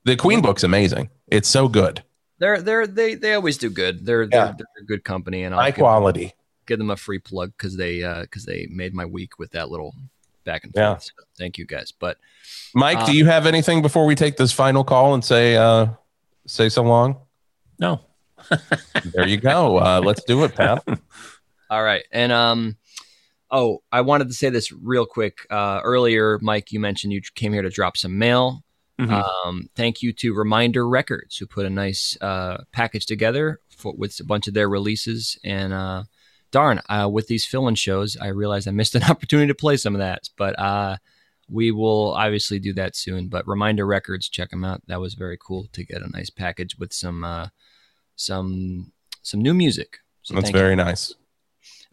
C: The Queen book's amazing. It's so good,
A: They're they're they they always do good. They're they're, they're a good company and I'll
C: high
A: give,
C: quality.
A: give them a free plug because they because they made my week with that little back and forth.
C: Yeah,
A: So thank you guys. But
C: Mike,
A: uh,
C: do you have anything before we take this final call and say uh, say so long?
B: No.
C: there you go. Uh, let's do it, Pat.
A: (laughs) All right. And um oh, I wanted to say this real quick. Uh earlier, Mike, you mentioned you came here to drop some mail.
B: Mhm.
A: Um thank you to Reminder Records who put a nice uh package together for with a bunch of their releases and uh darn, uh with these fill-in shows, I realized I missed an (laughs) opportunity to play some of that, but uh we will obviously do that soon, but Reminder Records, check them out. That was very cool to get a nice package with some uh some some new music. So
C: That's
A: thank you.
C: very nice.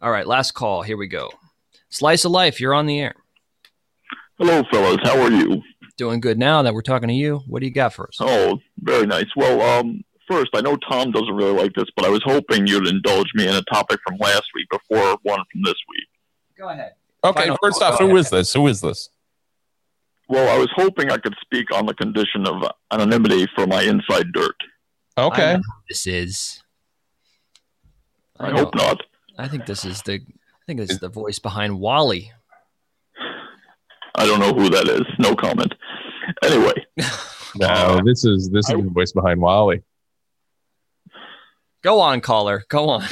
A: All right, last call. Here we go. Slice of life. You're on the air.
P: Hello, fellas. How are you?
A: Doing good now that we're talking to you. What do you got for us?
P: Oh, very nice. Well, um, first, I know Tom doesn't really like this, but I was hoping you'd indulge me in a topic from last week before one from this week.
A: Go ahead.
C: Okay,
P: Final
C: first
P: call.
C: off, who is this? Who is this?
P: Well, I was hoping I could speak on the condition of anonymity for my inside dirt.
A: I know who this is.
P: I hope not.
A: I think this is the. I think this is the voice behind Wally.
P: I don't know who that is. No comment. Anyway,
C: No, this is this is the voice behind
A: (laughs)
C: Wally.
A: Go on, caller. Go on.
P: (laughs) all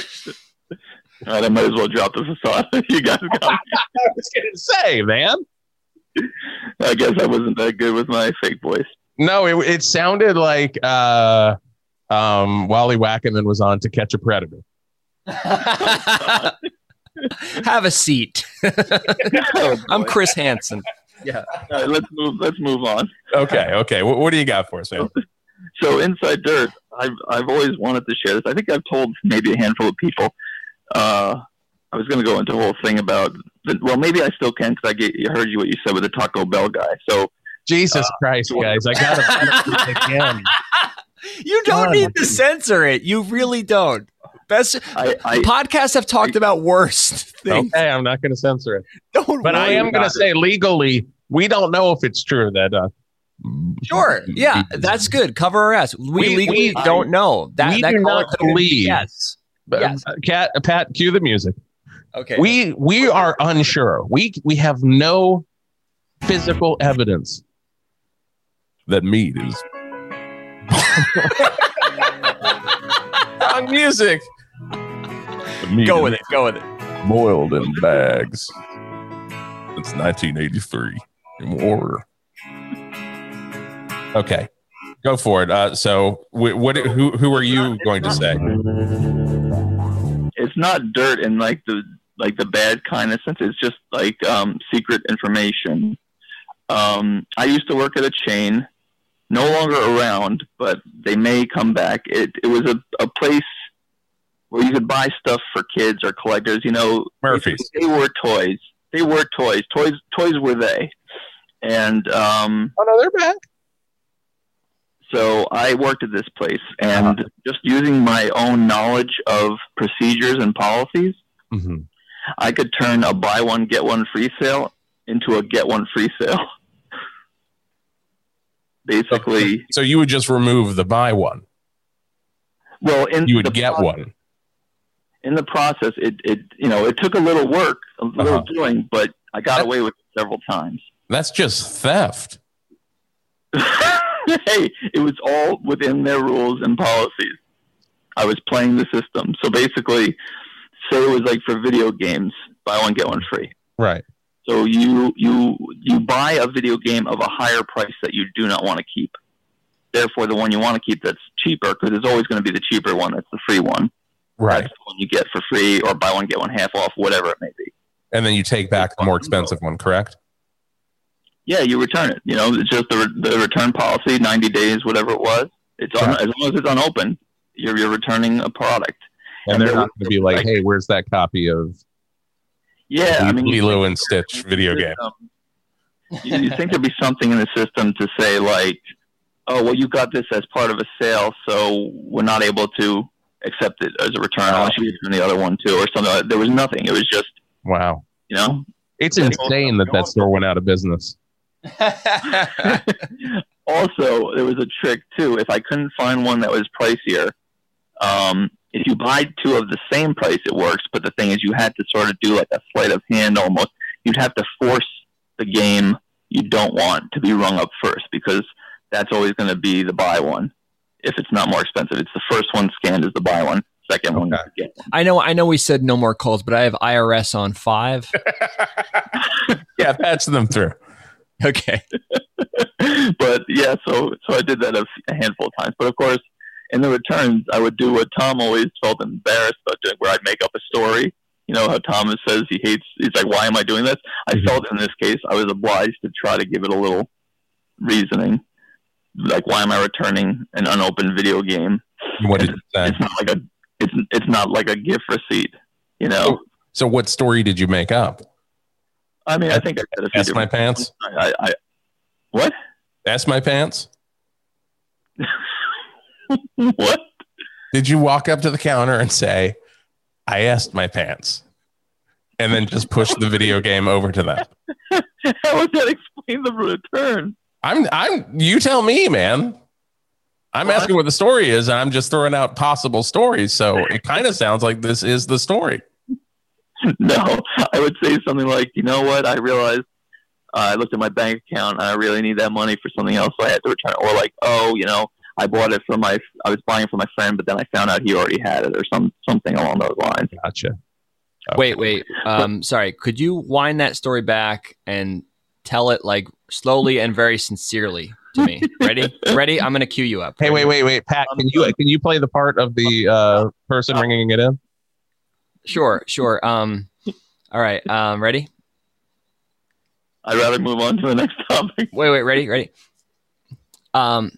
P: right, I might as well drop this aside. (laughs) you guys got me.
C: I was gonna say, man.
P: (laughs) I guess I wasn't that good with my fake voice.
C: No, it, it sounded like uh, um, Wally Wackerman was on to catch a predator.
A: (laughs) Have a seat.
P: Oh,
A: I'm Chris Hansen.
P: (laughs) Yeah. All right, let's move. Let's move on.
C: Okay, okay. What, what do you got for us, man?
P: So inside dirt, I've I've always wanted to share this. I think I've told maybe a handful of people. Uh, I was going to go into a whole thing about. Well, maybe I still can because I get, I heard you what you said with the Taco Bell guy. So uh,
C: Jesus Christ, guys! I
P: (laughs)
C: got it again.
A: You don't need to censor it. You really don't. Best podcasts have talked about worse (laughs) things.
C: Okay, I'm not going to censor it.
A: Don't
C: but I
A: worry
C: am going
A: about
C: to
A: it.
C: say legally, we don't know if it's true that uh,
A: Sure. Yeah, that's good. Cover our ass. We,
C: We-
A: legally
C: we-
A: don't know. That
C: we
A: that
C: do
A: caller
C: not
A: could have-
C: believe.
A: Yes.
C: but,
A: Yes.
C: uh, Cat, Pat, cue the music.
A: Okay.
C: We we are unsure. We we have no physical evidence that meat
A: (laughs)
C: is on music.
A: Go with it. Go with it.
C: Boiled in bags. It's 1983 in war. Okay, go for it. Uh, so, wh- what? Who who are you going to say?
P: it's not dirt in like the like the bad kind of sense. It's just like um, secret information. Um, I used to work at a chain, no longer around, but they may come back. It it was a, a place where you could buy stuff for kids or collectors. You know,
C: Murphy's.
P: They were toys. They were toys. Toys toys were they. And um,
C: Oh no, they're back.
P: so I worked at this place, and
C: Uh-huh.
P: just using my own knowledge of procedures and policies,
C: Mhm.
P: I could turn a buy one get one free sale into a get one free sale. (laughs) Basically,
C: So you would just remove the buy one.
P: well, in
C: You would
P: the
C: get
P: pro-
C: one.
P: In the process, it, it you know it took a little work, a little
C: Uh-huh.
P: doing, but I got away with it several times.
C: That's just theft.
P: (laughs) hey, it was all within their rules and policies. I was playing the system. So basically, say it was like for video games, buy one get one free.
C: Right.
P: So you you you buy a video game of a higher price that you do not want to keep. Therefore, the one you want to keep that's cheaper, because there's always going to be the cheaper one that's the free one.
C: Right.
P: That's the one you get for free, or buy one get one half off, whatever it may be.
C: And then you take back the more expensive one, correct?
P: Yeah, you return it. You know, it's just the, re- the return policy, 90 days, whatever it was. It's on, as long as it's unopened, you're you're returning a product.
C: And they're not going to be like, hey, where's that copy of
P: Yeah, I mean,
C: Lilo and Stitch video game?
P: you
I: (laughs)
P: you'd think there'd be something in the system to say like, oh, well, you got this as part of a sale, so we're not able to accept it as a return unless you return the other one too, or something. Like There was nothing. It was just
C: Wow.
P: you know.
C: It's insane that that store went out of business.
P: Also, there was a trick too. If I couldn't find one that was pricier, um, if you buy two of the same price, it works. But the thing is, you had to sort of do like a sleight of hand almost. You'd have to force the game you don't want to be rung up first because that's always going to be the buy one. If it's not more expensive, it's the first one scanned is the buy one. Second one is the get one.
A: I know, I know. We said no more calls, but I have IRS on five.
C: yeah, patch them through.
A: Okay.
P: (laughs) but yeah, so so I did that a, f- a handful of times. But of course, in the returns, I would do what Tom always felt embarrassed about doing, where I'd make up a story. You know how Tom says he hates. He's like, "Why am I doing this?" I
C: Mm-hmm.
P: felt in this case I was obliged to try to give it a little reasoning, like, "Why am I returning an unopened video game?"
C: What did you say?
P: It's not like a it's it's not like a gift receipt, you know.
C: So, what story did you make up?
P: I mean, I think I said a few
C: Ask my
P: different
C: pants.
P: ones. I, I, I what?
C: Ask my pants.
P: (laughs) what?
C: Did you walk up to the counter and say, "I asked my pants," and then just push the video game over to
P: (laughs)
C: them?
P: How would that explain the return?
C: I'm, I'm. You tell me, man. I'm asking what the story is, and I'm just throwing out possible stories. So it
P: (laughs)
C: kind of sounds like this is the story.
P: no, I would say something like, you know what? I realized uh, I looked at my bank account and I really need that money for something else, so I had to return it. Or like, oh, you know, I bought it for my, I was buying it for my friend, but then I found out he already had it, or some something along those lines.
C: Gotcha.
A: Wait, wait. Um, sorry. Could you wind that story back and tell it like slowly and very sincerely to me?
C: (laughs)
A: Ready? Ready? I'm gonna cue you up.
C: Hey, wait, wait, wait, Pat. Can you can you play the part of the uh, person ringing it in?
A: Sure, sure. Um, all right. Um, ready?
P: I'd rather move on to the next topic.
A: Wait, wait. Ready? Ready? Um,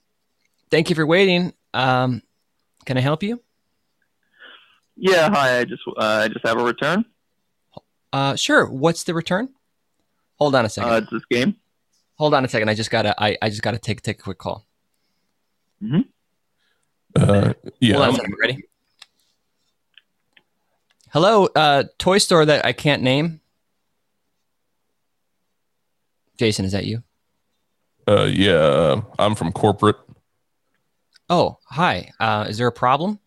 A: thank you for waiting. Um, can I help you?
P: Yeah, hi. I just, uh, I just have a return.
A: Uh, sure. What's the return? Hold on a second.
P: Uh, it's this game.
A: Hold on a second. I just gotta. I, I just gotta take take a quick call.
C: Uh,
A: Hold on a second. Ready? Hello, uh, toy store that I can't name. Jason, is that you?
C: Uh, yeah, uh, I'm from corporate.
A: Oh, hi. Uh, is there a problem?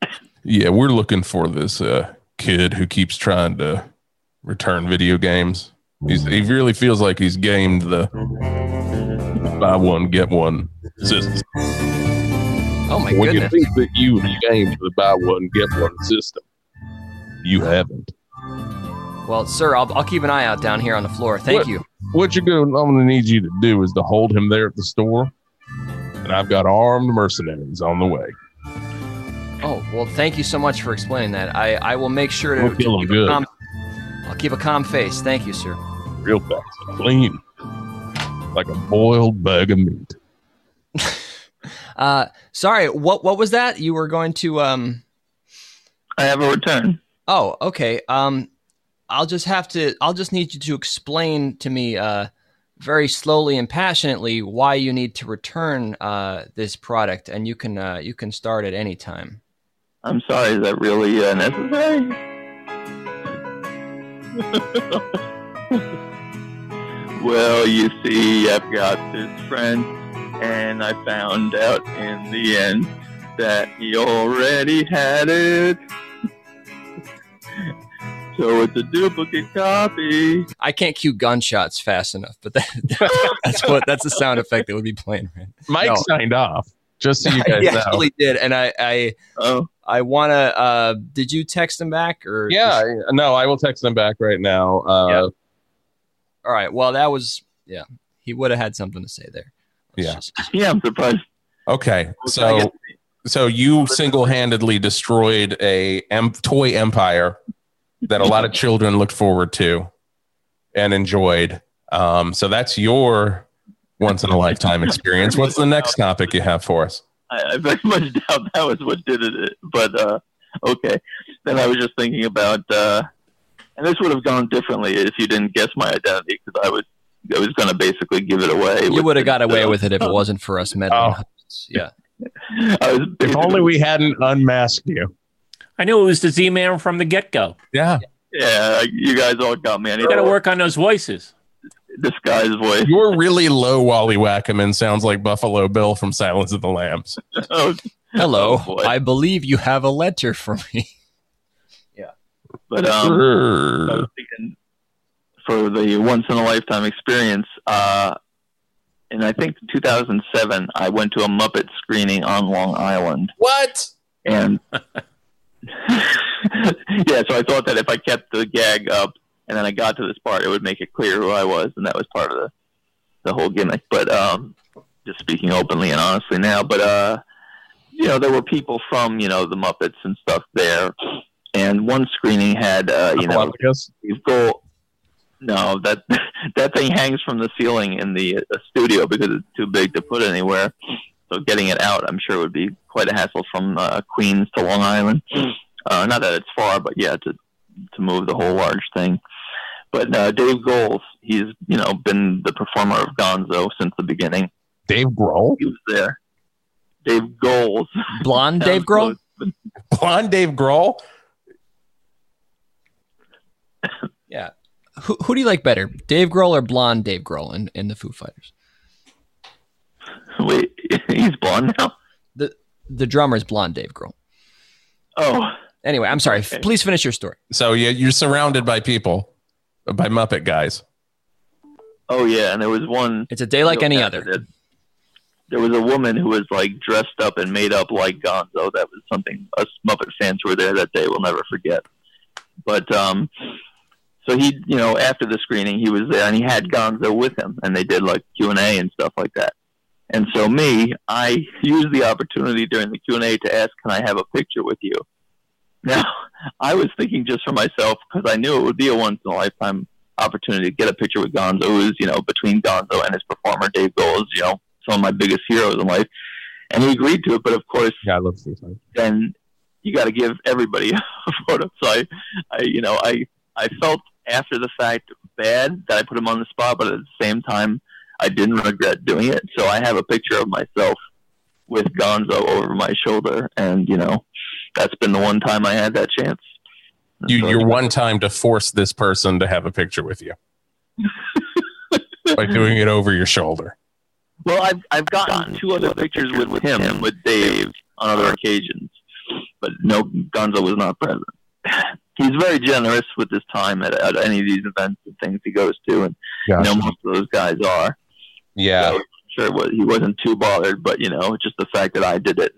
C: Yeah, we're looking for this uh, kid who keeps trying to return video games. He's, he really feels like he's gamed the buy one get one system.
A: Oh my
C: when
A: goodness.
C: you think that you've gamed the buy one get one system, you haven't.
A: Well, sir, I'll, I'll keep an eye out down here on the floor. Thank
C: What-
A: you.
C: What you're going, to I'm going to need you to do is to hold him there at the store, and I've got armed mercenaries on the way.
A: Oh well, thank you so much for explaining that. I, I will make sure to,
C: We'll kill
A: to
C: him
A: keep a
C: good.
A: calm, I'll keep a calm face. Thank you, sir.
C: real fast and clean, like a boiled bag of meat.
A: Uh, sorry, what what was that? You were going to um.
P: I have a return.
A: Oh, okay. Um, I'll just have to. I'll just need you to explain to me, uh, very slowly and passionately, why you need to return uh this product, and you can uh you can start at any time.
P: I'm sorry. Is that really uh, necessary? well, you see, I've got this friend, and I found out in the end that he already had it. So it's a duplicate copy.
A: I can't cue gunshots fast enough, but that, (laughs) that's what that's the sound effect that would be playing. Right?
C: Mike
A: No.
C: signed off. Just so
P: (laughs)
C: you
A: (laughs)
C: guys
A: he
C: know.
A: actually did, and I I I wanna. Uh, did you text him back or?
C: Yeah, I- no, I will text them back right now. Uh,
A: All right. Well, that was yeah. He would have had something to say there.
C: Yeah.
P: (laughs) Yeah, I'm surprised.
C: Okay, so so you single handedly destroyed a em- toy empire that a lot of children looked forward to and enjoyed. Um, so that's your once in a lifetime experience. What's the next topic you have for us?
P: I, I very (laughs) much doubt that was what did it, but uh, okay. Then I was just thinking about, uh, and this would have gone differently if you didn't guess my identity because I was I was going to basically give it away.
A: You would have got away with it if
P: Oh.
A: it wasn't for us meddling.
C: Oh.
A: Yeah.
P: I was
C: Uh, If only we hadn't unmasked you.
B: I knew it was the Z Man from the get go.
C: Yeah.
P: (laughs) Yeah, you guys all got me. I need
B: You got to work on those voices.
P: disguise voice.
C: You're really low, Wally Wackerman. Sounds like Buffalo Bill from Silence of the
P: (laughs)
C: Lambs.
P: Oh,
A: Hello. I believe you have a letter for me.
P: But um, I was thinking for the once in a lifetime experience, uh, and I think 2007, I went to a Muppet screening on Long Island.
C: What?
P: And (laughs) yeah, so I thought that if I kept the gag up and then I got to this part, it would make it clear who I was, and that was part of the the whole gimmick. But um, just speaking openly and honestly now, but uh, you know, there were people from you know the Muppets and stuff there, and one screening had uh, you know Steve Gold. No, that (laughs) that thing hangs from the ceiling in the uh, studio because it's too big to put anywhere. So getting it out, I'm sure, would be quite a hassle from uh, Queens to Long Island. Uh, not that it's far, but yeah, to to move the whole large thing. But uh, Dave Goles, he's you know been the performer of Gonzo since the beginning.
C: Dave Grohl.
P: He was there. Dave Goles, (laughs)
A: blonde Dave Grohl.
C: Blonde Dave Grohl.
A: Yeah. Who, who do you like better, Dave Grohl or blonde Dave Grohl in, in the Foo Fighters?
P: Wait, (laughs) he's blonde now.
A: The the drummer's blonde Dave Grohl.
P: Oh.
A: Anyway, I'm sorry. F- Please finish your story.
C: So you, you're surrounded by people, by Muppet guys.
P: Oh yeah, and there was one.
A: It's a day like any other.
P: There was a woman who was like dressed up and made up like Gonzo. That was something us Muppet fans were there that day. We'll never forget. But um, so he, you know, after the screening, he was there and he had Gonzo with him, and they did like Q and A and stuff like that. And so me, I used the opportunity during the Q and A to ask, "Can I have a picture with you?" Now, I was thinking just for myself because I knew it would be a once in a lifetime opportunity to get a picture with Gonzo, who's, you know, between Gonzo and his performer, Dave Gold, you know, some of my biggest heroes in life. And he agreed to it, but of course,
C: yeah, I love Foo Fighters.
P: Then you got to give everybody (laughs) a photo. So I, I, you know, I, I felt after the fact bad that I put him on the spot, but at the same time, I didn't regret doing it. So I have a picture of myself with Gonzo over my shoulder, and you know, that's been the one time I had that chance.
C: You, your one time to force this person to have a picture with you by doing it over your shoulder.
P: Well, I've I've gotten two other pictures with, with him with Dave on other occasions, but no, Gonzo was not present. (sighs) He's very generous with his time at, at any of these events and things he goes to, and you know most of those guys are.
C: Yeah,
P: sure. It was, he wasn't too bothered, but you know, just the fact that I did it,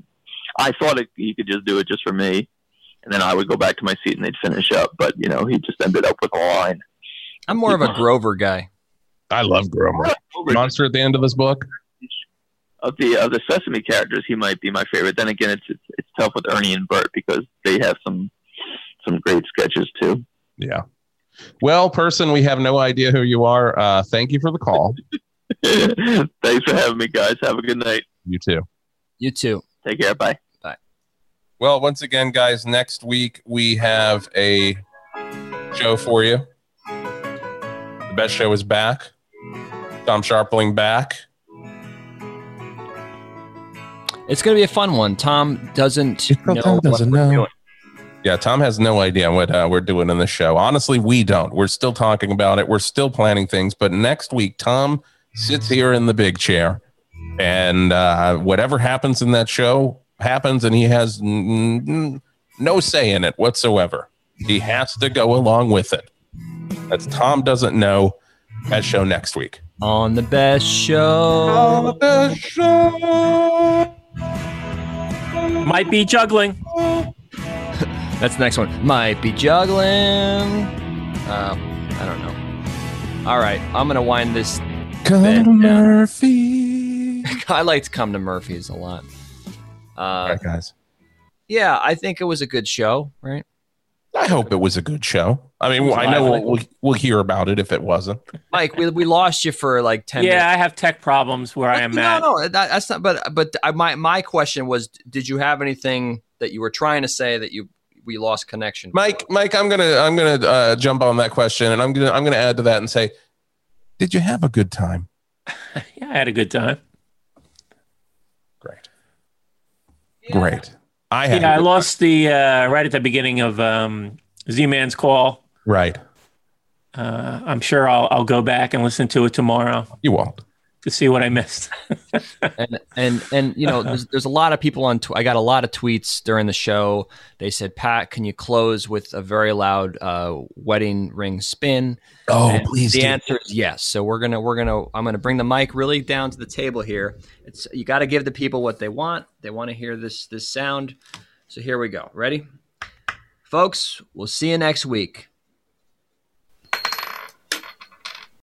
P: I thought it, he could just do it just for me, and then I would go back to my seat and they'd finish up. But you know, he just ended up with a line.
A: I'm more of a Grover guy.
C: I love Grover. Monster at the end of this book.
P: of the of the Sesame characters, he might be my favorite. Then again, it's it's, it's tough with Ernie and Bert because they have some some great sketches too.
C: Yeah. Well, person, we have no idea who you are. Uh, thank you for the call.
P: (laughs) Thanks for having me, guys. Have a good night.
C: you too.
A: You too.
P: Take care. Bye.
A: Bye.
C: Well, once again, guys, next week we have a show for you. The best show is back. Tom Sharpling back.
A: It's going to be a fun one. Tom doesn't know.
C: doesn't
A: what we're doing.
C: Yeah, Tom has no idea what uh, we're doing in the show. Honestly, we don't. We're still talking about it. We're still planning things. But next week, Tom sits here in the big chair, and uh, whatever happens in that show happens, and he has n- n- no say in it whatsoever. He has to go along with it. That's Tom Doesn't Know. Best show next week.
A: On the best show.
C: On the best show.
B: Might be juggling.
A: (laughs) That's the next one. Might be juggling. Uh, I don't know. All right, I'm gonna wind this. (laughs)
C: Come
A: bit
C: to
A: down.
C: Murphy.
A: I like to come to Murphy's a lot. Uh,
C: All right, guys.
A: Yeah, I think it was a good show, right?
C: I hope it was a good show. I mean, I know we'll, we'll, we'll hear about it if it wasn't.
A: Mike, we, we lost you for like ten.
B: Yeah,
A: minutes.
B: I have tech problems where I am
A: No,
B: at.
A: no, that, that's not. But but I, my my question was, did you have anything that you were trying to say that you we lost connection?
C: Mike, Mike, I'm gonna I'm gonna uh, jump on that question, and I'm gonna I'm gonna add to that and say, did you have a good time?
B: (laughs) Yeah, I had a good time.
C: Great. I had.
B: yeah,
C: a
B: I
C: good-
B: lost the uh, right at the beginning of um, Z Man's call.
C: Right.
B: Uh, I'm sure I'll, I'll go back and listen to it tomorrow.
C: You won't
B: to see what I missed. (laughs)
A: and and and you know
C: (laughs)
A: there's, there's a lot of people on tw- i got a lot of tweets during the show they said pat can you close with a very loud uh, wedding ring spin
C: Oh,
A: And
C: please
A: the
C: do.
A: answer is yes so we're gonna we're gonna i'm gonna bring the mic really down to the table here it's you gotta give the people what they want they want to hear this this sound so here we go ready folks we'll see you next week